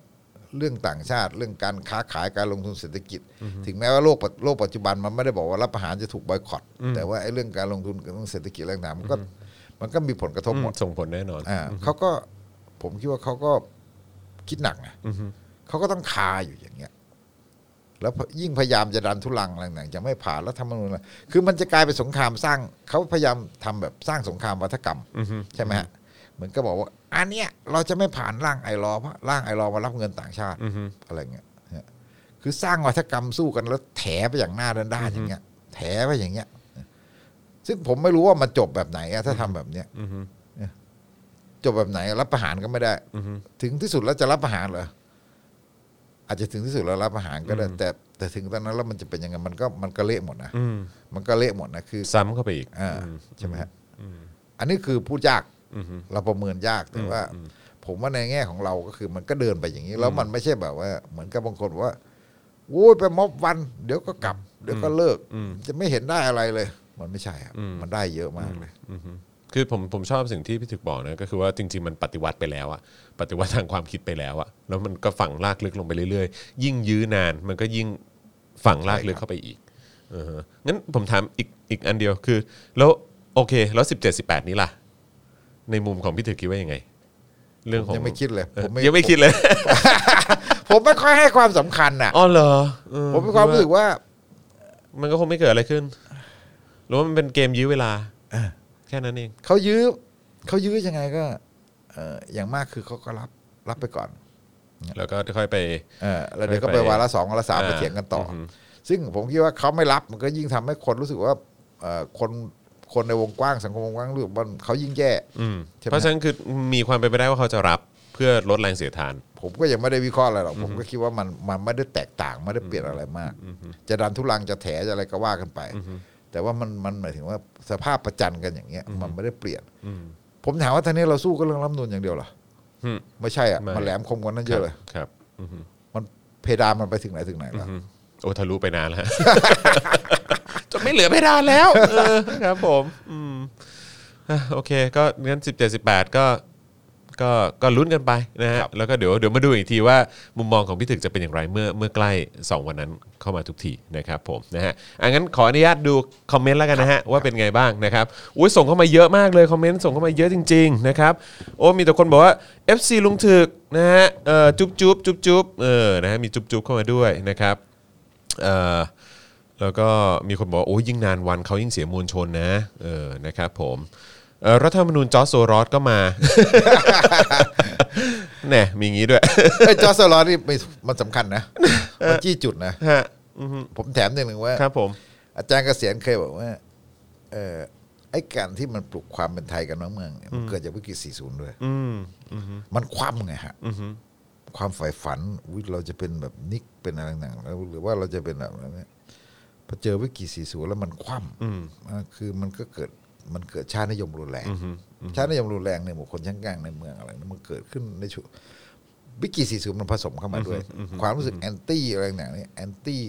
S3: เรื่องต่างชาติ เรื่องการค้าขายการลงทุนเศรษฐกิจ ถึงแม้ว่าโลกปัจโลกปัจจุบันมันไม่ได้บอกว่ารับประหารจะถูกบอยคอตแต่ว่าไอ้เรื่องการลงทุนกับเรื่องเศรษฐกิจเรื่องต่างๆมันก็มันก็มีผลกระทบหมด
S2: ส่งผลแน่นอน
S3: อ่าเขาก็ผมคิดว่าเขาก็คิดหนักนะเขาก็ต้องคาอยู่อย่างเงี้ย แล้วยิ่งพยายามจะดันทุลังอะไรต่างๆจะไม่ผ่านแล้วทำมนูญอะไรคือมันจะกลายเป็นสงครามสร้างเขาพยายามทำแบบสร้างสงครามวัฒกรรมใช่ไหมฮะเหมือนก็บอกว่าอันเนี้ยเราจะไม่ผ่านร่างไอรอว์เพราะร่างไอรอว์มารับเงินต่างชาติ
S2: อือฮึ
S3: อะไรเงี้ยฮะคือสร้างวัฒกรรมสู้กันแล้วแถไปอย่างหน้าด้านๆอย่างเงี้ย แถไปอย่างเงี้ย ซึ่งผมไม่รู้ว่ามันจบแบบไหนอะถ้าทำแบบเนี้ย
S2: อืม
S3: จบแบบไหนรับประหารก็ไม่ได้
S2: อืม
S3: ถึงที่สุดแล้วจะรับประหารเหรออาจจะถึงที่สุดแล้วรับประหารก็ได้
S2: อืม
S3: แต่แต่ถึงตอนนั้นแล้วมันจะเป็นยังไงมันก็มันก็เละหมดนะ
S2: อืม
S3: มันก็เละหมดนะคือ
S2: ซ้ำเข้าไปอีก
S3: อ่าใช่ไหมฮะอันนี้คือพูดยากเราประเมินยากแต่ว่า ผมว่าในแง่ของเราก็คือมันก็เดินไปอย่างนี้ แล้วมันไม่ใช่แบบว่า เหมือนกับบางคนว่าโอ้ยไปม็อบวัน เดี๋ยวก็กลับ เดี๋ยวก็เลิก
S2: อืม
S3: จะไม่เห็นได้อะไรเลย มันไม่ใช่ครับ
S2: อืม
S3: มันได้เยอะมากเลย
S2: อือฮึคือผมผมชอบสิ่งที่พี่ถึกบอกนะก็คือว่าจริง ๆ มันปฏิวัติไปแล้วอะปฏิวัติทางความคิดไปแล้วอะแล้วมันก็ฝังลากลึกลงไปเรื่อยๆ ยิ่งยื้อนานมันก็ยิ่งฝังลากลึกเข้าไปอีกเออฮะงั้นผมถามอีกอีกอันเดียวคือ แล้วโอเค แล้วสิบเจ็ดสิบแปดนี้ล่ะ ในมุมของพี่ถึกคิดว่ายังไง เรื่องของ
S3: ยังไม่คิดเลย
S2: ออ
S3: ผมไม่
S2: ยังไม่คิดเลย
S3: ผมไม่ค่อยให้ความสำคัญน่ะ
S2: อ๋อเหรอเออ
S3: ผมมีความรู้สึกว่า
S2: มันก็คงไม่เกิดอะไรขึ้นหรือว่ามันเป็นเกมยื้อเวลาแค่นั้นเอง
S3: เขายื้อเขายื้อยังไงก็เอออย่างมากคือเขาก็รับรับไปก่อน
S2: แล้วก็ค่อยไป
S3: เออแล้วเดี๋ยวก็ไปวาระสองวาระสาม
S2: อ่า
S3: ไปเถียงกันต่ออ
S2: ม
S3: ซึ่งผมคิดว่าเขาไม่รับมันก็ยิ่งทำให้คนรู้สึกว่าเออคนคนในวงกว้างสังคมวงกว้างรู้สึกว่าเขายิ่งแย่
S2: อืม
S3: ใช่ไหม
S2: เพราะฉะนั้นคือมีความเป็นไปได้ว่าเขาจะรับเพื่อลดแรงเสียดทาน
S3: ผมก็ยังไม่ได้วิเคราะห์อะไรหรอกผมก็คิดว่ามันมันไม่ได้แตกต่างไม่ได้เปลี่ยนอะไรมาก จะดันทุลังจะแถจะอะไรก็ว่ากันไป แต่ว่ามันมันหมายถึงว่าสภาพประจันกันอย่างเงี้ย มันไม่ได้เปลี่ยน
S2: อืม
S3: ผมถามว่าตอนนี้เราสู้กันเรื่องรัฐธรรมนูญอย่างเดียวเหรอ
S2: อืม
S3: ไม่ใช่อ่ะ
S2: ไม่
S3: มันแหลมคมกว่านั้นเยอะเลย
S2: ครับอือฮึ
S3: มันเพดานมันไปถึงไหนถึงไหนแล้ว
S2: อืมโอ้ทะลุไปนานแล้ว จะไม่เหลือเพดานแล้วเออครับผมอืมอ่ะโอเค ก็งั้นสิบเจ็ดสิบแปดก็ก็ก็ลุ้นกันไปนะฮะแล้วก็เดี๋ยวเดี๋ยวมาดูอีกทีว่ามุมมองของพี่ถึกจะเป็นอย่างไรเมื่อเมื่อใกล้ 2 วันนั้นเข้ามาทุกทีนะครับผมนะฮะอังั้นขออนุญาตดูคอมเมนต์แล้วกันนะฮะว่าเป็นไงบ้างนะครับอุ้ยส่งเข้ามาเยอะมากเลยคอมเมนต์ส่งเข้ามาเยอะจริง ๆ นะครับ โอ้มีแต่คนบอกว่า FC ลุงถึกนะฮะเอ่อจุ๊บจุ๊บจุ๊บจุ๊บเออนะฮะมีจุ๊บจุ๊บเข้ามาด้วยนะครับ เอ่อแล้วก็มีคนบอกว่าโอ้ยยิ่งนานวันเขายิ่งเสียมวลชนนะเออนะครับผมเอ่อรัฐธรรมนูญจอร์จโซรอสก็มา แน่มีงี้ด้วย
S3: ไอ้ยจอร์จสลอตนี่มันมันสำคัญนะ มันจี้จุดนะ
S2: ฮะ
S3: ผมแถมอย่างหนึ่งว่า
S2: ครับผม
S3: อาจารย์เกษียณเคยบอกว่าเออไอ้การที่มันปลุกความเป็นไทยกันทั้งเมืองเนี่ยมันเกิดจากวิกฤต 40 ด้วย
S2: อืม
S3: มันคว่ำไงฮะความใฝ่ฝันวิเราจะเป็นแบบนิกเป็นอะไรต่างๆแล้วหรือว่าเราจะเป็นแบบนั้นเนี่ยพอเจอวิกฤต 40 แล้วมันคว่ำอ่าคือมันก็เกิดมันเกิดชาตินิยมรุนแรงชาตินิยมรุนแรงในหมู่คนชั้นกลางในเมืองอะไรนั้นมันเกิดขึ้นในช่วง วิกฤตสีสูมันผสมเข้ามาด้วย ความรู้สึกแอนตี้อะไรต่างๆเนี่ยแอนตี้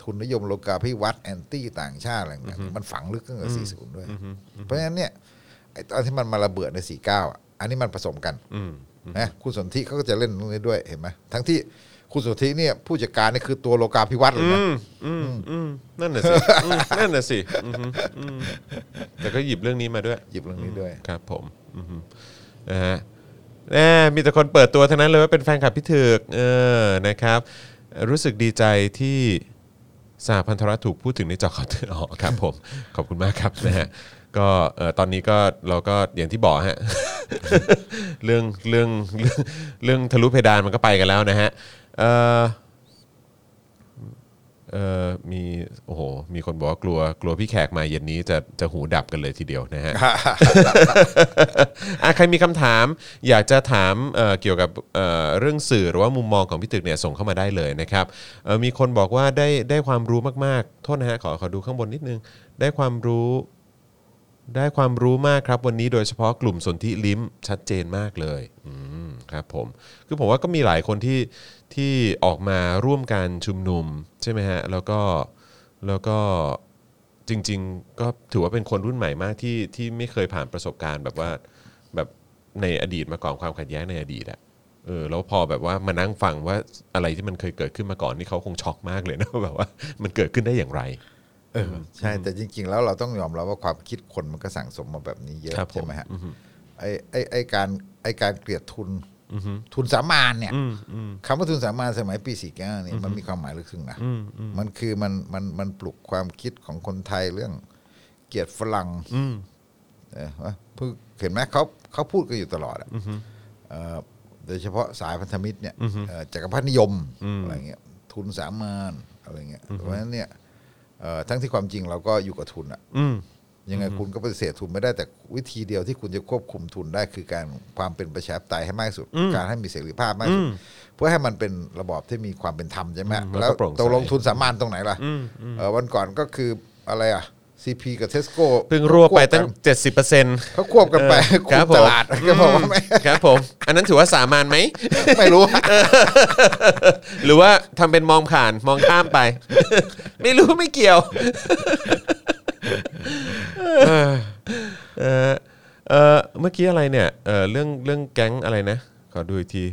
S3: ทุนนิยมโลกาภิวัตน์แอนตี้ต่างชาติอะไรต่างๆมันฝังลึกตั้งแต่สีสูด้วย เพราะฉะนั้นเนี่ยไอ้ตอนที่มันมาระเบิดในสี่เก้าอันนี้มันผสมกัน
S2: อืม
S3: นะคุณสนธิเขาก็จะเล่นตรงนี้ด้วยเห็นไหมทั้งที่คุณสนธิเนี่ยผู้จัดการนี่คือตัวโลกาภิวัตน์เลยนะ
S2: อืมอืมอืมนั่นน่ะสิอืมนั่นน่ะสิอืมอืมแต่ก็หยิบเรื่องนี้มาด้วย
S3: หยิบเรื่องนี้ด้วย
S2: ครับผมอือฮึนะฮะ แน่มีแต่คนเปิดตัวทั้งนั้นเลยว่าเป็นแฟนคลับพี่ถึกเออนะครับ รู้สึกดีใจที่สหพันธรัฐถูกพูดถึงในเจอข่าวตื่นออกครับผม ขอบคุณมากครับนะฮะก็เอ่อตอนนี้ก็เราก็อย่างที่บอกฮะ เรื่องเรื่องเรื่องเรื่องทะลุเพดานมันก็ไปกันแล้วนะฮะเอ่อ เอ่อมีโอ้โหมีคนบอกว่ากลัวกลัวพี่แขกมาเย็นนี้จะจะหูดับกันเลยทีเดียวนะฮะ อ่ะใครมีคำถามอยากจะถามเอ่อเกี่ยวกับเอ่อเรื่องสื่อหรือว่ามุมมองของพี่ตึกเนี่ยส่งเข้ามาได้เลยนะครับเอ่อมีคนบอกว่าได้ได้ความรู้มากๆโทษนะฮะขอขอดูข้างบนนิดนึง ได้ความรู้ได้ความรู้มากครับ วันนี้โดยเฉพาะกลุ่มสนธิลิ้มชัดเจนมากเลยอืมครับผมคือผมว่าก็มีหลายคนที่ที่ออกมาร่วมการชุมนุมใช่ไหมฮะแล้วก็แล้วก็ จริงๆ ก็ถือว่าเป็นคนรุ่นใหม่มากที่ที่ไม่เคยผ่านประสบการณ์แบบว่าแบบในอดีตมาก่อนความขัดแย้งในอดีตอะเออแล้วพอแบบว่ามานั่งฟังว่าอะไรที่มันเคยเกิดขึ้นมาก่อนนี่เขาคงช็อกมากเลยนะ ว่าแบบว่ามันเกิดขึ้นได้อย่างไร
S3: เออใช่แต่จริง ๆ แล้วเราต้องยอมรับว่าความคิดคนมันก็สั่งสมมาแบบนี้เยอะ
S2: ครับผม
S3: ใช่ไหมฮะไอ้ไอ้ไอ้การไอ้การเกลียดทุนทุนสามานเนี่ยคำว่าทุนสามานสมัยปีสี่เก้าเนี่ยมันมีความหมายลึกซึ้งนะมันคือมันมันมันปลุกความคิดของคนไทยเรื่องเกลียดฝรั่งเออวะเพิ่งเห็นไหมเขาเขาพูดกันอยู่ตลอดอะเอ่อโดยเฉพาะสายพันธมิตรเนี่ยเอ่อจักรพรรดินิยมอะไรเงี้ยทุนสามานอะไรเงี้ยเพราะฉะนั้นเนี่ย เอ่อทั้งที่ความจริงเราก็อยู่กับทุนอะยังไงคุณก็ปฏิเสธทุนไม่ได้แต่วิธีเดียวที่คุณจะควบคุมทุนได้คือการความเป็นประชาธิปไตยให้มากที่สุด การให้มีเสรีภาพมากที่สุดเพื่อให้มันเป็นระบอบที่มีความเป็นธรรมใช่ไหม
S2: อืมแล้วก็
S3: แล้ว
S2: โปร่งใส
S3: ตกลงทุนสามานตรงไหนล่ะเอ่อวันก่อนก็คืออะไรอ่ะซีพีกับเทสโก้
S2: เพิ่งรั่วไปตั้ง 70%เ
S3: เขาควบกันไป
S2: ออ
S3: คุมตลาด ก็บอกว่าไม่
S2: ครับผม อันนั้นถือว่าสามานไหม
S3: ไม่รู้
S2: หรือว่าทำเป็นมองผ่านมองข้ามไป ไม่รู้ไม่เกี่ยว เออเออเออเมื่อกี้อะไรเนี่ยเออเรื่องเรื่องแก๊งอะไรนะ ขอดูอีกที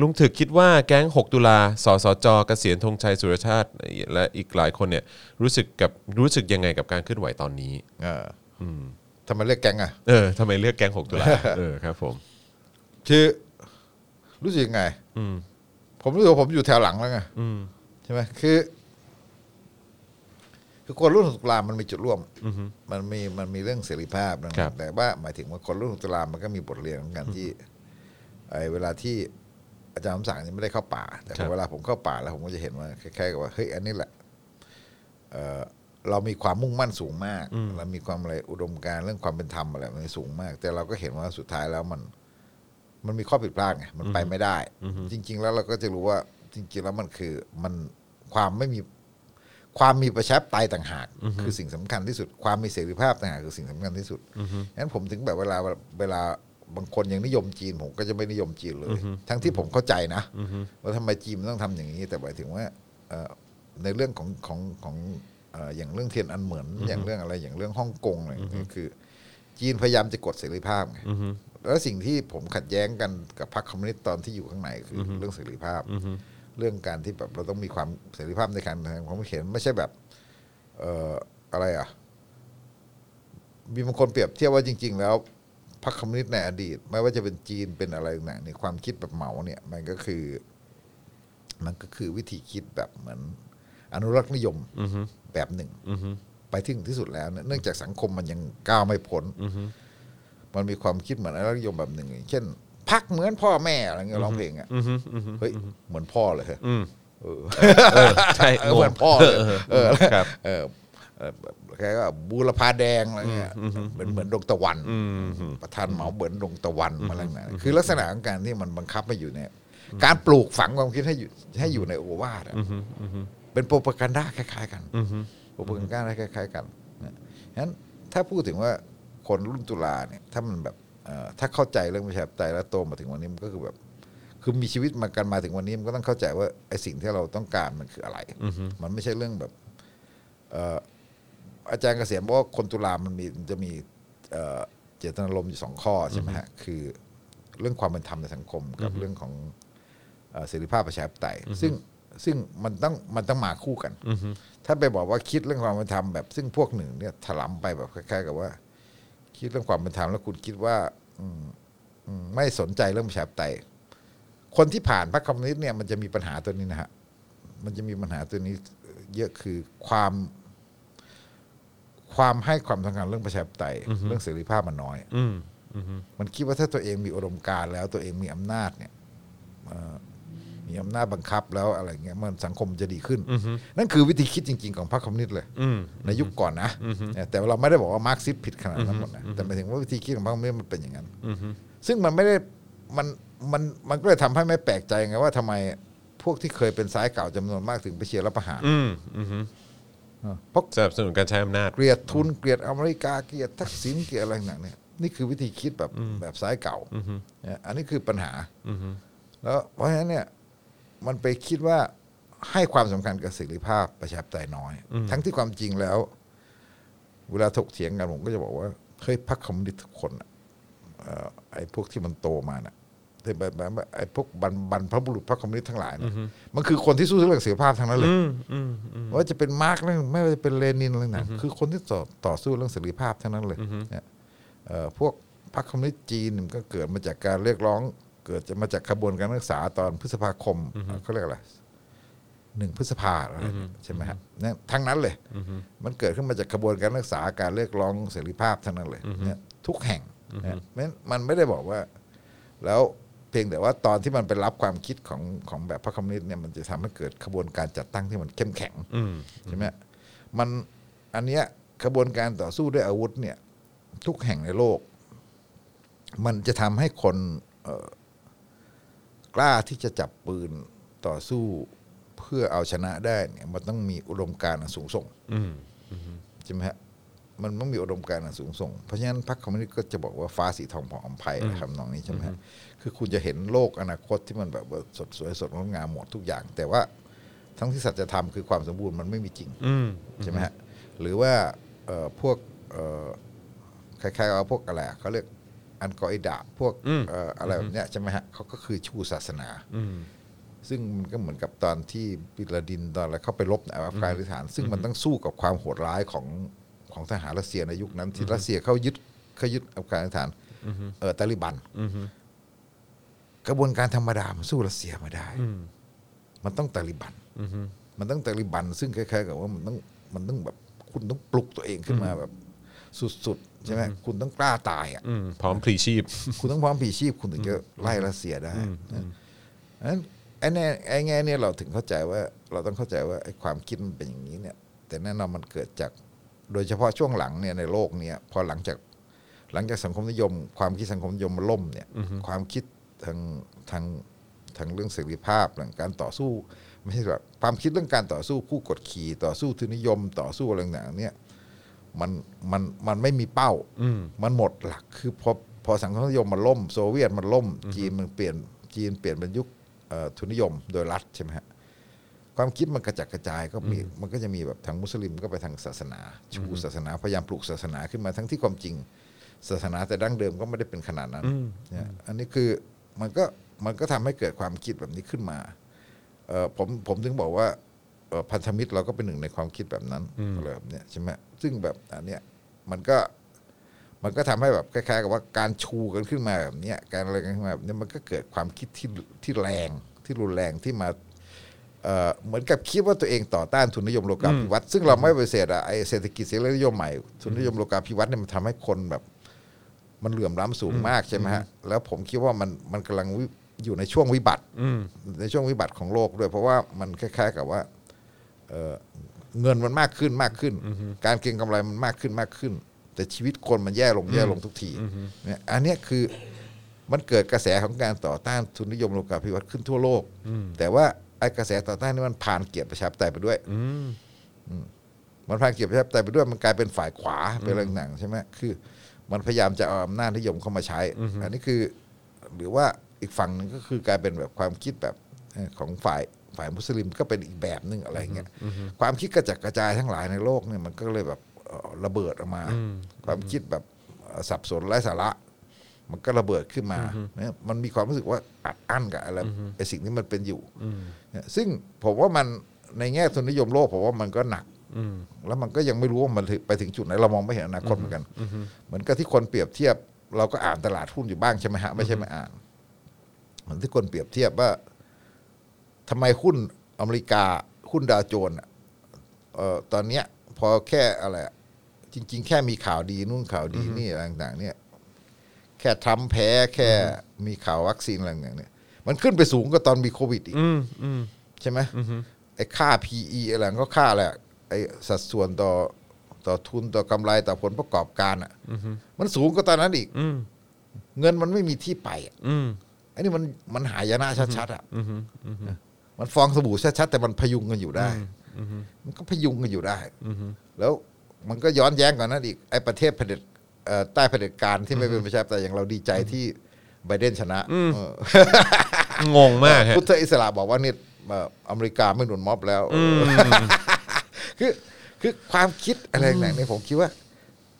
S2: ลุงถึกคิดว่าแก๊ง 6 ตุลาสสจเกษียณธงชัยสุรชาติ และอีกหลายคนเนี่ยรู้สึกกับรู้สึกยังไงกับการเคลื่อนไหวตอนนี้
S3: เอออทำไมเรียกแก๊งอ่ะ
S2: เออทำไมเลือกแก๊ง 6 ตุลาเออครับผม
S3: คือรู้สึกยังไงผมรู้สึกว่าผมอยู่แถวหลังแล้วไง ใช่ไหมคือ คือคนรุ่นหกตุลามันมีจุดร่วมมันมีมันมีเรื่องเสรีภาพนะแต่ว่าหมายถึงว่าคนรุ่นหกตุลามันก็มีบทเรียนของกันที่ไอ้เวลาที่อาจารย์คำสั่งนี่ไม่ได้เข้าป่า แต่เวลาผมเข้าป่าแล้ว ผมก็จะเห็นว่าคล้ายๆกับว่าเฮ้ยอันนี้แหละ เอ่อเรามีความมุ่งมั่นสูงมากเรามีความอะไรอุดมการณ์เรื่องความเป็นธรรมอะไรมันสูงมาก แต่เราก็เห็นว่าสุดท้ายแล้วมัน มันมีข้อผิดพลาดไงมันไปไม่ได้ จริง ๆ แล้วเราก็จะรู้ว่าจริง ๆ แล้วมันคือมันความไม่มีความมีประชาธิปไตยต่างหาก คือสิ่งสำคัญที่สุด ความมีเสรีภาพต่างหากคือสิ่งสำคัญที่สุดงั้นผมถึงแบบเวลาเวลาบางคนยังนิยมจีน ผมก็จะไม่นิยมจีนเลย ทั้งที่ผมเข้าใจนะว่าทำไมจีนมันต้องทำอย่างนี้ แต่หมายถึงว่าเอ่อในเรื่องของของของเอ่ออย่างเรื่องเทียนอันเหมือนอย่างเรื่องอะไรอย่างเรื่องฮ่องกงอะไรอย่างเงี้ยคือ จีนพยายามจะกดเสรีภาพไงแล้วสิ่งที่ผมขัดแย้งกันกับพรรคคอมมิวนิสต์ตอนที่อยู่ข้างในคืออเรื่องเสรีภาพ เรื่องการที่แบบเราต้องมีความเสรีภาพในการแสดงความคิดเห็นไม่ใช่แบบ เอ่ออะไรอ่ะ มีบางคนเปรียบเทียบว่าจริง ๆ แล้วพรรคคอมมิวนิสต์ในอดีต ไม่ว่าจะเป็นจีนเป็นอะไรต่างๆเนี่ยความคิดแบบเหมาเนี่ย มันก็คือ มันก็คือวิธีคิดแบบเหมือน อนุรักษ์นิยมแบบหนึ่งไปถึงที่สุดแล้วเนี่ยเนื่องจากสังคมมันยังก้าวไม่พ้นมันมีความคิดเหมือนอนุรักษ์นิยมแบบหนึ่งอย่างเช่นพักเหมือนพ่อแม่อะไรเงี้ยร้องเพลงอ่ะเฮ้ยเหมือนพ่อเลยเหรอเออ
S2: เออใช่
S3: เอง อเหมือง นพ่อเลยเออ
S2: ครับ
S3: เออเออแกก็บูรพาแดงอะไรเงี้ยเป็นเหมือนดวงตะวัน ประธานเหมาเหมือนดวงตะวันอะไรเงี้ยคือลักษณะของการที่มันบังคับให้อยู่เนี่ยการปลูกฝังความคิดให้อยู่ให้อยู่ในโอวาทอะเป็นโปรปากันด้าคล้ายๆกันโปรปากันด้าคล้ายๆกันนะฉะนั้นถ้าพูดถึงว่าคนรุ่นตุลาเนี่ยถ้ามันแบบเอ่อถ้าเข้าใจเรื่องประชาธิปไตยแล้วโตมาถึงวันนี้มันก็คือแบบ คือมีชีวิตมากันมาถึงวันนี้มันก็ต้องเข้าใจว่าไอ้สิ่งที่เราต้องการมันคืออะไร มันไม่ใช่เรื่องแบบเอ่ออาจารย์เกษียณบอกว่าคนตุลามันมีมันจะมีเอ่อเจตนารมณ์อยู่สองข้อใช่ไหมฮะคือเรื่องความเป็นธรรมในสังคมกับเรื่องของเอ่อเสรีภาพประชาธิปไตยซึ่งซึ่งมันต้องมันต้องมาคู่กันถ้าไปบอกว่าคิดเรื่องความเป็นธรรมแบบ ซึ่งพวกหนึ่งเนี่ยถลำไปแบบคล้ายๆกับว่า คิดเรื่องความเป็นธรรมแล้วคุณคิดว่า อืม อืมไม่สนใจเรื่องประชาธิปไตยคนที่ผ่านพรรคคอมมิวนิสต์เนี่ยมันจะมีปัญหาตัวนี้นะฮะมันจะมีปัญหาตัวนี้เยอะคือความ ความให้ความสำคัญเรื่องประชาธิปไตยเรื่องเสรีภาพมันน้อย
S2: อืมอืม
S3: มันคิดว่าถ้าตัวเองมีอุดมการณ์แล้วตัวเองมีอำนาจเนี่ยเอ่อมีอำนาจบังคับแล้วอะไรเงี้ยมันสังคมจะดีขึ้น นั่นคือวิธีคิดจริง ๆ ของพรรคคอมมิวนิสต์เลย
S2: อืม
S3: ในยุคก่อนนะแต่เราไม่ได้บอกว่ามาร์กซิสต์ผิดขนาดนั้นหมดนะแต่หมายถึงว่าวิธีคิดของพรรคคอมมิวนิสต์มันเป็นอย่างนั้น
S2: อืมฮึ
S3: ซึ่งมันไม่ได้มันมันมันก็เลยทำให้ไม่แปลกใจไงว่าทำไมพวกที่เคยเป็นซ้ายเก่าจำนวนมากถึงไปเชียร์รัฐประหาร
S2: อืมอืมฮึ
S3: เพราะ
S2: สนับสนุนการใช้อำนาจ
S3: เกลียดทุนเกลียดอเมริกาเกลียดทักษิณเกลียดอะไรต่างๆเนี่ยนี่คือวิธีคิดแบบแบบซ้ายเก่าเนี่ยอันนี้คือปัญหา
S2: อืมฮึ
S3: แล้วเพราะฉะนั้นเนี่ยมันไปคิดว่าให้ความสำคัญกับเสรีภาพประชาธิปไตยน้อย ทั้งที่ความจริงแล้ว เวลาถกเถียงกันผมก็จะบอกว่าเฮ้ยพรรคคอมมิวนิสต์ทุกคนอะเอ่อไอ้พวกที่มันโตมาน่ะที่แบบแบบแบบไอ้พวกบรรบรรพบุรุษพรรคคอมมิวนิสต์ทั้งหลายน่ะมันคือคนที่สู้เรื่องเสรีภาพทั้งนั้นเลย
S2: อืมอืมอืม
S3: ไม่ว่าจะเป็นมาร์กเรื่องไม่ว่าจะเป็นเลนินอะไรหนังคือคนที่ต่อต่อสู้เรื่องเสรีภาพทั้งนั้นเลยเนี่ยเอ่อพวกพรรคคอมมิวนิสต์จีนมันก็เกิดมาจากการเรียกร้อง เกิดจะมาจากขบวนการนักศึกษาตอนพฤษภาคมเอ่อเขาเรียกอะไร หนึ่งพฤษภาอะไรเนี่ยใช่ไหมฮะเนี่ยทั้งนั้นเลย มันเกิดขึ้นมาจากกระบวนการรักษาการเรียกร้องเสรีภาพทั้งนั้นเลยเนี่ยทุกแห่งนะเพราะฉะนั้นมันไม่ได้บอกว่า แล้วเพียงแต่ว่าตอนที่มันไปรับความคิดของของแบบพระคอมมิวนิสต์เนี่ยมันจะทำให้เกิดขบวนการจัดตั้งที่มันเข้มแข็ง
S2: อืม
S3: ใช่ไหมมันอันเนี้ยขบวนการต่อสู้ด้วยอาวุธเนี่ย ทุกแห่งในโลก มันจะทำให้คนเอ่อกล้าที่จะจับปืนต่อสู้เพื่อเอาชนะได้เนี่ยมันต้องมีอุดมการณ์อันสูงส่ง
S2: อืม
S3: ใช่ไหมฮะ มันต้องมีอุดมการณ์อันสูงส่ง เพราะฉะนั้นพรรคคอมมิวนิสต์ก็จะบอกว่าฟ้าสีทองผ่องอำไพอะไรคำนองนี้ใช่ไหมฮะ คือคุณจะเห็นโลกอนาคตที่มันแบบว่าสดสวยสดงดงามหมดทุกอย่าง แต่ว่าทั้งที่สัจธรรมคือความสมบูรณ์มันไม่มีจริง
S2: อืม
S3: ใช่ไหมฮะ หรือว่าเอ่อพวกเอ่อคล้ายๆว่าพวกอะไรอะเขาเรียกอันกออิดะพวกเอ่ออะไรแบบเนี้ยใช่ไหมฮะเขาก็คือชูศาสนา
S2: อืม
S3: ซึ่งมันก็เหมือนกับตอนที่บิลาดินตอนอะไรเข้าไปรบในอัฟกานิสถาน ซึ่งมันต้องสู้กับความโหดร้ายของของทหารรัสเซียในยุคนั้นที่รัสเซียเขายึดเขายึดอัฟกานิสถานเออตาลิบัน
S2: อืมฮึ
S3: กระบวนการธรรมดามันสู้รัสเซียไม่ได้
S2: อืม
S3: มันต้องตาลิบัน
S2: อืมฮึ
S3: มันต้องตาลิบัน ซึ่งคล้ายๆกับว่ามันต้องมันต้องแบบคุณต้องปลุกตัวเองขึ้นมาแบบสุดๆใช่ไหมคุณต้องกล้าตายอ่ะ
S2: อืมพร้อมพลีชีพ
S3: คุณต้องพร้อมผีชีพคุณถึงจะไล่รัสเซียได้นะงั้นไอ้แน่ไอ้แง่เนี่ยเราถึงเข้าใจว่า เราต้องเข้าใจว่าไอ้ความคิดมันเป็นอย่างนี้เนี่ย แต่แน่นอนมันเกิดจาก โดยเฉพาะช่วงหลังเนี่ยในโลกเนี่ย พอหลังจากหลังจากสังคมนิยม ความคิดสังคมนิยมมันล่มเนี่ย ความคิดทางทางทางเรื่องเสรีภาพเรื่องการต่อสู้ ไม่ใช่แบบความคิดเรื่องการต่อสู้ผู้กดขี่ต่อสู้ทุนนิยม ต่อสู้อะไรต่างๆเนี่ย มันมันมันไม่มีเป้า
S2: อืม
S3: มันหมดหลักคือพอพอสังคมนิยมมันล่ม โซเวียตมันล่ม จีนมันเปลี่ยนจีนเปลี่ยนเป็นยุคเอ่อทุนนิยมโดยรัฐใช่ไหมฮะความคิดมันกระจัดกระจายก็มีมันก็จะมีแบบทางมุสลิมก็ไปทางศาสนาชูศาสนาพยายามปลูกศาสนาขึ้นมาทั้งที่ความจริง ศาสนาแต่ดั้งเดิมก็ไม่ได้เป็นขนาดนั้นเนี่ยอันนี้คือมันก็มันก็ทำให้เกิดความคิดแบบนี้ขึ้นมาเอ่อผมผมถึงบอกว่าเอ่อพันธมิตรเราก็เป็นหนึ่งในความคิดแบบนั้นอะไรแบบเนี้ยใช่ไหมซึ่งแบบอันเนี้ยมันก็ มันก็ทำให้แบบคล้ายๆ กับว่าการชูกันขึ้นมาแบบเนี้ยการอะไรกันขึ้นมาแบบเนี้ยมันก็เกิดความคิดที่ที่แรงที่รุนแรงที่มาเอ่อเหมือนกับคิดว่าตัวเองต่อต้านทุนนิยมโลกาภิวัตน์ซึ่งเราไม่ปฏิเสธอะไอเศรษฐกิจเสรีนิยมใหม่ทุนนิยมโลกาภิวัตน์เนี่ยมันทำให้คนแบบ มันเหลื่อมล้ำสูงมากใช่ไหมฮะแล้วผมคิดว่ามันมันกำลังวิอยู่ในช่วงวิบัติในช่วงวิบัติของโลกด้วย เพราะว่ามันคล้าย ๆ กับว่า เอ่อเงินมันมากขึ้นมากขึ้น การเก็งกำไรมันมากขึ้นมากขึ้น แต่ชีวิตคนมันแย่ลงแย่ลงทุกทีเนี่ยอันเนี้ยคือมันเกิดกระแสของการต่อต้านทุนนิยมโลกาภิวัตน์ขึ้นทั่วโลก แต่ว่าไอ้กระแสต่อต้านนี่มันผ่านเกียรติประชาธิปไตยไปด้วย
S2: อืม
S3: มันพาเกียรติประชาธิปไตยไปด้วยมันกลายเป็นฝ่ายขวาเป็นอะไรต่างๆใช่ไหมคือ มันพยายามจะเอาอำนาจนิยมเข้ามาใช้ อันนี้คือหรือว่าอีกฝั่งหนึงก็คือกลายเป็นแบบความคิดแบบเอ่อของฝ่ายฝ่ายมุสลิมก็เป็นอีกแบบหนึ่งอะไรเงี้ยความคิดกระจัดกระจายทั้งหลายในโลกเนี่ยมันก็เลยแบบเอ่อระเบิดออกมา ความคิดแบบเอ่อสับสนไร้สาระ มันก็ระเบิดขึ้นมาเนี่ยมันมีความรู้สึกว่าอัดอั้นกับอะไรไอสิ่งที่มันเป็นอยู่เนี่ยซึ่งผมว่ามันในแง่ทุนนิยมโลกผมว่ามันก็หนัก
S2: อืม
S3: แล้วมันก็ยังไม่รู้ว่ามันถึงไปถึงจุดไหนเรามองไม่เห็นอนาคตเหมือนกัน เหมือนกับที่คนเปรียบเทียบ เราก็อ่านตลาดหุ้นอยู่บ้างใช่ไหมฮะไม่ใช่ไม่อ่านเหมือนที่คนเปรียบเทียบว่าทำไมหุ้นอเมริกาหุ้นดาวโจนส์อะเอ่อตอนเนี้ย พอแค่อะไรอะจริง ๆ แค่มีข่าวดีนู่นข่าวดีนี่อะไรต่างๆ เนี่ย แค่ทรัมป์แพ้แค่มีข่าววัคซีนอะไรต่างๆเนี่ย มันขึ้นไปสูงก็ตอนมีโควิดอีก
S2: อืมอืม
S3: ใช่ไหมไอ้ค่า PE อะไรก็ค่าแหละไอ้สัดส่วนต่อต่อทุนต่อกำไรต่อผลประกอบการอ่ะมันสูงกว่าตอนนั้นอีก
S2: อืม
S3: เงินมันไม่มีที่ไปอะ
S2: อืม
S3: ไอ้นี่มันมันหายนะชัดๆอ่ะมันฟองสบู่ชัดๆแต่มันพยุงกันอยู่ได้มันก็พยุงกันอยู่ได้แล้วมันก็ย้อนแย้งกันนั้นอีกไอ้ประเทศเผด็จเอ่อใต้เผด็จการที่ไม่เป็นประชาธิปไตยอย่างเราดีใจที่ไบเดนชนะเออ
S2: งงมากฮะ
S3: พุทธอิสระบอกว่าเนี่ยเอ่ออเมริกาไม่หนุนม็อบ แล้วคือคือความคิดอะไรต่างๆเนี่ยผมคิดว่า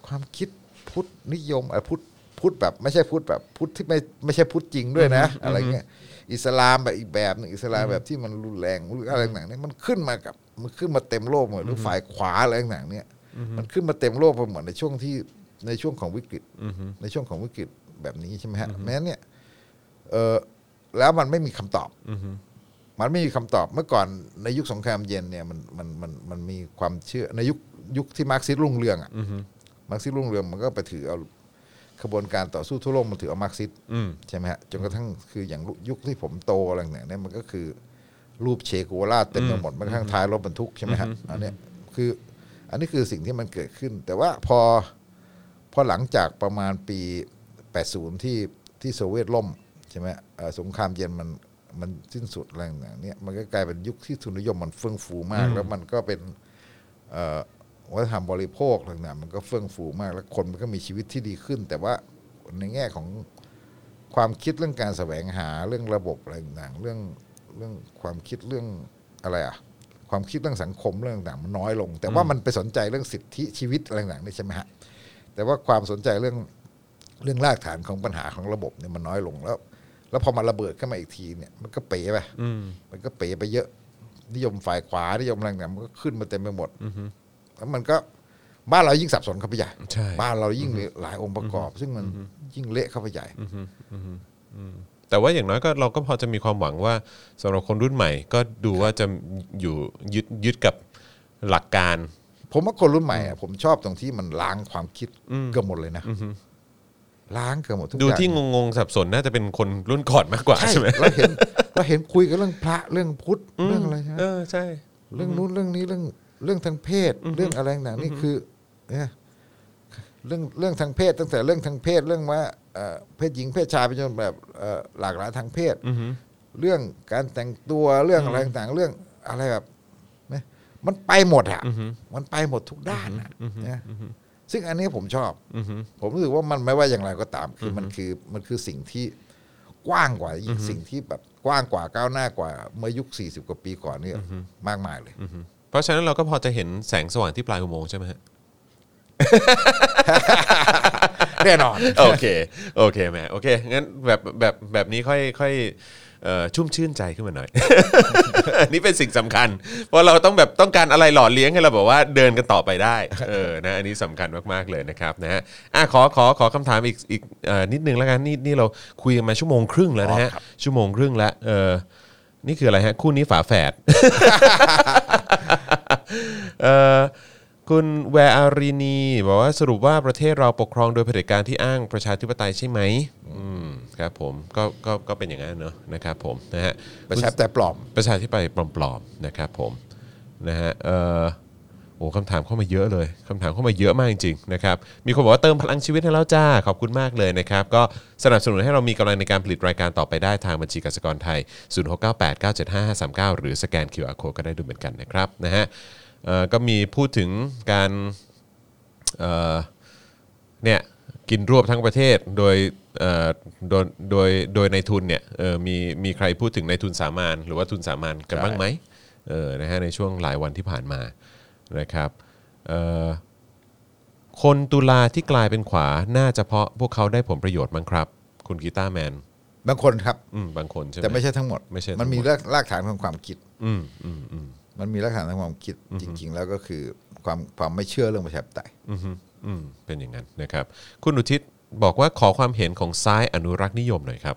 S3: ความคิดพุทธนิยมเอ่อพุทธพุทธแบบ ไม่ใช่พุทธแบบพุทธที่ไม่ไม่ใช่พุทธจริงด้วยนะ อะไรเงี้ยอิสลามแบบอีกแบบหนึงอิสลามแบบที่มันรุนแรงหรืออะไรต่างๆเนี่ยมันขึ้นมากับมันขึ้นมาเต็มโลกหมดหรือฝ่ายขวาอะไรต่างๆเนี่ยมันขึ้นมาเต็มโลกไปหมดในช่วงที่ในช่วงของวิกฤตในช่วงของวิกฤตแบบนี้ใช่ไหมฮะแม้นเนี่ย เออแล้วมันไม่มีคำตอบ มันไม่มีคำตอบเมื่อก่อนในยุคสงครามเย็นเนี่ยมันมันมันมันมีความเชื่อในยุคยุคที่มาร์กซิสต์รุ่งเรืองอ่ะมาร์กซิสต์รุ่งเรืองมันก็ไปถือเอาขบวนการต่อสู้ทั่วโลกมันถือเอามาร์กซิสต์
S2: อืม
S3: ใช่ไหมฮะจนกระทั่งคืออย่างยุคที่ผมโตอะไรต่างๆเนี่ยมันก็คือรูปเชโกวาล่าเต็มไปหมดแมันกระทั่งท้ายรถบรรทุกใช่ไหมฮะอันเนี้ยคือ อันนี้คือสิ่งที่มันเกิดขึ้น แต่ว่าพอพอหลังจากประมาณปี 80 ที่ที่โซเวียตล่มใช่ไหมเอ่อสงครามเย็นมันมันสิ้นสุดแรงอย่างๆเนี่ยมันก็กลายเป็นยุคที่ทุนนิยมมันเฟื่องฟูมาก แล้วมันก็เป็นเอ่อวัฒนธรรมบริโภคต่างๆมันก็เฟื่องฟูมาก แล้วคนมันก็มีชีวิตที่ดีขึ้น แต่ว่าในแง่ของความคิดเรื่องการแสวงหาเรื่องระบบอะไรต่างๆเรื่องเรื่องความคิดเรื่องอะไรอะความคิดเรื่องสังคมเรื่องต่างๆมันน้อยลง แต่ว่ามันไปสนใจเรื่องสิทธิชีวิตอะไรต่างๆนี่ใช่ไหมฮะ แต่ว่าความสนใจเรื่องเรื่องรากฐานของปัญหาของระบบเนี่ยมันน้อยลงแล้ว แล้วพอมันระเบิดขึ้นมาอีกทีเนี่ยมันก็เป๋ไปมันก็เป๋ไปเยอะ นิยมฝ่ายขวานิยมอะไรเนี่ยมันก็ขึ้นมาเต็มไปหมดแล้วมันก็บ้านเรายิ่งสับสนเข้าไปใหญ่
S2: ใช่
S3: บ้านเรายิ่งมีหลายองค์ประกอบ ซึ่งมันยิ่งเละเข้าไปใหญ่
S2: แต่ว่าอย่างน้อยก็เราก็พอจะมีความหวังว่าสำหรับคนรุ่นใหม่ ก็ดูว่าจะอยู่ยึดยึดกับหลักการ
S3: ผมว่าคนรุ่นใหม่อะผมชอบตรงที่มันล้างความคิดเกือบหมดเลยนะล้างเกือบหมดทุกอ
S2: ดู
S3: ย่าง
S2: ที่งงงๆสับสนน่าจะเป็นคนรุ่นก่อนมากกว่า
S3: ใช่
S2: ใช่ไหม
S3: เราเห็นเราเห็นคุยกันเรื่องพระเรื่องพุทธเรื่องอะไรใช่ไหม
S2: เออใช่
S3: เรื่องนู้นเรื่องนี้เรื่องเรื่องทางเพศ เรื่องอะไรต่างๆนี่คือเนี่ยเรื่องเรื่องทางเพศ ตั้งแต่เรื่องทางเพศเรื่องว่าเอ่อเพศหญิงเพศชายไปจนแบบเอ่อหลากหลายทางเพศเรื่องการแต่งตัวเรื่องอะไรต่างๆเรื่องอะไรแบบนะมันไปหมดอะมันไปหมดทุกด้านอะนะซึ่งอันนี้ผมชอบผมรู้สึกว่ามันไม่ว่าอย่างไรก็ตาม คือมันคือมันคือสิ่งที่ กว้างกว่าอีกสิ่งที่แบบกว้างกว่าก้าวหน้ากว่าเมื่อยุค 40 กว่าปีก่อนเนี่ยมากมายเลย
S2: เพราะฉะนั้นเราก็พอจะเห็นแสงสว่างที่ปลายอุโมงค์ใช่ไหมฮะ
S3: แน่นอน
S2: โอเค โอเคแม่โอเค งั้นแบบแบบแบบนี้ค่อยค่อยเอ่อชุ่มชื่นใจขึ้นมาหน่อย อันนี่เป็นสิ่งสำคัญ เพราะเราต้องแบบต้องการอะไรหล่อเลี้ยงให้เราแบบว่าเดินกันต่อไปได้ เออนะอันนี้สำคัญมากๆเลยนะครับนะฮะอ่ะขอขอขอคำถามอีกอีกเอ่อนิดนึงแล้วกันนี่นี่เราคุยกันมาชั่วโมงครึ่งแล้วนะฮะชั่วโมงครึ่งแล้วเออนี่คืออะไรฮะคู่นี้ฝาแฝด เอ่อคุณแวอารีนีบอกว่าสรุปว่าประเทศเราปกครองโดยเผด็จการที่อ้างประชาธิปไตยใช่ไหมอืมครับผมก็ก็ก็เป็นอย่างนั้นเนอะนะครับผมนะฮะ
S3: ประชาธิปไตยปลอม
S2: ประชาธิปไตยปลอมๆนะครับผมนะฮะเอ่อโอ้คำถามเข้ามาเยอะเลยคำถามเข้ามาเยอะมากจริงๆนะครับมีคนบอกว่าเติมพลังชีวิตให้แล้วจ้าขอบคุณมากเลยนะครับก็สนับสนุนให้เรามีกำลังในการผลิตรายการต่อไปได้ทางบัญชีกสิกรไทย 0698975539 หรือสแกน QR code ก็ได้ดูเหมือนกันนะครับนะฮะ เอ่อก็มีพูดถึงการเอ่อเนี่ยกินรวบทั้งประเทศโดยเอ่อโดยโดยโดยในทุนเนี่ยเอ่อมีมีใครพูดถึงในทุนสามานหรือว่าทุนสามานกันบ้างไหมเออนะฮะในช่วงหลายวันที่ผ่านมานะครับเอ่อคนตุลาที่กลายเป็นขวาน่าจะเพราะพวกเขาได้ผลประโยชน์มั้งครับ คุณกีตาร์แมน
S3: บางคนครับ
S2: อืมบางคนใช่ไหม
S3: แต่ไม่ใช่ทั้งหมด
S2: ไม่ใช่ทั้งหมด
S3: มันมีรากฐานของความคิด
S2: อืมอืมอืม
S3: มันมีรากฐานของความคิดจริง ๆ แล้วก็คือความความไม่เชื่อเรื่องประชาธิปไตย
S2: อืมเป็นอย่างนั้นนะครับ คุณอุทิศ บอกว่าขอความเห็นของซ้ายอนุรักษ์นิยมหน่อยครับ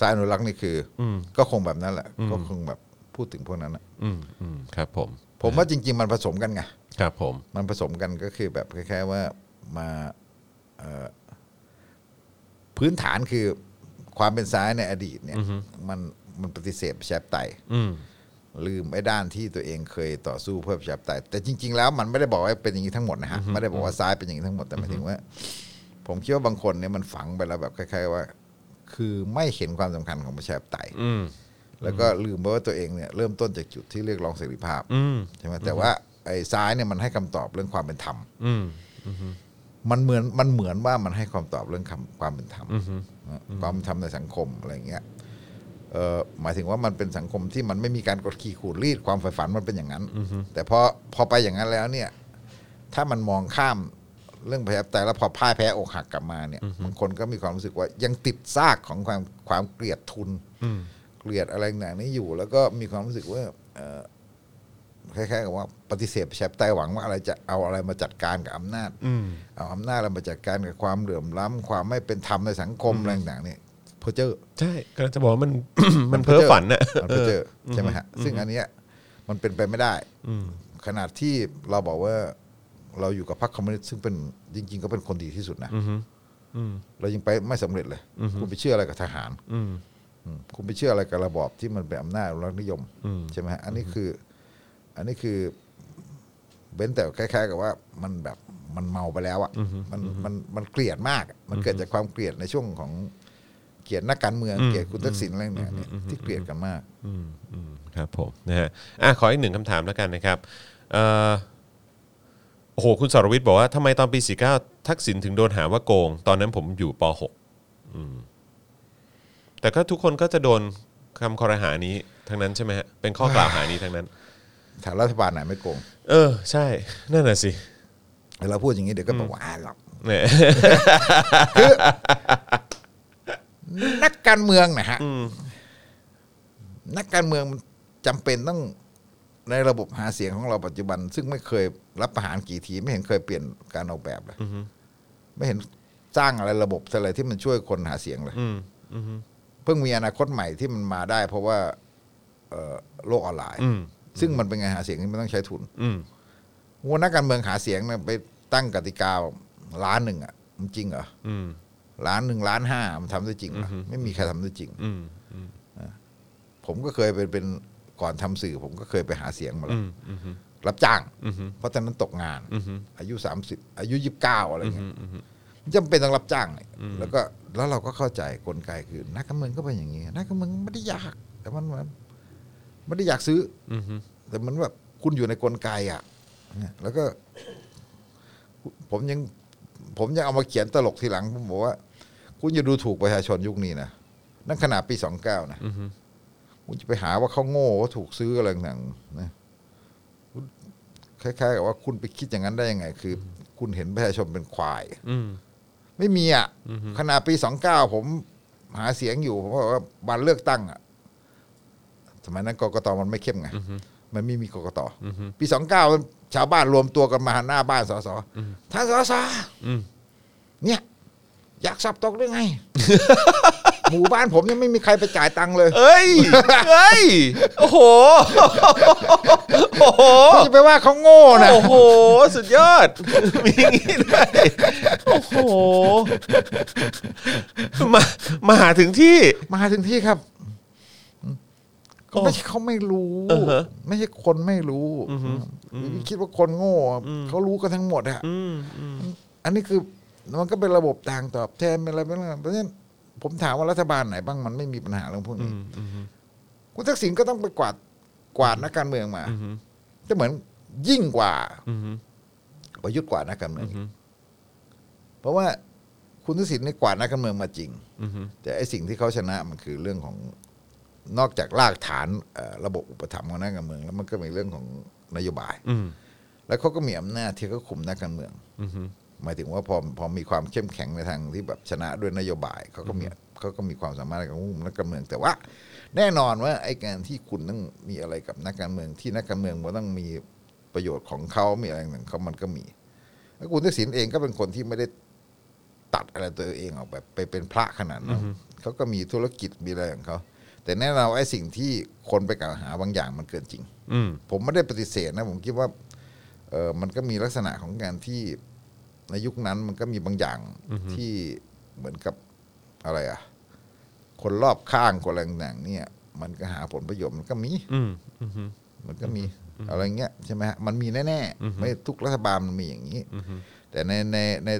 S3: สายอนุรักษ์นี่คืออ
S2: ม
S3: ก็คงแบบนั้นแหละ ก็คงแบบพูดถึงพวกนั้นอะ
S2: อืมอืมครับผม
S3: ผมว่าจริง ๆ มันผสมกันไง
S2: ครับผม
S3: มันผสมกันก็คือแบบคล้ายๆว่ามาเอ่อพื้นฐานคือความเป็นซ้ายในอดีตเนี่ยมันมันปฏิเสธประชาธิปไตย
S2: อืม
S3: ลืมไอ้ด้านที่ตัวเองเคยต่อสู้เพื่อประชาธิปไตยแต่จริง ๆ แล้วมันไม่ได้บอกว่าเป็นอย่างนี้ทั้งหมดนะฮะไม่ได้บอกว่าซ้ายเป็นอย่างนี้ทั้งหมดแต่หมายถึงว่า ผมคิดว่าบางคนเนี่ยมันฝังไปแล้วแบบคล้าย ๆ ว่า คือไม่เห็นความสำคัญของประชาธิปไตย
S2: อืม
S3: แล้วก็ลืมไปว่าตัวเองเนี่ยเริ่มต้นจากจุดที่เรียกร้องเสรีภาพ
S2: อืม
S3: ใช่ไหมแต่ว่าไอ้ซ้ายเนี่ยมันให้คำตอบเรื่องความเป็นธรรม
S2: อืม
S3: มันเหมือนมันเหมือนว่ามันให้ความตอบเรื่องคำความเป็นธรรมนะความเป็นธรรมในสังคมอะไรอย่างเงี้ยเอ่อหมายถึงว่ามันเป็นสังคมที่มันไม่มีการกดขี่ขูดรีดความใฝ่ฝันมันเป็นอย่างนั้นแต่พอพอไปอย่างนั้นแล้วเนี่ย ถ้ามันมองข้ามเรื่องประชาธิปไตยแล้วพอพ่ายแพ้อกหักกลับมาเนี่ยบางคนก็มีความรู้สึกว่ายังติดซากของความความเกลียดทุนเกลียดอะไรต่างๆนี้อยู่ แล้วก็มีความรู้สึกว่าเอ่อคล้ายๆกับว่าปฏิเสธประชาธิปไตยหวังว่าอะไรจะเอาอะไรมาจัดการกับอำนาจ
S2: อืม
S3: เอาอำนาจเรามาจัดการกับความเหลื่อมล้ำความไม่เป็นธรรมในสังคมอะไรต่างๆเนี่ยเพอเจอร์
S2: ใช่กำลังจะบอกว่ามัน มันเพ้อฝันน่ะ
S3: มันเพอเจอร์ใช่ไหมฮะซึ่งอันเนี้ยมันเป็นไปไม่ได้ขนาดที่เราบอกว่าเราอยู่กับพรรคคอมมิวนิสต์ซึ่งเป็นจริง ๆ ก็เป็นคนดีที่สุดนะเรายังไปไม่สำเร็จเลยคุณไปเชื่ออะไรกับทหาร
S2: อืม
S3: อืมคุณไปเชื่ออะไรกับระบอบที่มันเป็นอำนาจรัฐนิยมใช่ไหมฮะอันนี้คือ อันนี้คือ เบนแต่คล้ายๆ กับว่ามันแบบมันเมาไปแล้วอะมันมันมันเกลียดมากอะมันเกิดจากความเกลียดในช่วงของเกลียดนักการเมืองเกลียดคุณทักษิณอะไรเนี่ยเนี่ยที่เกลียดกันมาก
S2: อืมอืมครับผมนะฮะอ่ะขออีกหนึ่งคำถามแล้วกันนะครับเอ่อโอ้โหคุณสรวิทย์บอกว่าทำไมตอนปี 49 ทักษิณถึงโดนหาว่าโกง ตอนนั้นผมอยู่ป .6 อืมแต่ก็ทุกคนก็จะโดนคำคอรหานี้ทั้งนั้นใช่ไหมฮะเป็นข้อกล่าวหานี้ทั้งนั้น
S3: ฐานรัฐบาลไหนไม่โกง
S2: เออ ใช่นั่นน่ะสิ
S3: เวลาพูดอย่างนี้เดี๋ยวก็บอกว่าอ่าหรอก
S2: เนี่ย
S3: นักการเมืองนะฮะนักการเมืองมันจำเป็นต้องในระบบหาเสียงของเราปัจจุบัน ซึ่งไม่เคยรับประหารกี่ทีไม่เห็นเคยเปลี่ยนการออกแบบเลยไม่เห็นสร้างอะไรระบบอะไรที่มันช่วยคนหาเสียงเลย
S2: อืมอืม
S3: เพิ่งมีอนาคตใหม่ที่มันมาได้ เพราะว่าเอ่อโลกออนไลน์
S2: อืม
S3: ซึ่งมันเป็นงานหาเสียงที่มันต้องใช้ทุน
S2: อืม
S3: ว่านักการเมืองหาเสียงเนี่ยไปตั้งกติกาล้านหนึ่งอ่ะมันจริงเหรอ
S2: อืม
S3: ล้านหนึ่งล้านห้ามันทำได้จริงเหรอไม่มีใครทำได้จริง
S2: อืม
S3: ผมก็เคยเป็นเป็นก่อนทำสื่อ ผมก็เคยไปหาเสียงมาแล้
S2: อื
S3: ว
S2: มอืม
S3: รับจ้าง
S2: อืมอืม
S3: เพราะตอนนั้นตกงาน
S2: อืม
S3: อายุ 30 อายุ 29 อะไรเงี้ย
S2: อืม
S3: จำเป็นต้องรับจ้างเนี่ยแล้วก็แล้วเราก็เข้าใจกลไกคือ นักการเมืองก็เป็นอย่างนี้นักการเมืองไม่ได้อยาก แต่มันมันไม่ได้อยากซื้อ
S2: อืมอืม
S3: แต่มันแบบคุณอยู่ในกลไกอ่ะเนี่ยแล้วก็ผมยัง ผมยังเอามาเขียนตลกทีหลัง ผมบอกว่า คุณอย่าดูถูกประชาชนยุคนี้นะนั่นขนาดปีสองเก้านะคุณจะไปหาว่าเขาโง่ว่าถูกซื้ออะไรต่างๆนะคุณคล้ายๆกับว่าคุณไปคิดอย่างนั้นได้ยังไง คือ คุณเห็นประชาชนเป็นควาย
S2: อืม
S3: ไม่มีอ่ะขณะปีสองเก้าผมหาเสียงอยู่ผมบอกว่าบันเลือกตั้งอ่ะสมัยนั้นกกตมันไม่เข้มไงมันไม่มีกกตปีสองเก้าชาวบ้านรวมตัวกันมาหน้าบ้านสสท่านสส
S2: อืม
S3: เนี่ย อยากสอบตกหรือไง หมู่บ้านผมยังไม่มีใครไปจ่ายตังค์เลย
S2: เอ้ยเอ้ยโอ้โหโอ้โห
S3: คุณจะไปว่าเขาโง่นะ
S2: โอ้โหสุดยอดมีอย่างงี้ด้วยโอ้โหมามาหาถึงที่
S3: มาถึงที่ครับ
S2: โอ้
S3: ก็ไม่ใช่เขาไม่รู้
S2: อือฮะ
S3: ไม่ใช่คนไม่รู้คิดว่าคนโง่อะเขารู้กันทั้งหมดอะ
S2: อืมอืม
S3: อันนี้คือมันก็เป็นระบบต่างตอบแทนเป็นอะไรเป็นอะไรเพราะฉะนั้นผมถามว่ารัฐบาลไหนบ้างมันไม่มีปัญหาเรื่องพวก
S2: อื
S3: นี้
S2: มอืม
S3: คุณทักษิณก็ต้องไปกวาดกวาดนักการเมืองมา
S2: อืม
S3: จะเหมือนยิ่งกว่า
S2: อืม
S3: ประยุทธ์กวาดนักการเมืองอีก
S2: อืม
S3: เพราะว่าคุณทักษิณเนี่ยกวาดนักการเมืองมาจริง
S2: อืม
S3: แต่ไอสิ่งที่เขาชนะมันคือเรื่องของนอกจากรากฐานเอ่อระบบอุปถัมภ์ของนักการเมืองแล้วมันก็มีเรื่องของนโยบาย
S2: อืม
S3: แล้วเขาก็มีอำนาจที่เขาคุมนักการเมือง
S2: อืม
S3: หมายถึงว่าพอพอมีความเข้มแข็งในทางที่แบบชนะด้วยนโยบายเขาก็มีเขาก็มีความสามารถในการควบคุมนักการเมือง แต่ว่า แน่นอนว่าไอ้การที่คุณต้องมีอะไรกับนักการเมือง ที่นักการเมืองมันต้องมีประโยชน์ของเขามีอะไรของเขามันก็มีแล้วคุณทักษิณเองก็เป็นคนที่ไม่ได้ ตัดอะไรตัวเองออกแบบไปเป็นพระขนาดนั้นเขาก็มีธุรกิจมีอะไรของเขาแต่แน่นอนไอ้สิ่งที่คนไปกล่าวหาบางอย่างมันเกินจริง
S2: อืม
S3: ผมไม่ได้ปฏิเสธนะ ผมคิดว่าเออมันก็มีลักษณะของการที่ในยุคนั้นมันก็มีบางอย่างที่เหมือนกับอะไรอ่ะ คนรอบข้างคนแรงต่างๆเนี่ย มันก็หาผลประโยชน์มันก็มี
S2: อืมอืม
S3: มันก็มีอะไรเงี้ยใช่ไหมฮะมันมีแน่ๆไม่ทุกรัฐบาลมันมีอย่างนี้ แต่ในในใน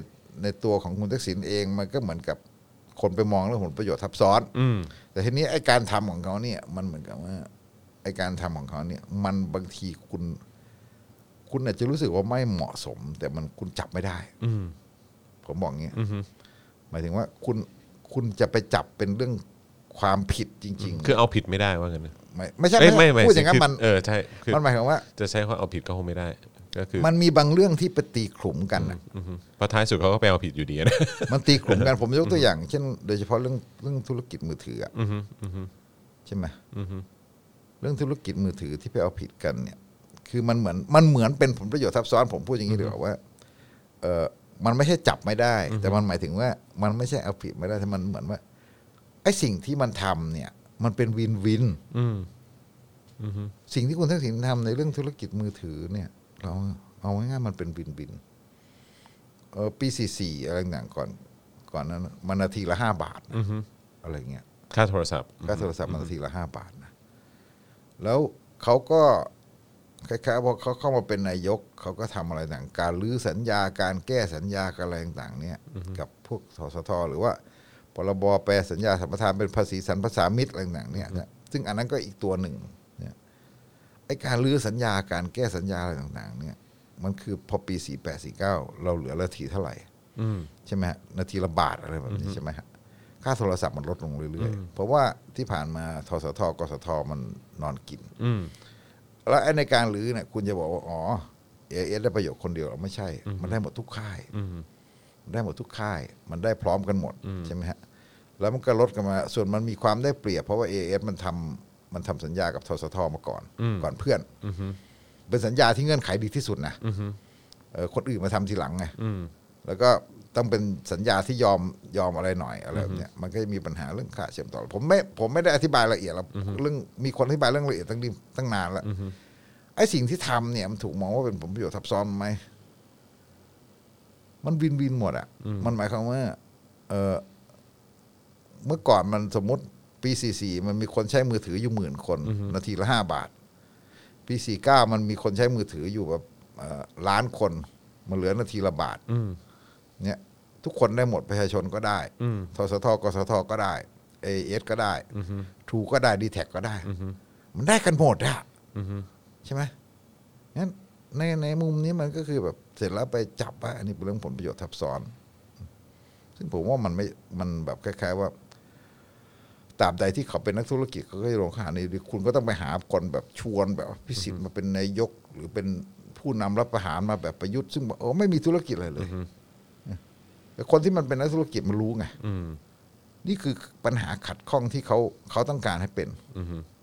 S3: ในตัวของคุณทักษิณเองมันก็เหมือนกับคนไปมองเรื่องผลประโยชน์ทับซ้อน
S2: อืม
S3: แต่ทีนี้ไอ้การทำของเขาเนี่ย มันเหมือนกับว่าไอ้การทำของเขาเนี่ย มันบางทีคุณ คุณอาจจะรู้สึกว่าไม่เหมาะสม แต่มันคุณจับไม่ได้
S2: อืม
S3: ผมบอกอย่างเงี้ย
S2: อือฮึ
S3: หมายถึงว่าคุณคุณจะไปจับเป็นเรื่องความผิดจริง ๆ
S2: คือเอาผิดไม่ได้ว่ากันนะ
S3: ไม่ไม่ใช่
S2: เอ้ยไม่ไม่
S3: พูดอย่างนั้น
S2: คือ
S3: มัน
S2: เออใช่คือ
S3: มันหมายความว่า
S2: จะใช้ว่าเอาผิดก็คงไม่ได้ ก็คือ
S3: มันมีบางเรื่องที่ไปตีขลุ่มกันน่ะ
S2: อือฮึเพราะท้ายสุดเขาก็ไปเอาผิดอยู่ดีนะ
S3: มันตีขลุ่มกันผมยกตัวอย่าง เช่น โดยเฉพาะเรื่องเรื่องธุรกิจมือถืออะ
S2: อือฮึอือฮึ
S3: ใช่ไหม
S2: อือฮึ
S3: เรื่องธุรกิจมือถือที่ไปเอาผิดกันเนี่ย คือมันเหมือนมันเหมือนเป็นผลประโยชน์ทับซ้อน ผมพูดอย่างนี้ดีกว่าว่าเออมันไม่ใช่จับไม่ได้ แต่มันหมายถึงว่า มันไม่ใช่เอาผิดไม่ได้แต่มันเหมือนว่าไอ้สิ่งที่มันทำเนี่ย มันเป็นวินวิน
S2: อืมอือฮึ
S3: สิ่งที่คุณทักษิณทำในเรื่องธุรกิจมือถือเนี่ย เราเอาง่ายๆมันเป็นบินบินเออปีสี่สี่อะไรต่างๆก่อน ก่อนนั้นมันนาทีละห้าบาทนะ
S2: อือฮึ
S3: อะไรเงี้ย
S2: ค่าโทรศัพท์
S3: ค่าโทรศัพท์มันนาทีละห้าบาทนะแล้วเขาก็คล้ายๆพอเขาเข้ามาเป็นนายกเขาก็ทำอะไรต่างการรื้อสัญญาการแก้สัญญาการอะไรต่างๆ เนี่ย กับพวกสสทหรือว่าพรบแปลสัญญาสัมปทานเป็นภาษีสรรพสามิตอะไรต่างๆเนี่ยนะซึ่งอันนั้นก็อีกตัวหนึ่งเนี่ย ไอ้การรื้อสัญญาการแก้สัญญาอะไรต่างๆ เนี่ย มันคือพอปีสี่แปดสี่เก้าเราเหลือนาทีเท่าไหร่
S2: อืม
S3: ใช่ไหมฮะนาทีละบาทอะไรแบบนี้ใช่ไหมฮะค่าโทรศัพท์มันลดลงเรื่อยๆ เพราะว่าที่ผ่านมาทสทกสทมันนอนกิน
S2: อืม
S3: แล้วไอ้ในการรื้อเนี่ยคุณจะบอกว่า อ๋อเอเอสได้ประโยชน์คนเดียวเหรอไม่ใช่ มันได้หมดทุกค่าย
S2: อืม
S3: ได้หมดทุกค่าย มันได้พร้อมกันหมดใช่ไหมฮะ แล้วมันก็ลดกันมา ส่วนมันมีความได้เปรียบเพราะว่า AS มันทำมันทำสัญญากับทสทมาก่อน ก่อนเพื่อน เป็นสัญญาที่เงื่อนไขดีที่สุดนะเออคนอื่นมาทำทีหลังไงแล้วก็ต้องเป็นสัญญาที่ยอมยอมอะไรหน่อยอะไรแบบเนี้ยมันก็จะมีปัญหาเรื่องค่าเชื่อมต่อ ผมไม่ผมไม่ได้อธิบายละเอียดหรอกเรื่องมีคนอธิบายเรื่องละเอียดตั้งดีตั้งนานแล้วไอ้สิ่งที่ทำเนี่ยมันถูกมองว่าเป็นผลประโยชน์ทับซ้อนไหม มันวินวินหมดอ่ะ มันหมายความว่า เออเมื่อก่อนมันสมมติปี 44 มันมีคนใช้มือถืออยู่หมื่นคน นาทีละห้าบาท ปี 49 มันมีคนใช้มือถืออยู่แบบเอ่อล้านคน มันเหลือนาทีละบาท
S2: อืม
S3: เนี่ย ทุกคนได้หมดประชาชนก็ได้
S2: อืม
S3: ทสทกสทก็ได้เอเอสก็ได้ทูก็ได้ดีแท็ก็ได้ มันได้กันหมดอ่ะ
S2: อืม
S3: ใช่ไหมงั้นในในมุมนี้มันก็คือแบบเสร็จแล้วไปจับว่าอันนี้เป็นเรื่องผลประโยชน์ทับซ้อน ซึ่งผมว่ามันไม่ มันแบบคล้าย ๆ ว่าตราบใดที่เขาเป็นนักธุรกิจเขาก็จะลงข่าวนี้คุณก็ต้องไปหาคนแบบชวนแบบพิสิทธิ์มาเป็นนายก หรือเป็นผู้นำรับประหารมาแบบประยุทธ์ซึ่งบอกเออไม่มีธุรกิจอะไรเลยแต่คนที่มันเป็นนักธุรกิจมันรู้ไง
S2: อืม
S3: นี่คือปัญหาขัดข้องที่เขาเขาต้องการให้เป็น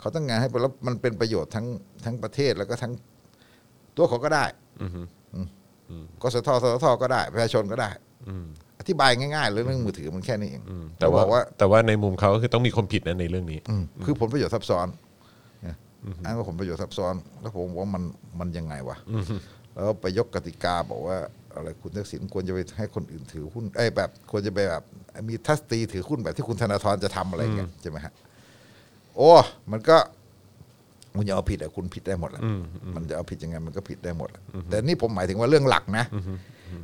S3: เขาต้องการให้เป็นแล้วมันเป็นประโยชน์ทั้งทั้งประเทศแล้วก็ทั้งตัวเขาก็ได้อืมกสทสทก็ได้ ประชาชนก็ได้ อธิบายง่ายๆเลยเรื่องมือถือมันแค่นี้เอง
S2: แต่
S3: แต่
S2: ว่า
S3: บอกว่า
S2: แต่ว่าในมุมเขาก็คือต้องมีคนผิดนะในเรื่องนี้
S3: อืมคือผลประโยชน์ซับซ้อนนะอ้างว่าผลประโยชน์ซับซ้อน แล้วผมว่ามันมันยังไงวะแล้วไปยกกติกาบอกว่าอะไรคุณทักษิณควรจะไปให้คนอื่นถือหุ้นเอ้ยแบบ ควรจะไปแบบ มีทัสตีถือหุ้นแบบที่คุณธนาธรจะทำอะไรเงี้ยใช่ไหมฮะโอ้มันก็คุณจะเอาผิดอะคุณผิดได้หมดแหละมันจะเอาผิดยังไงมันก็ผิดได้หมดแหละแต่นี่ผมหมายถึงว่าเรื่องหลักนะ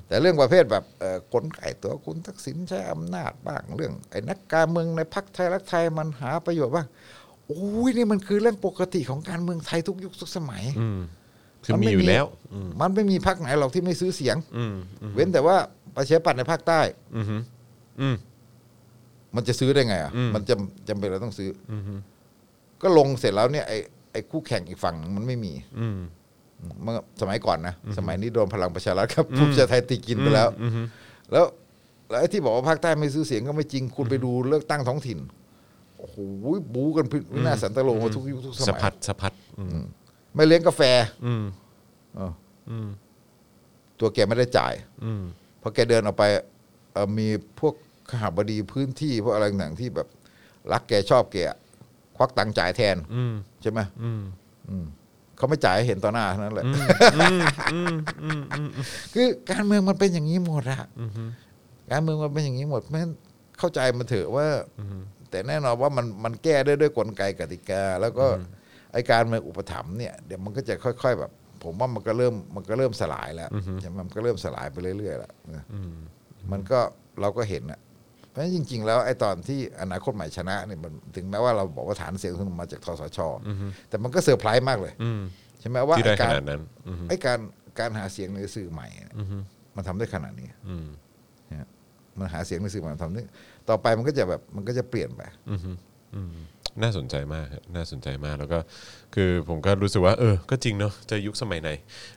S3: แต่เรื่องประเภทแบบเอ่อคนไก่ตัวคุณทักษิณใช้อำนาจบ้างเรื่อง ไอ้นักการเมืองในพรรคไทยรักไทยมันหาประโยชน์บ้างโอ้ยนี่มันคือเรื่องปกติของการเมืองไทยทุกยุคทุกสมัย
S2: อืม คือ
S3: มัน
S2: มี
S3: ไ
S2: อยู่แล้ว
S3: มันไม่มีพรรคไหนหรอกที่ไม่ซื้อเสียง
S2: อืม
S3: เว้นแต่ว่าประชาธิปัตย์ในภาคใต้
S2: อืมอืม
S3: มันจะซื้อได้ไงอ่ะ
S2: อืม
S3: มันจำจำเป็นเราต้องซื้ออก็ลงเสร็จแล้วเนี่ยไอ้ไอ้คู่แข่งอีกฝั่งมันไม่มี
S2: อืม
S3: เมื่อสมัยก่อนนะ สมัยนี้โดนพลังประชารัฐครับภูมิใจไทยตีกินไปแล้ว แล้วแล้วไอ้ที่บอกว่าภาคใต้ไม่ซื้อเสียงก็ไม่จริงคุณไปดูเลือกตั้งท้องถิ่นโอ้โหบู๊กันพิวินาศสันตโลมาทุกยุคทุกส
S2: สะ
S3: มัย
S2: พัดสะพัดอืม
S3: ไม่เลี้ยงกาแฟ
S2: อืม
S3: เอออตัวแกไม่ได้จ่าย
S2: อืม
S3: เพราะแกเดินออกไป เอ่อมีพวกขหบดีพื้นที่พวกอะไรต่างๆที่แบบ รักแกชอบแกอะควักตังค์จ่ายแทนใช่ไหมอืมเขาไม่จ่ายให้เห็นต่อหน้าเท่านั้นแหละคือการเมืองมันเป็นอย่างนี้หมดอะการเมืองมันเป็นอย่างนี้หมดเพราะฉะนั้นเข้าใจมันเถอะว่า แต่แน่นอนว่ามันมันแก้ได้ด้วยกลไกกติกา แล้วก็ไอการเมืองอุปถัมภ์เนี่ยเดี๋ยวมันก็จะค่อย ๆ แบบ ผมว่ามันก็เริ่มมันก็เริ่มสลายแล้วใช่ไหมมันก็เริ่มสลายไปเรื่อยๆแล้วนะมันก็เราก็เห็นอะเพราะฉะนั้นจริง ๆ แล้วไอ้ตอนที่อนาคตใหม่ชนะเนี่ยมันถึงแม้ว่าเราบอกว่าฐานเสียงมันมาจากทสชแต่มันก็เซอร์ไพรส์มากเลยใช่ไหมว่า
S2: ที่ได้ข
S3: ไอ้การ
S2: นาดนั้น อืม
S3: ไอ้การการหาเสียงในสื่อใหม่เนี่ย
S2: อืม
S3: มันทำได้ขนาดนี้
S2: อืม
S3: นะฮะมันหาเสียงในสื่อมันทำนี่ต่อไปมันก็จะแบบมันก็จะเปลี่ยนไป
S2: อืมอืมน่าสนใจมากฮะน่าสนใจมากแล้วก็ คือผมก็รู้สึกว่า เออ ก็จริงเนาะจะยุคสมัยไหน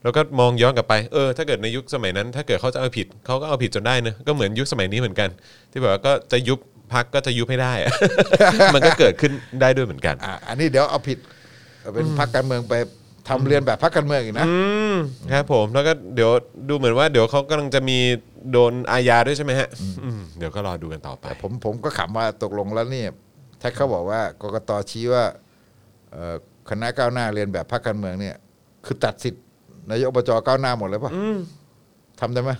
S2: แล้วก็มองย้อนกลับไปเออ ถ้าเกิดในยุคสมัยนั้น ถ้าเกิดเขาจะเอาผิดเขาก็เอาผิดจนได้เนอะก็เหมือนยุคสมัยนี้เหมือนกัน ที่แบบว่าก็จะยุบพักก็จะยุบให้ได้อะ มันก็เกิดขึ้นได้ด้วยเหมือนกัน
S3: อ่ะอันนี้เดี๋ยวเอาผิดเอาเป็นพรรคการเมืองไปทำเรียนแบบพรรคการเมืองอีกนะ
S2: อืมครับผมแล้วก็เดี๋ยวดูเหมือนว่าเดี๋ยวเขากำลังจะมีโดนอาญาด้วยใช่ไหมฮะอืมเดี๋ยวก็รอดูกันต่อไป
S3: ผมผมก็ขำว่าตกลงแล้วเนี่ยถ้าเขาบอกว่ากกตชี้ว่าเอ่อคณะก้าวหน้าเรียนแบบพรรคการเมืองเนี่ย คือตัดสิทธิ์นายกอบจก้าวหน้าหมดเลยป่ะทำได้ ไหม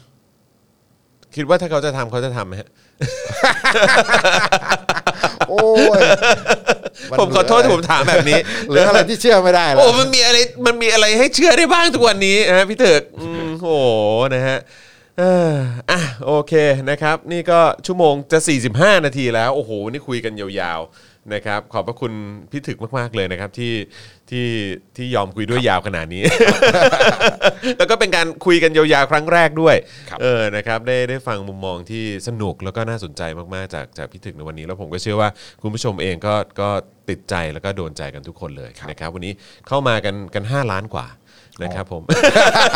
S2: คิดว่าถ้าเขาจะทำเขาจะทำไหมฮะ
S3: โอ้ยน
S2: ผมขอโทษที่ผมถามแบบนี้
S3: เหลืออะไรที่เชื่อไม่ได้แล้ว
S2: โอ้มันมีอะไรมันมีอะไรให้เชื่อได้บ้างทุกวันนี้นะพี่เถิกอืมโอ้โหนะฮะเอ่ออ่ะโอเคนะครับ นี่ก็ชั่วโมงจะ 45 นาทีแล้ว โอ้โหวันนี่คุยกันยาวๆนะครับ ขอบพระคุณพี่ถึกมากๆเลยนะครับที่ที่ที่ยอมคุยด้วยยาวขนาดนี้ แล้วก็เป็นการคุยกันยาวๆครั้งแรกด้วย เออ นะครับ ได้ได้ฟังมุมมองที่สนุกแล้วก็น่าสนใจมากๆ จากจากพี่ถึกในวันนี้ แล้วผมก็เชื่อว่าคุณผู้ชมเองก็ก็ติดใจแล้วก็โดนใจกันทุกคนเลยนะครับ วันนี้เข้ามากันกัน 5 ล้านกว่านะครับผม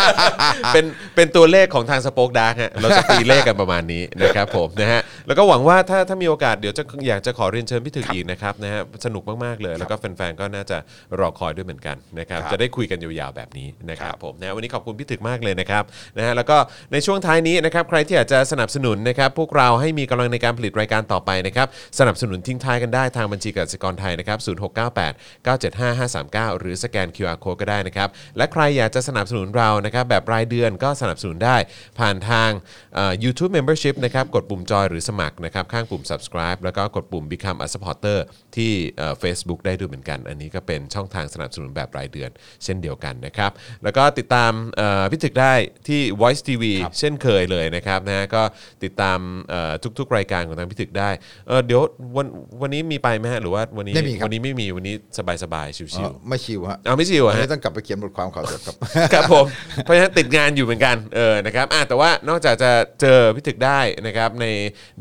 S2: เป็นเป็นตัวเลขของทางสป็อคดาร์กฮะเราจะตีเลขกันประมาณนี้นะครับผมนะฮะแล้วก็หวังว่าถ้าถ้ามีโอกาสเดี๋ยวจะอยากจะขอเรียนเชิญพี่ถึกอีกนะครับนะฮะสนุกมากๆเลย แล้วก็แฟนๆก็น่าจะรอคอยด้วยเหมือนกันนะครับจะได้คุยกันยาวๆแบบนี้นะครับผมนะฮะวันนี้ขอบคุณพี่ถึกมากเลยนะครับนะฮะแล้วก็ในช่วงท้ายนี้นะครับใครที่อยากจะสนับสนุนนะครับพวกเราให้มีกำลังในการผลิตรายการต่อไปนะครับสนับสนุนทิ้งท้ายกันได้ทางบัญชีกสิกรไทยนะครับ0698 975 539 หรือสแกน QR code ก็ได้นะครับ และใครอยากจะสนับสนุนเรานะครับแบบรายเดือนก็สนับสนุนได้ผ่านทางเอ่อ YouTube Membership นะครับกดปุ่มจอยหรือสมัครนะครับข้างปุ่ม subscribe แล้วก็กดปุ่ม Become a supporter ที่เอ่อ Facebook ได้ด้วยเหมือนกัน อันนี้ก็เป็นช่องทางสนับสนุนแบบรายเดือน เช่นเดียวกันนะครับ แล้วก็ติดตามเอ่อพิถึกได้ที่ Voice TV เช่นเคยเลยนะครับนะฮะก็ติดตามเอ่อทุกๆ รายการของทางพิถึกได้เอ่อเดี๋ยววันวันนี้มีไปไหมฮะหรือว่าวันนี้
S3: ไม่มีครับ
S2: วันนี้ไม่มีวันนี้สบายๆ
S3: อ๋
S2: ชิ
S3: อ
S2: วๆ
S3: ไม่ชิวฮะ
S2: เอาไม่ชิว
S3: อัน
S2: อะ
S3: นี้
S2: ฮะ
S3: ต้องกลับไปเขียนบทความข่าวสดครับ
S2: ครับผม เพราะฉะนั้นติดงานอยู่เหมือนกันเออนะครับอ่ะแต่ว่านอกจากจะเจอพิถึกได้นะครับใน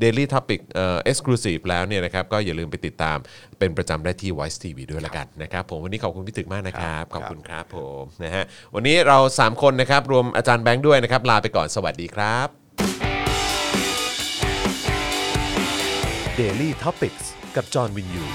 S2: Daily Topic เอ่อ Exclusive แล้วเนี่ยนะครับก็อย่าลืมไปติดตามเป็นประจำได้ที่ Voice TV ด้วยละกันนะครับผมวันนี้ขอบคุณพิถึกมากนะครับ ขอบคุณครับผมนะฮะวันนี้เรา 3 คนนะครับ รวมอาจารย์แบงค์ด้วยนะครับ ลาไปก่อนสวัสดีครับ
S1: Daily t o p i c กกับจอห์นวินยู